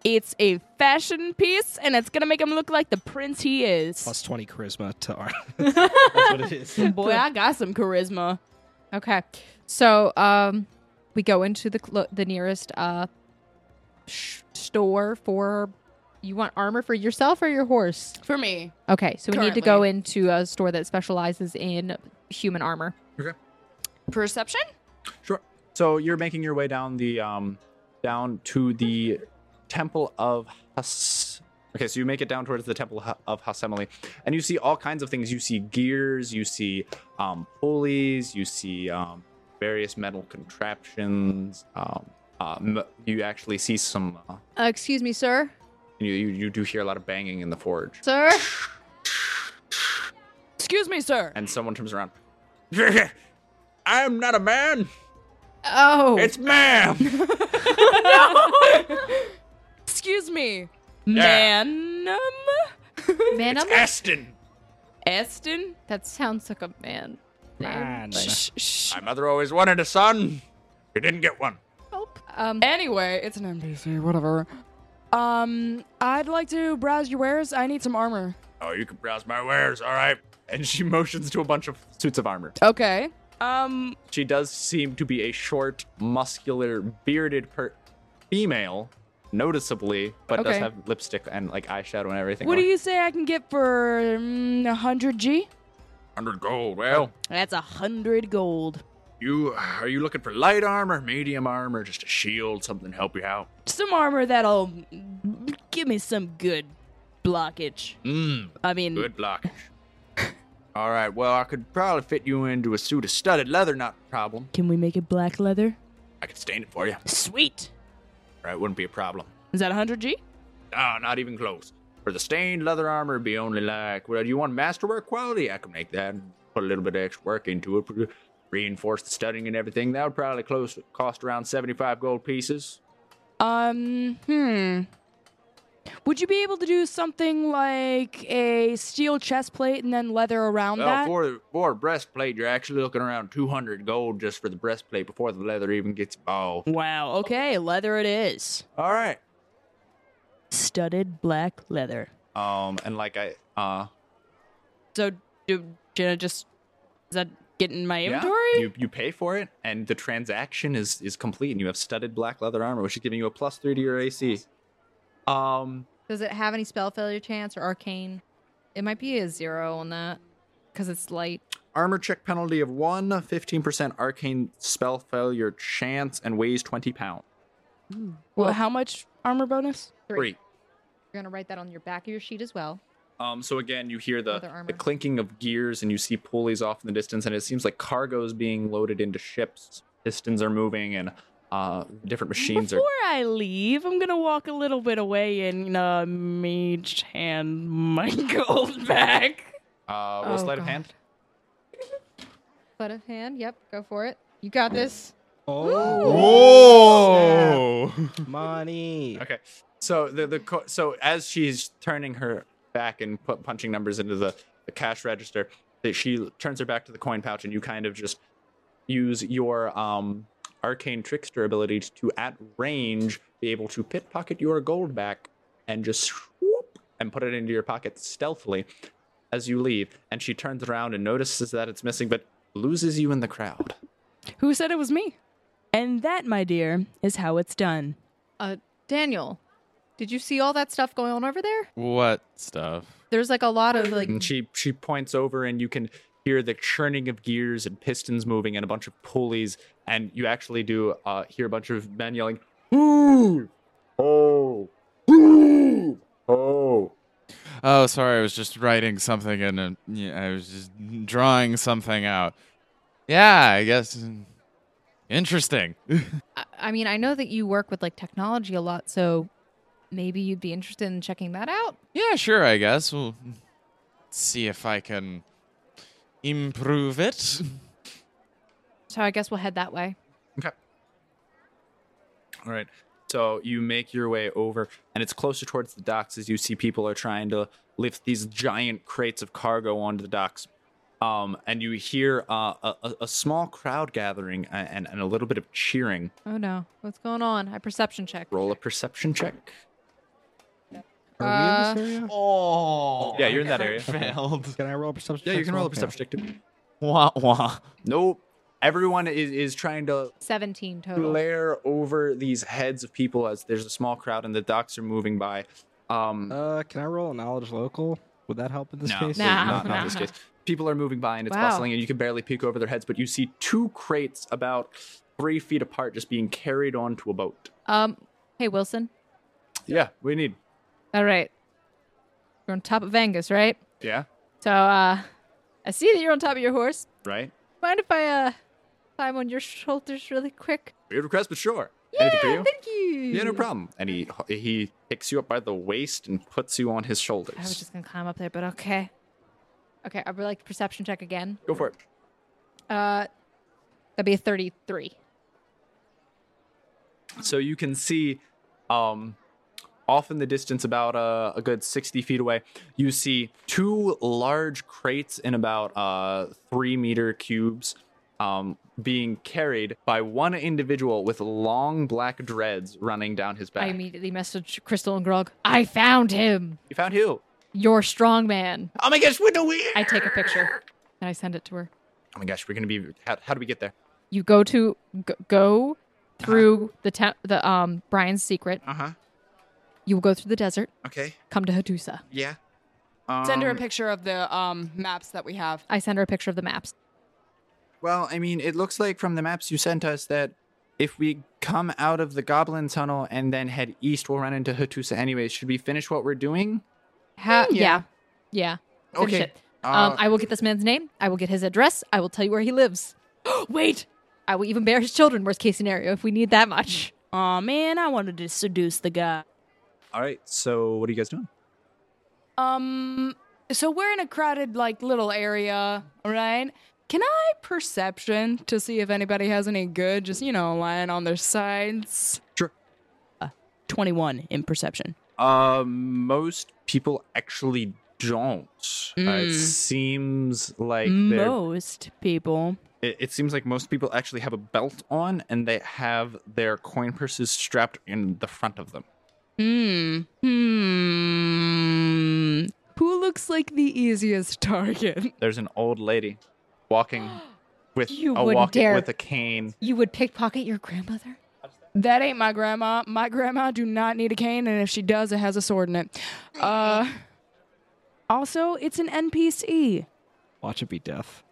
D: It's a fashion piece, and it's gonna make him look like the prince he is.
A: Plus 20 charisma to our. [LAUGHS] That's what it is.
D: Boy, I got some charisma.
C: Okay. So um, we go into the cl- the nearest uh sh- store for. You want armor for yourself or your horse?
D: For me.
C: Okay, so we need to go into a store that specializes in human armor.
B: Okay.
D: Perception?
B: Sure. So you're making your way down the um down to the temple of Has. Okay, so you make it down towards the temple Ha- of Hasemele, and you see all kinds of things. You see gears, you see um, pulleys, you see um, various metal contraptions. Um, uh, m- you actually see some. Uh,
C: Uh, excuse me, sir.
B: you, you you do hear a lot of banging in the forge,
C: Sir.
D: Excuse me, sir.
B: and someone turns [LAUGHS] around.
L: I am not a man.
C: Oh.
L: It's ma'am.
D: Excuse me. Manum?
C: Manum?
L: Aston.
D: [LAUGHS] Eston?
C: That sounds like a man.
L: Man. My mother always wanted a son. She didn't get one.
C: Um,
D: anyway, it's an NPC, whatever. Um, I'd like to browse your wares. I need some armor.
B: Oh, you can browse my wares, all right. And she motions to a bunch of suits of armor.
D: Okay. Um,
B: She does seem to be a short, muscular, bearded per- female, noticeably, but does
D: Okay.
B: have lipstick and like eyeshadow and everything.
D: what do you say I can get for mm, 100G?
L: Hundred gold. Well,
D: That's a 100 gold.
L: you are you looking for light armor, medium armor, just a shield, something to help you out?
D: Some armor that'll give me some good blockage.
L: Mmm.
D: I mean,
L: Good blockage. All right. Well, I could probably fit you into a suit of studded leather, not a problem.
D: can we make it black leather?
L: I could stain it for you.
D: Sweet.
L: All right, wouldn't be a problem.
D: Is that 100G?
L: No, not even close. For the stained leather armor, it'd be only like, well, do you want masterwork quality? I can make that. and Put a little bit of extra work into it, pre- reinforce the studding and everything. That would probably close, cost around 75 gold pieces.
D: Um, hmm. Would you be able to do something like a steel chest plate and then leather
B: Oh,
D: around
L: Well,
D: that?
L: for, for a breastplate, you're actually looking around 200 gold just for the breastplate before the leather even gets involved.
D: Wow, okay, leather it is.
L: All right.
D: Studded black leather.
B: Um, and like I, uh,
D: So, do Jenna just. Is that getting my
B: yeah,
D: inventory?
B: you you pay for it, and the transaction is is complete, and you have studded black leather armor, which is giving you a plus three to your AC. Um,
C: Does it have any spell failure chance or arcane? It might be a zero on that because it's light.
B: armor check penalty of one, 15% arcane spell failure chance, and weighs 20 pounds.
D: Well, how much armor bonus?
B: Three.
C: You're gonna write that on your back of your sheet as well.
B: Um, so again, you hear
C: Leather
B: the,
C: armor.
B: the clinking of gears and you see pulleys off in the distance, and it seems like cargo is being loaded into ships. Pistons are moving, and uh, different machines
D: Before I leave, I'm gonna walk a little bit away and uh, mage hand my [LAUGHS] gold back.
B: are. Uh, will
D: Oh,
B: sleight of
D: God.
B: hand.
C: Sleight of hand. Yep, go for it. You got this.
A: Oh. Money.
B: Okay. So the the co- so as she's turning her back and put punching numbers into the, the cash register, that she turns her back to the coin pouch, and you kind of just use your um arcane trickster ability to at range be able to pickpocket your gold back and just swoop and put it into your pocket stealthily as you leave. And she turns around and notices that it's missing, but loses you in the crowd.
D: Who said it was me? And that, my dear, is how it's done.
C: Uh, Daniel, did you see all that stuff going on over there?
E: What stuff?
C: There's like a lot of like.
B: And she she points over, and you can hear the churning of gears and pistons moving, and a bunch of pulleys. And you actually do uh, hear a bunch of men yelling, "Ooh, oh, ooh, oh!"
E: Oh, sorry. I was just writing something and uh, yeah, I was just drawing something out. Yeah, I guess. mm, Interesting.
C: I, I mean, I know that you work with like technology a lot, so maybe you'd be interested in checking that out.
E: yeah, sure. I guess we'll see if I can improve it.
C: So I guess we'll head that way.
B: All right. So you make your way over, and it's closer towards the docks as you see people are trying to lift these giant crates of cargo onto the docks. Um, and you hear uh, a, a, a small crowd gathering a- and, and a little bit of cheering.
C: Oh no, what's going on? I perception check.
B: Roll a perception check.
A: Are
C: Uh,
A: we in this area?
E: Oh.
B: Yeah, you're in that area.
E: [LAUGHS] Failed.
A: Can I roll a perception?
B: Yeah, you
A: check
B: can
A: as
B: roll a
A: well? Yeah.
B: perception check too.
E: Wah wah.
B: Nope. Everyone is, is trying to
C: 17 total.
B: glare over these heads of people as there's a small crowd and the docks are moving by. Um,
A: Uh, can I roll a knowledge local? Would that help in this
B: no,
A: case?
B: not, not
C: [LAUGHS]
B: in this case. People are moving by and it's
C: Wow.
B: bustling, and you can barely peek over their heads, but you see two crates about three feet apart just being carried onto a boat.
C: Um, hey, Wilson.
B: Yeah, we need.
C: All right. You're on top of Angus, right?
B: Yeah,
C: So, uh, I see that you're on top of your horse.
B: right?
C: Mind if I, uh, climb on your shoulders really quick?
B: Weird request, but sure.
C: Yeah,
B: Anything for you?
C: thank you.
B: Yeah, no problem. And he he picks you up by the waist and puts you on his shoulders.
C: I was just gonna climb up there, but okay. Okay, I would like perception check again.
B: Go for it.
C: Uh, that'd be a 33.
B: So you can see, um, off in the distance, about uh, a good sixty feet away, you see two large crates in about uh, three meter cubes, um, being carried by one individual with long black dreads running down his
C: I
B: back.
C: immediately messaged Crystal and Grog. I found him.
B: you found who?
C: Your strong man.
B: Oh my gosh, we're nowhere.
C: I take a picture and I send it to her.
B: Oh my gosh, we're gonna be. How, how do we get there?
C: You go to g- go through the ta- the um Brian's secret.
B: Uh huh.
C: You will go through the desert.
B: Okay.
C: Come to Hadusa.
B: Yeah.
D: Send her a
B: Um,
D: picture of the um, maps that we have.
C: I send her a picture of the maps.
B: Well, I mean, it looks like from the maps you sent us that if we come out of the Goblin Tunnel and then head east, we'll run into Hattusa anyways. Should we finish what we're doing?
C: Ha-
D: Hmm,
C: Mm, yeah.
D: yeah.
C: Yeah. Finish
B: Okay,
C: it. um,
B: uh,
C: I will get this man's name. I will get his address. I will tell you where he lives. [GASPS] Wait. I will even bear his children, worst case scenario, if we need that much.
D: Aw, man, I wanted to seduce the guy.
B: All right. So, what are you guys doing?
D: Um, so we're in a crowded, like, little area, right? Can I perception to see if anybody has any good, just, you know, lying on their sides?
B: Sure.
D: Uh, 21 in perception.
B: Uh, most people actually don't. Uh, it
C: Hmm.
D: Mm.
B: seems like they're
D: Most people.
B: it, it seems like most people actually have a belt on and they have their coin purses strapped in the front of them.
D: Hmm. Hmm. Who looks like the easiest target?
B: There's an old lady
C: [GASPS]
B: walking with
C: You
B: a
C: wouldn't
B: walk
C: dare.
B: with a cane.
C: You would pickpocket your grandmother?
D: That ain't my grandma. My grandma do not need a cane, and if she does, it has a sword in it. Uh. Also, it's an NPC.
A: Watch it be death.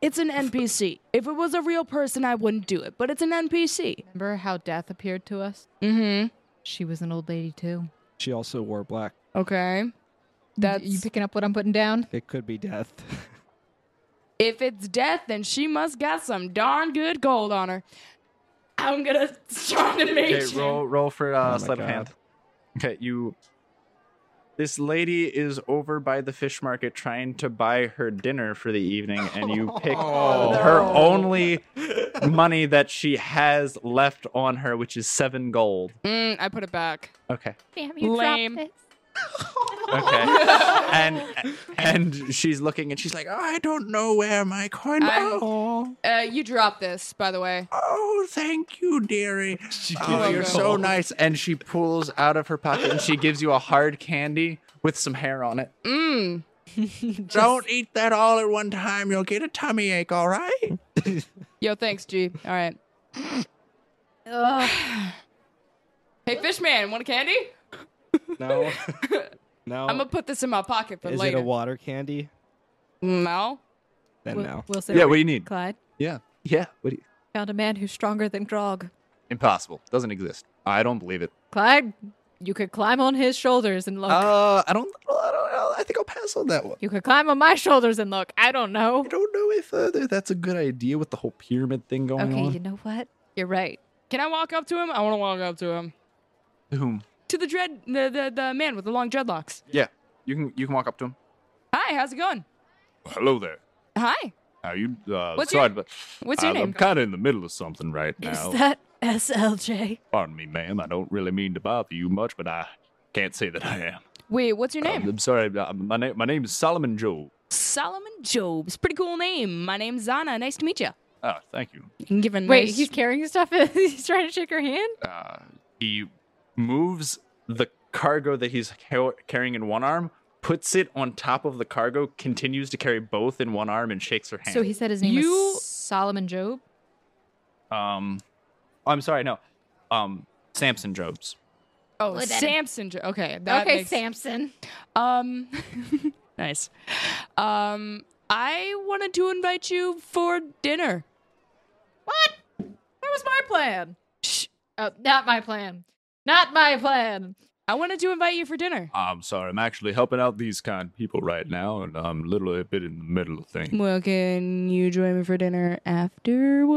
D: It's an NPC. If it was a real person, I wouldn't do it, but it's an NPC.
C: Remember how death appeared to us?
D: Mm
C: She was an old lady too.
A: She also wore black.
D: hmm. Okay. That's.
C: you picking up what I'm putting down?
A: It could be death.
D: if it's death, then she must got some darn good gold on her. I'm gonna try to make
B: Okay, roll roll for
A: Oh
B: uh,
A: my
B: sleight of
A: God.
B: hand. Okay, you. This lady is over by the fish market trying to buy her dinner for the evening, and you pick her only money that she has left on her, which is seven gold.
D: Mm, I put it back.
B: Okay.
C: Damn, you
D: Lame.
C: dropped this.
B: Okay. and and she's looking, and she's like, "I don't know where my coin."
D: I-
B: Oh,
D: Uh, you dropped this, by the way.
B: oh, thank you, dearie. Oh,
D: gives
B: you're
D: you
B: so nice. And she pulls out of her pocket and she gives you a hard candy with some hair on it.
D: Mm.
B: [LAUGHS] Don't eat that all at one time. You'll get a tummy ache, all right?
D: Yo, thanks, G. All right.
C: Ugh.
D: Hey, Fishman, want a candy?
A: no. no.
D: I'm gonna put this in my pocket for
A: Oh. Is
D: later. Mm,
A: it a water candy?
D: no.
A: Then
C: Wil-
A: no.
C: Wilson.
B: Yeah, what do you need?
C: Clyde
B: Yeah. Yeah. What do you...
C: found a man who's stronger than Grog.
B: Impossible. Doesn't exist. I don't believe it.
C: Clyde, you could climb on his shoulders and look.
B: Uh, I don't, I don't. I think I'll pass on that one.
C: you could climb on my shoulders and look. I don't know.
B: I don't know if uh, that's a good idea with the whole pyramid thing going
C: Okay,
B: on.
C: you know what? You're right.
D: Can I walk up to him? I want to walk up to him.
B: To whom?
D: To the dread, the, the the man with the long dreadlocks.
B: Yeah. You can you can walk up to him.
D: Hi, how's it going?
G: Hello there.
D: Hi.
G: Are you? Uh,
D: What's
G: sorry,
D: your-
G: but
D: what's your
G: I,
D: name?
G: I'm kind of in the middle of something right now.
C: Is that SLJ?
G: Pardon me, ma'am. I don't really mean to bother you much, but I can't say that I am.
D: Wait, what's your
G: I'm,
D: name?
G: I'm sorry. uh, My name my name is Solomon Joe.
D: Solomon Jobs. Pretty cool name. My name's Zana. Nice to meet you.
G: Oh, thank you.
D: You can give a
C: Wait, [LAUGHS]
D: nice-
C: he's carrying stuff. he's trying to shake her hand.
B: uh, he moves the cargo that he's ca- carrying in one arm, puts it on top of the cargo, continues to carry both in one arm, and shakes her hand.
C: So he said his name
B: You-
C: is Solomon Job.
B: Um, I'm sorry, no. Um, Samson Jobs.
D: Oh,
C: Well, then.
D: Samson. Jo- Okay, that
C: Okay,
D: makes-
C: Samson.
D: Um, [LAUGHS] nice. Um, I wanted to invite you for dinner.
C: What? That was my plan. Oh, not my plan. Not my plan.
D: I wanted to invite you for dinner.
G: I'm sorry. I'm actually helping out these kind of people right now, and I'm literally a bit in the middle of things.
D: Well, can you join me for dinner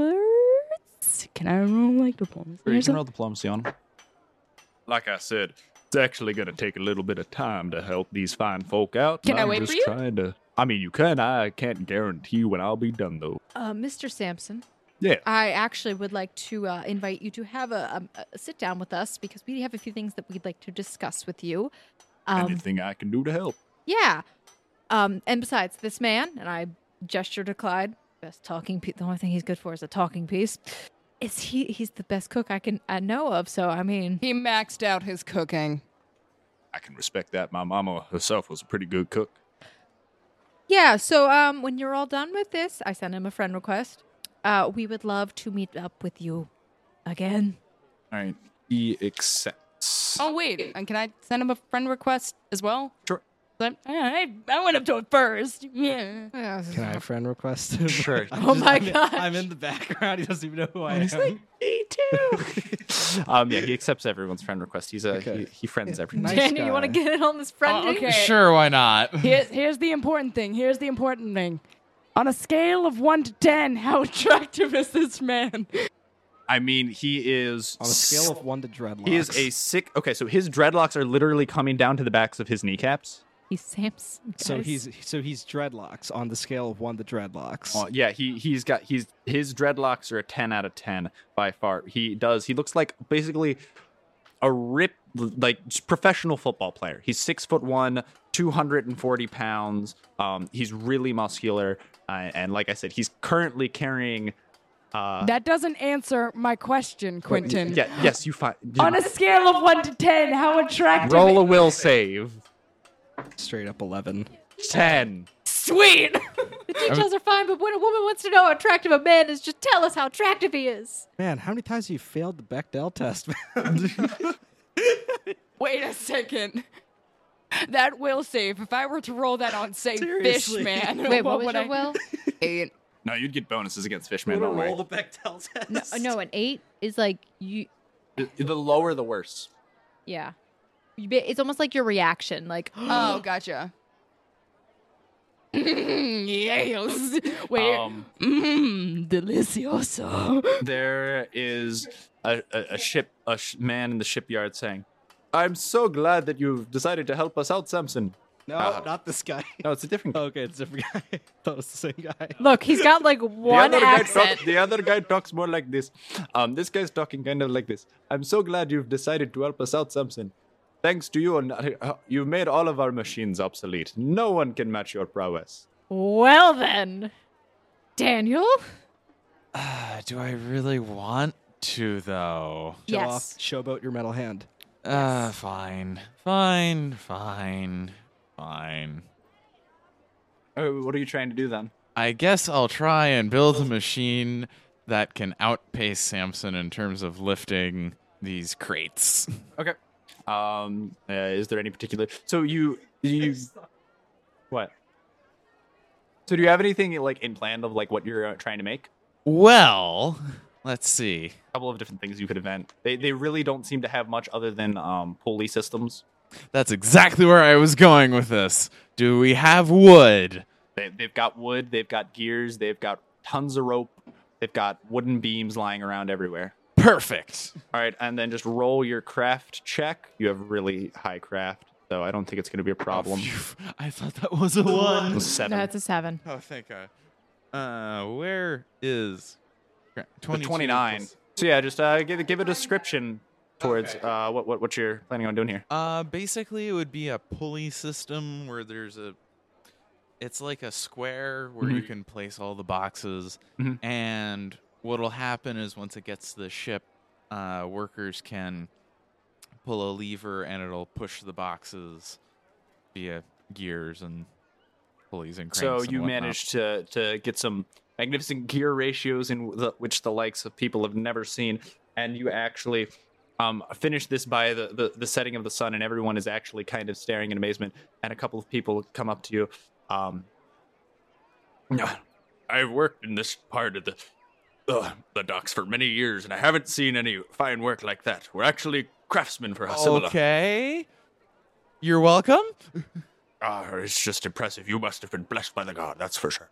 D: afterwards? Can I roll like diplomacy? or
B: You can
D: something?
B: roll diplomacy on. him.
G: Like I said, it's actually going to take a little bit of time to help these fine folk out.
C: Can I
G: I'm
C: wait for
G: just
C: you?
G: Trying to. I mean, you can. I can't guarantee when I'll be done though.
C: Uh, Mr. Sampson,
G: Yeah.
C: I actually would like to uh, invite you to have a, um, a sit down with us because we have a few things that we'd like to discuss with you. Um,
G: Anything I can do to help?
C: yeah. Um, and besides, this man, and I gesture to Clyde, best talking piece. The only thing he's good for is a talking piece. Is he? He's the best cook I can I know of. So I mean,
D: he maxed out his cooking.
G: I can respect that. My mama herself was a pretty good cook.
C: Yeah, so um, when you're all done with this, I send him a friend request. Uh, we would love to meet up with you again.
B: All right. He accepts.
D: Oh wait, and can I send him a friend request as well?
B: Sure.
D: But, I, I went up to it first. Yeah.
A: Can I have friend request? him?
B: Sure.
A: I'm
D: Oh my
A: I'm in-
D: gosh. [LAUGHS]
A: I'm in the background. He doesn't even know who I am.
B: Um, yeah, he accepts everyone's friend request. He's a he, he friends everyone.
C: Daniel, you want to get in on this friend?
D: Oh,
C: thing?
D: okay.
E: Sure, why not?
D: Here's, here's the important thing. Here's the important thing. On a scale of one to ten, how attractive is this man?
B: I mean, he is
A: On a scale of one to dreadlocks.
B: He is a sick. Okay, so his dreadlocks are literally coming down to the backs of his kneecaps.
C: He's Samson.
A: So
C: guys.
A: he's so he's dreadlocks on the scale of one to dreadlocks.
B: Uh, yeah, he he's got he's his dreadlocks are a ten out of ten by far. He does. He looks like basically a rip like just professional football player. He's six foot one, two hundred and forty pounds. Um, he's really muscular, uh, and like I said, he's currently carrying. Uh,
D: that doesn't answer my question, Quentin.
B: Yeah. Yes, you find.
D: On a scale of one to ten, how attractive?
B: Roll a will save.
A: Straight up eleven.
B: Ten.
D: Sweet.
C: the details are fine, but when a woman wants to know how attractive a man is, just tell us how attractive he is.
A: Man, how many times have you failed the Bechdel test?
D: Wait a second. That will save. If I were to roll that on, say, fish
A: Seriously.
D: man.
C: Wait, what was
D: would
C: your
D: I-
C: will?
D: Eight.
B: No, you'd get bonuses against Fishman. Don't worry.
A: the Bechdel test.
C: No, no, an eight is like you.
B: The, the lower, the worse.
C: Yeah, you, ba- it's almost like your reaction, like
D: Oh, gotcha. [LAUGHS] yes. Wait.
B: Um,
D: Mmm, delicioso.
B: there is a, a, a ship a sh- man in the shipyard saying i'm so glad that you've decided to help us out samson
A: No, not this guy.
B: no it's a [LAUGHS] different
A: Okay, it's a different guy. [LAUGHS] I thought it was the same guy.
C: Look, he's got like one
B: the other, guy
C: accent.
B: talks, the other guy talks more like this um this guy's talking kind of like this i'm so glad you've decided to help us out samson thanks to you and uh, you've made all of our machines obsolete no one can match your prowess
C: Well then, Daniel.
E: Uh, [SIGHS] do I really want to though?
A: Show
C: yes.
A: off, showboat your metal hand.
E: Uh, fine, fine, fine, fine.
B: oh, what are you trying to do then
E: I guess I'll try and build a machine that can outpace Samson in terms of lifting these crates.
B: okay um uh, is there any particular so you you what so do you have anything like in plan of like what you're uh, trying to make
E: Well, let's see.
B: couple of different things you could invent. They they really don't seem to have much other than um, pulley systems.
E: That's exactly where I was going with this. Do we have wood?
B: They they've got wood, they've got gears, they've got tons of rope, they've got wooden beams lying around everywhere.
E: Perfect.
B: All right, and then just roll your craft check. You have really high craft, so I don't think it's going to be a problem.
E: I thought that was a
B: [LAUGHS]
E: one.
B: Seven.
C: a seven.
E: [LAUGHS] Oh, thank God. Uh, where is gra-
B: The
E: 22
B: 29.
E: plus-
B: So yeah, just uh, give give a description towards uh, what what what you're planning on doing here.
E: Uh, basically, it would be a pulley system where there's a. It's like a square where
B: Mm-hmm.
E: you can place all the boxes,
B: Mhm.
E: and what'll happen is once it gets to the ship, uh, workers can pull a lever and it'll push the boxes via gears and pulleys and cranks.
B: So
E: and
B: you
E: whatnot.
B: managed to to get some magnificent gear ratios in the, which the likes of people have never seen, and you actually um, finish this by the, the the setting of the sun, and everyone is actually kind of staring in amazement. And a couple of people come up to you. Um,
L: [SIGHS] I've worked in this part of the uh, the docks for many years, and I haven't seen any fine work like that. We're actually craftsmen for Hasimila.
E: Okay. You're welcome.
L: Ah, it's just impressive. You must have been blessed by the god, that's for sure.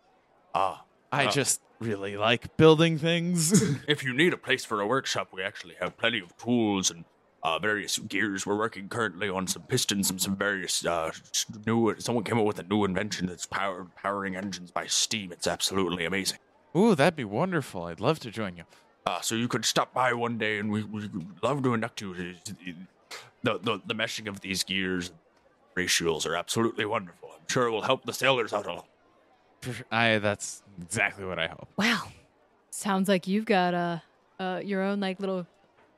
L: Ah,
E: I
L: ah.
E: just really like building things. [LAUGHS]
L: if you need a place for a workshop, we actually have plenty of tools and uh, various gears. We're working currently on some pistons and some various uh, s- new. Someone came up with a new invention that's power, powering engines by steam. It's absolutely amazing.
E: Ooh, that'd be wonderful. I'd love to join you.
L: Uh, so you could stop by one day, and we we would love to induct you. to- to- The, the the meshing of these gears, ratios are absolutely wonderful. I'm sure it will help the sailors out a lot.
E: I that's exactly what I hope.
C: Wow. Sounds like you've got uh, uh, your own like little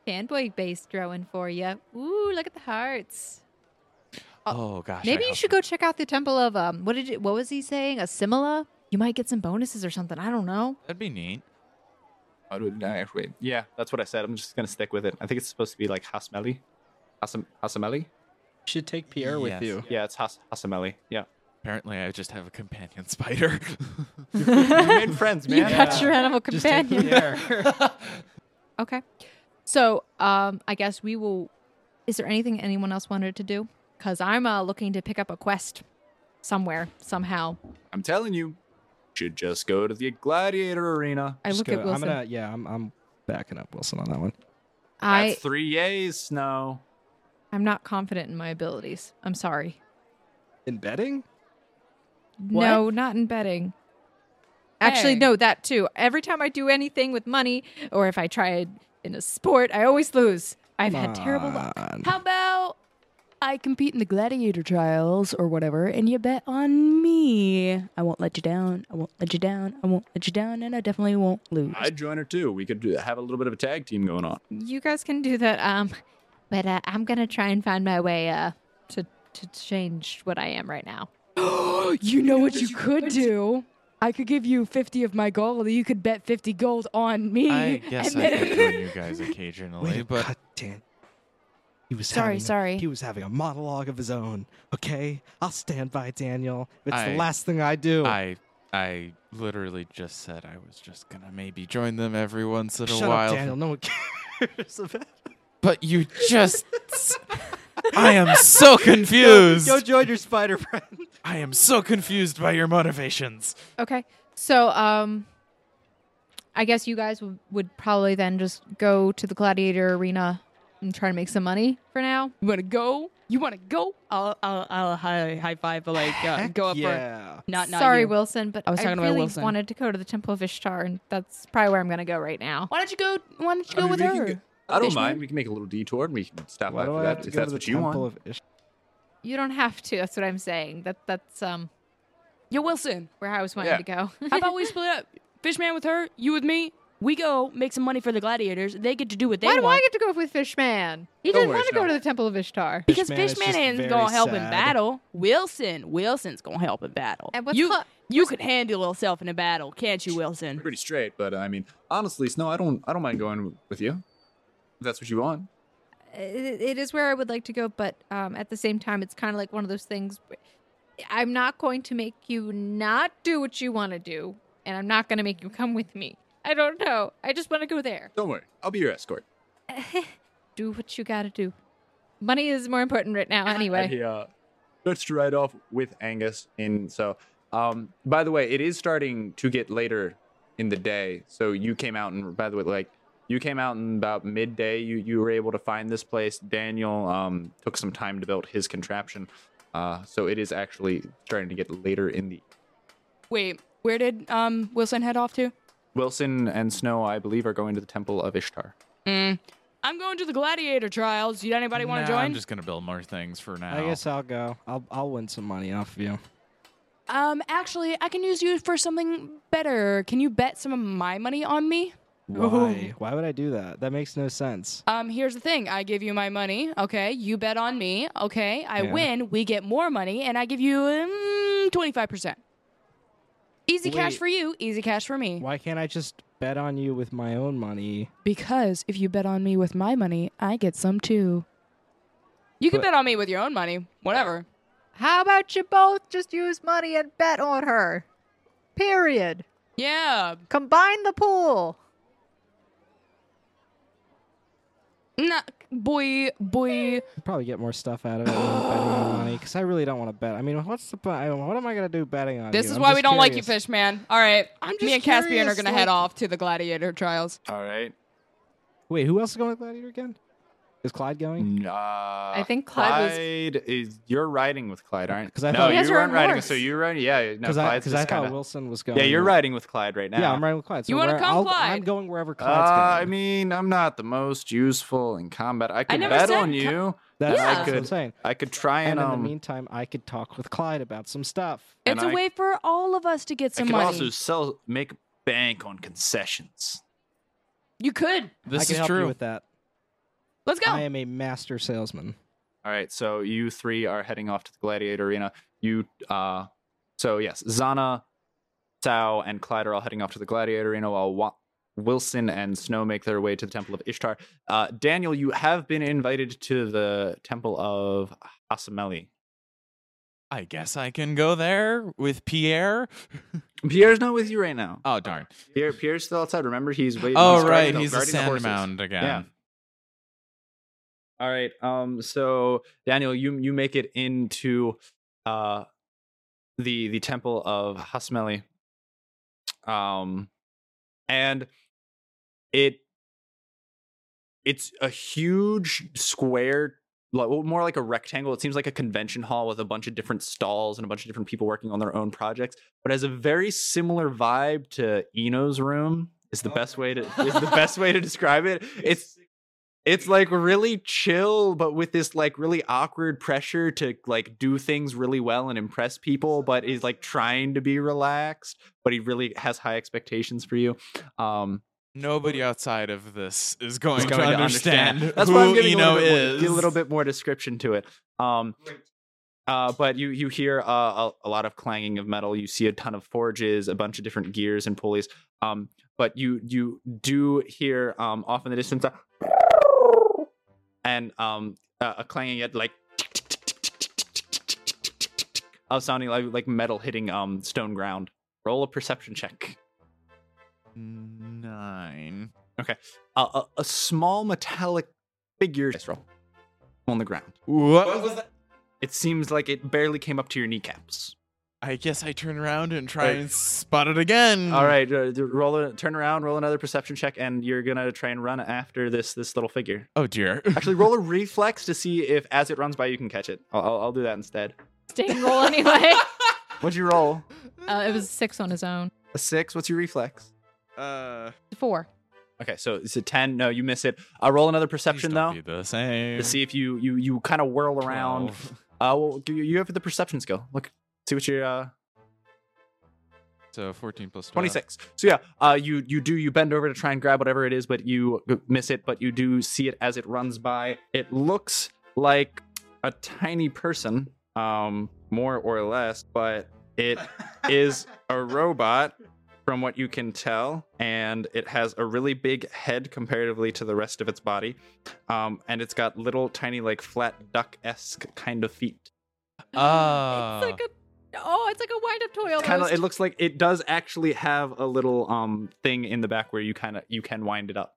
C: fanboy base growing for you. Ooh, look at the hearts.
E: Oh gosh.
C: Maybe you
E: I hope-
C: should go check out the temple of um. What did you, what was he saying? A simila. You might get some bonuses or something. I don't know.
E: That'd be neat.
B: I would I- wait. Yeah, that's what I said. I'm just gonna stick with it. I think it's supposed to be like Hasmeli, Hasam Hasameli.
A: Should take Pierre
E: with Yes. you.
B: Yeah, it's Has Hasameli. Yeah,
E: Apparently, I just have a companion [LAUGHS] spider.
B: you made friends, man.
C: You got your animal
A: Just take
C: companion.
A: Pierre.
C: Okay. So, um, I guess we will. Is there anything anyone else wanted to do? Because I'm uh, looking to pick up a quest somewhere, somehow.
B: I'm telling you, should just go to the gladiator arena.
C: I
A: Just
C: look
A: go-
C: at Wilson.
A: I'm gonna, yeah, I'm, I'm backing up Wilson on that one.
C: I,
B: That's three yays, Snow.
C: I'm not confident in my abilities. I'm sorry.
A: In betting?
C: No, not in betting. Actually,
D: Hey.
C: no, that too. Every time I do anything with money, or if I try it in a sport, I always lose. I've had terrible luck.
D: How about I compete in the gladiator trials or whatever, and you bet on me? I won't let you down. I won't let you down. I won't let you down, and I definitely won't lose.
B: I'd join her too. We could do, have a little bit of a tag team going on.
C: You guys can do that. Um, but uh, I'm gonna try and find my way uh to to change what I am right now.
D: [LAUGHS] you know what you could do? I could give you 50 of my gold. You could bet 50 gold on me.
E: I guess
D: [LAUGHS] and
E: I
D: then-
E: could join you guys occasionally, but
A: He was
D: Sorry,
A: having a-
D: sorry.
A: he was having a monologue of his own. Okay, I'll stand by Daniel. It's
E: I-
A: the last thing I do.
E: I I literally just said I was just gonna maybe join them every once in a
A: Shut
E: while.
A: up, Daniel. No one cares [LAUGHS] about.
E: But you just I am so confused.
A: Go, go join your spider friend.
E: I am so confused by your motivations.
C: Okay. So, um, I guess you guys w- would probably then just go to the gladiator arena and try to make some money for now.
D: You want to go? You want to go? I'll, I'll, I'll high, high five, but like, uh, go up
A: yeah.
D: for not, not
C: Sorry,
D: you.
C: Wilson, but I,
D: I was talking about
C: really
D: Wilson.
C: wanted to go to the Temple of Ishtar, and that's probably where I'm going to go right now.
D: Why don't you go? Why don't you go
B: mean,
D: with
B: we can
D: her?
B: go- I don't
D: Fishman?
B: mind. We can make a little detour and we can stop
A: Why
B: by
A: do
B: for
A: I have
B: that
A: to
B: if
A: go
B: that's
A: to
B: what
A: the
B: you
A: temple
B: want.
A: of Ish-
C: You don't have to. That's what I'm saying. That that's um
D: Yo, [LAUGHS] Wilson.
C: where I was wanting
B: Yeah.
C: to go. [LAUGHS]
D: How about we split up? Fishman with her, you with me. We go make some money for the gladiators. They get to do what they
C: Why
D: want.
C: do I get to go with Fishman? He
B: Don't
C: didn't
B: worry,
C: want to go
B: Snow.
C: to the Temple of Ishtar.
D: because
A: Fishman is
D: Fishman
A: just
D: ain't
A: very
D: gonna help in
A: sad.
D: battle. Wilson, Wilson's gonna help in battle.
C: And what's
D: you,
C: cla-
D: you could handle yourself in a battle, can't you, Wilson?
B: Pretty straight, but uh, I mean, honestly, Snow, I don't, I don't mind going with you. If that's what you want.
C: it, it is where I would like to go, but um, at the same time, it's kind of like one of those things. where- I'm not going to make you not do what you want to do, and I'm not going to make you come with me. I don't know. I just want to go there.
B: Don't worry, I'll be your escort.
C: Do what you got to do. Money is more important right now,
B: And
C: anyway.
B: he uh, starts to ride off with Angus. And so, um, by the way, it is starting to get later in the day. So you came out, and by the way, like you came out in about midday. You you were able to find this place. Daniel um, took some time to build his contraption. Uh, so it is actually starting to get later in the.
D: Wait, where did um Wilson head off to?
B: Wilson and Snow, I believe, are going to the Temple of Ishtar.
D: I'm going to the gladiator trials. You anybody want
E: Nah,
D: to join?
E: I'm just gonna build more things for now.
A: I guess I'll go. I'll I'll win some money off of you.
D: Um, actually, I can use you for something better. Can you bet some of my money on me?
A: Why? Why would I do that? That makes no sense.
D: Um, here's the thing. I give you my money. Okay, you bet on me. Okay, I
A: Yeah.
D: win. We get more money, and I give you twenty five percent. Easy cash
A: Wait.
D: for you. Easy cash for me.
A: Why can't I just bet on you with my own money?
D: Because if you bet on me with my money, I get some too. You can
A: But-
D: bet on me with your own money. Whatever.
M: How about you both just use money and bet on her? Period.
D: Yeah.
M: Combine the pool.
D: Nah, boy, boy.
A: I'd probably get more stuff out of it than betting on
D: [GASPS]
A: money because I really don't want to bet. I mean, what's the po- I- what am I gonna do betting on?
D: This
A: you?
D: is
A: I'm
D: why we
A: just
D: don't like you,
A: curious.
D: fish man. All right, me
A: just
D: and Caspian are
A: curious,
D: gonna head
A: like-
D: off to the gladiator trials.
B: All right.
A: Wait, who else is going to Gladiator again? Is Clyde going?
B: I
C: think Clyde was-
B: Uh, is. You're riding with Clyde, aren't? Because
A: I
B: no,
A: thought- He
B: you
A: has her
B: weren't
A: own
B: riding.
A: horse.
B: with- So you're riding. Yeah, no,
A: 'Cause I-
B: Clyde's
A: 'cause
B: just
A: I thought
B: kinda-
A: Wilson was
B: Yeah,
A: going
B: you're
A: with-
B: riding with Clyde right now.
A: Um, Yeah, I'm riding with Clyde. So
D: You wanna
A: where-
D: come,
A: I'll-
D: Clyde?
A: I'm going wherever Clyde's
B: Uh, I mean, I'm not the most useful in combat. I could
A: never
B: bet
A: said
B: on
A: co-
B: you.
A: That's-
B: and
A: Yeah.
B: I
A: that's
B: could,
A: what I'm saying.
B: I could try
A: going.
B: and,
A: And in the
B: um,
A: meantime, I could talk with Clyde about some stuff.
D: It's
B: a
D: a way for all of us to get
B: I
D: some
B: could
D: money.
B: also sell, make bank on concessions.
D: You could.
A: I can help You with that.
D: Let's go.
A: I am a master salesman.
B: All right, so you three are heading off to the Gladiator Arena. You, uh, so yes, Zana, Tao, and Clyde are all heading off to the Gladiator Arena while Wa- Wilson and Snow make their way to the Temple of Ishtar. Uh, Daniel, you have been invited to the Temple of Asameli.
E: I guess I can go there with Pierre.
B: Pierre's not with you right now.
E: Oh darn.
B: Pierre, Pierre's still outside. Remember, he's waiting.
E: Oh,
B: he's guarding
E: right,
B: the-
E: he's a
B: guarding the
E: sand
B: horses.
E: mound again.
B: Yeah. All right. Um. So Daniel, you you make it into uh the the temple of Hasmeli. Um, and it it's a huge square like well, more like a rectangle it seems like a convention hall with a bunch of different stalls and a bunch of different people working on their own projects but has a very similar vibe to eno's room is the best way to is the best way to describe it it's it's like really chill but with this like really awkward pressure to like do things really well and impress people but is like trying to be relaxed but he really has high expectations for you um
E: Nobody outside of this is going,
B: is going
E: to understand,
B: That's
E: who
B: why I'm giving
E: Eno
B: a, little bit more,
E: is.
B: give a little bit more description to it. Um, uh, but you you hear uh, a, a lot of clanging of metal. You see a ton of forges, a bunch of different gears and pulleys. Um, but you you do hear um, off in the distance, a and um, a, a clanging at like of sounding like like metal hitting um stone ground. Roll a perception check.
E: Nine.
B: Okay. A, a, a small metallic figure Dice roll. on the ground.
E: What was that?
B: It seems like it barely came up to your kneecaps.
E: I guess I turn around and try
B: Right.
E: and spot it again.
B: All right, uh, d- roll a, turn around, roll another perception check, and you're gonna try and run after this this little figure. [LAUGHS]
E: Oh dear.
B: Actually, roll a reflex to see if, as it runs by, you can catch it. I'll, I'll, I'll do that instead.
C: Staying roll anyway.
B: [LAUGHS] What'd you roll?
C: uh, it was six on his own.
B: A six. What's your reflex?
E: Uh.
C: Four.
B: Okay, so it's a ten. No, you miss it. I roll another perception though
E: the same.
B: to see if you you you kind of whirl around. Uh, well, you, you have the perception skill. Look, see what your uh,
E: So 14 plus 12.
B: 26 so yeah uh you you do you bend over to try and grab whatever it is but you miss it but you do see it as it runs by it looks like a tiny person um more or less but it is a robot from what you can tell and it has a really big head comparatively to the rest of its body um and it's got little tiny like flat duck-esque kind of feet
E: Ah.
C: It's like a oh, it's like a wind up toy almost.
B: kind of it looks like it does actually have a little um thing in the back where you kind of you can wind it up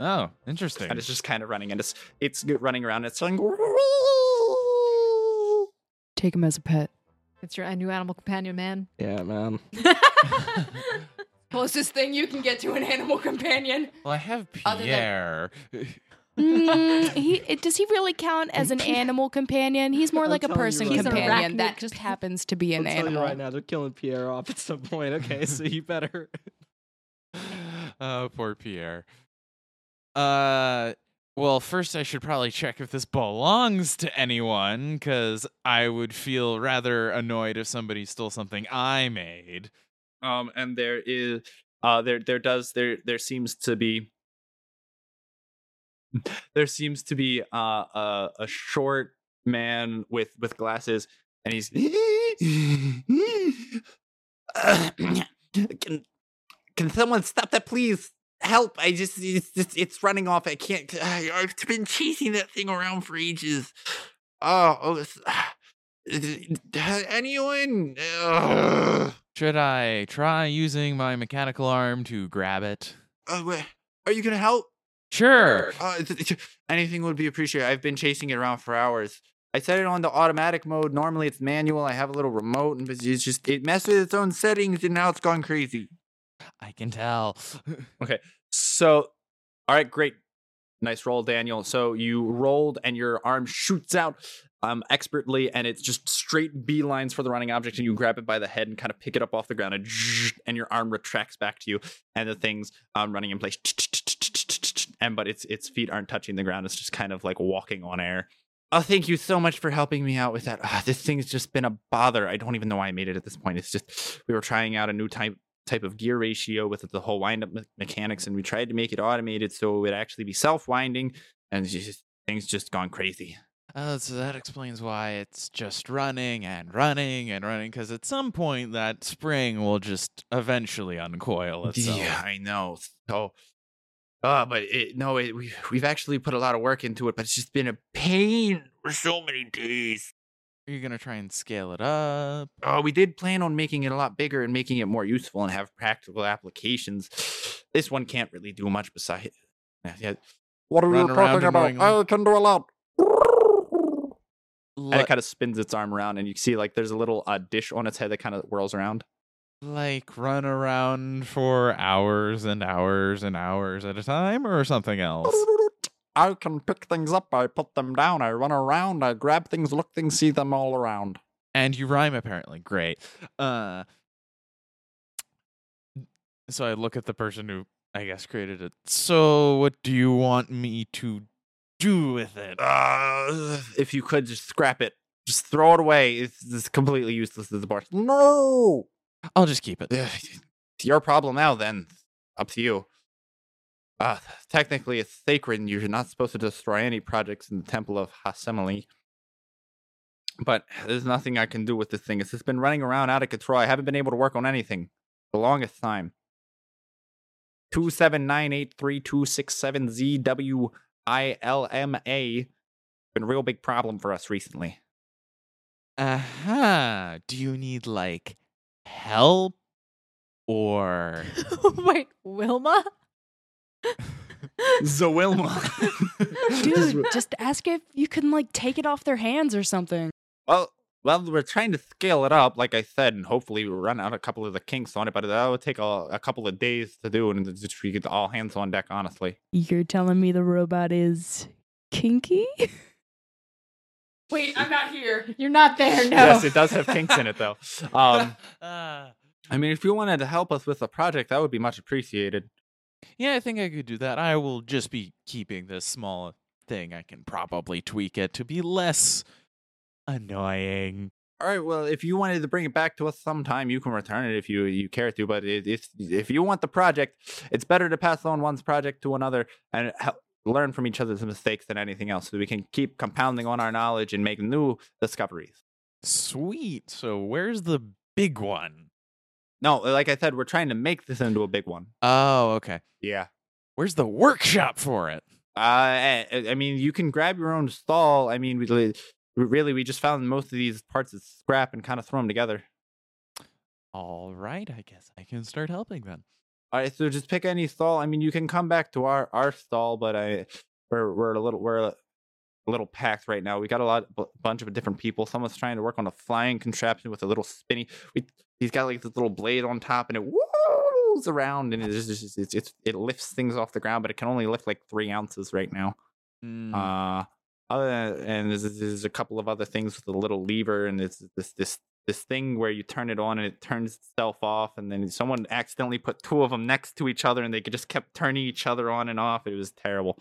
E: oh, interesting.
B: and it's just kind of running and it's it's running around it's like [LAUGHS]
D: Take him as a pet.
C: It's your new animal companion, man. [LAUGHS]
A: Yeah, man.
D: Closest thing you can get to an animal [LAUGHS] companion.
E: Well, I have
D: Other than-
E: Pierre. [LAUGHS]
D: Mm, [LAUGHS] he, it- does he really count as [LAUGHS] an animal companion? He's more
A: I'll
D: like a
A: tell you
D: person
A: right now.
D: companion
A: He's
D: that just happens to be an
A: I'll tell
D: animal.
A: you right now, they're killing Pierre off at some point. Okay, so you better.
E: [LAUGHS] oh, poor Pierre. Uh, well, first I should probably check if this belongs to anyone, because I would feel rather annoyed if somebody stole something I made.
B: um and there is
N: Uh, there, there does there there seems to
B: [LAUGHS]
N: be there seems to be uh, a a short man with with glasses, and he's
B: [COUGHS] can can someone stop that, please? Help! I just it's it's, it's running off. I can't. [SIGHS] I've been chasing that thing around for ages. Oh, oh it's- [SIGHS] anyone? Ugh.
E: Should I try using my mechanical arm to grab it?
B: Uh, wait, are you gonna help?
E: Sure.
B: Uh, th- th- anything would be appreciated. I've been chasing it around for hours. I set it on the automatic mode. Normally it's manual. I have a little remote, and it's just it messed with its own settings, and now it's gone crazy.
E: I can tell. [LAUGHS]
N: okay. So, all right, great, nice roll, Daniel. So you rolled, and your arm shoots out um expertly, and it's just straight beelines for the running object, and you grab it by the head and kind of pick it up off the ground, and and your arm retracts back to you, and the thing's um running in place. And but its its feet aren't touching the ground; it's just kind of like walking on air.
B: Oh, thank you so much for helping me out with that. Ah, this thing's just been a bother. I don't even know why I made it at this point. It's just we were trying out a new type type of gear ratio with the whole wind up me- mechanics, and we tried to make it automated so it would actually be self winding, and it's just, things just gone crazy. [SIGHS]
E: Uh, so that explains why it's just running and running and running. Because at some point, that spring will just eventually uncoil itself.
B: Yeah, I know. So, uh, but it, no, it, we we've actually put a lot of work into it, but it's just been a pain for so many days.
E: Are you gonna try and scale it up?
B: Oh, we did plan on making it a lot bigger and making it more useful and have practical applications. [SIGHS] This one can't really do much besides. Yeah.
O: What are
B: Run
O: you
B: around
O: talking about?
B: annoyingly.
O: I can do a lot.
N: and it
E: Let-
N: kind of spins its arm around, and you see like there's a little uh, dish on its head that kind of whirls around.
E: Like run around for hours and hours and hours at a time, or something else?
O: I can pick things up. I put them down. I run around. I grab things, look things, see them all around.
E: And you rhyme apparently. Great. Uh, so I look at the person who I guess created it. So what do you want me to do with it?
B: Uh, if you could just scrap it, just throw it away. It's, it's completely useless as a bar. No,
E: I'll just keep it.
B: it's your problem now. Then up to you. Uh, technically, it's sacred, and you're not supposed to destroy any projects in the Temple of Hasemili. But there's nothing I can do with this thing. It's just been running around out of control. I haven't been able to work on anything the longest time. Two seven nine eight three two six seven Z W I L M A. Been a real big problem for us recently.
E: Aha. Uh-huh. Do you need like help [LAUGHS] or
C: Wait, Wilma?
N: Zoilma.
D: Dude, just ask if you can like take it off their hands or something.
B: Well, well, we're trying to scale it up, like I said, and hopefully we run out a couple of the kinks on it. But that would take a, a couple of days to do, and it's just we get all hands on deck,
D: [LAUGHS]
B: honestly.
D: You're telling me the robot is kinky?
K: Wait, I'm not here. You're not there. No.
N: Yes, it does have kinks in it though. Um,
E: Ah.
B: I mean, if you wanted to help us with the project, that would be much appreciated.
E: Yeah, I think I could do that. I will just be keeping this small thing. I can probably tweak it to be less annoying.
B: All right. Well, if you wanted to bring it back to us sometime, you can return it if you you care to. But it, if if you want the project, it's better to pass on one's project to another and help learn from each other's mistakes than anything else, so we can keep compounding on our knowledge and make new discoveries.
E: Sweet. So where's the big one?
B: No, like I said, we're trying to make this into a big one.
E: Oh, okay.
B: Yeah.
E: Where's the workshop for it?
B: Uh, I, I mean, you can grab your own stall. I mean, we li- really we just found most of these parts as scrap and kind of throw them together.
E: All right, I guess I can start helping then.
B: All right, so just pick any stall. I mean, you can come back to our our stall, but I we're we're a little we're a little packed right now. We got a lot b- bunch of different people. Someone's trying to work on a flying contraption with a little spinny. We he's got like this little blade on top, and it whirls around, and it's just it's, it's it lifts things off the ground, but it can only lift like three ounces right now. Uh, other than, and there's, there's a couple of other things with a little lever, and it's this this this thing where you turn it on and it turns itself off, and then someone accidentally put two of them next to each other, and they could- just kept turning each other on and off. It was terrible.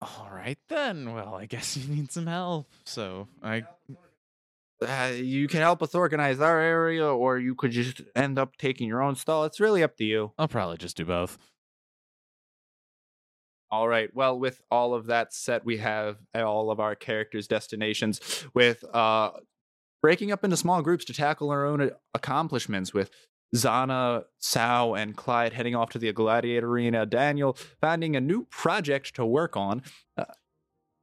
E: All right then. Well, I guess you need some help. So I
P: uh, you can help us organize our area, or you could just end up taking your own stall. It's really up to you.
E: I'll probably just do both.
B: All right. Well, with all of that set, we have eh, all of our characters' destinations with uh, breaking up into small groups to tackle our own eh, accomplishments. With Zana, Sao, and Clyde heading off to the Gladiator Arena, Daniel finding a new project to work on. Uh,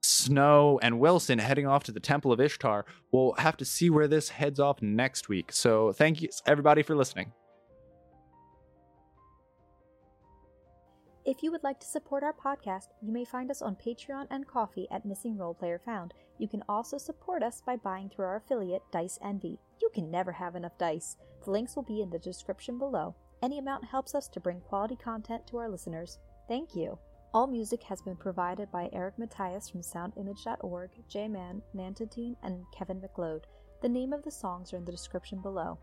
B: Snow and Wilson heading off to the Temple of Ishtar. We'll have to see where this heads off next week. So, thank you everybody for listening.
C: If you would like to support our podcast, you may find us on Patreon and Coffee at Missing Role Player Found. You can also support us by buying through our affiliate, Dice Envy. You can never have enough dice. The links will be in the description below. Any amount helps us to bring quality content to our listeners. Thank you. All music has been provided by Eric Matthias from soundimage.org, J Man, Nantantine, and Kevin McLeod. The name of the songs are in the description below.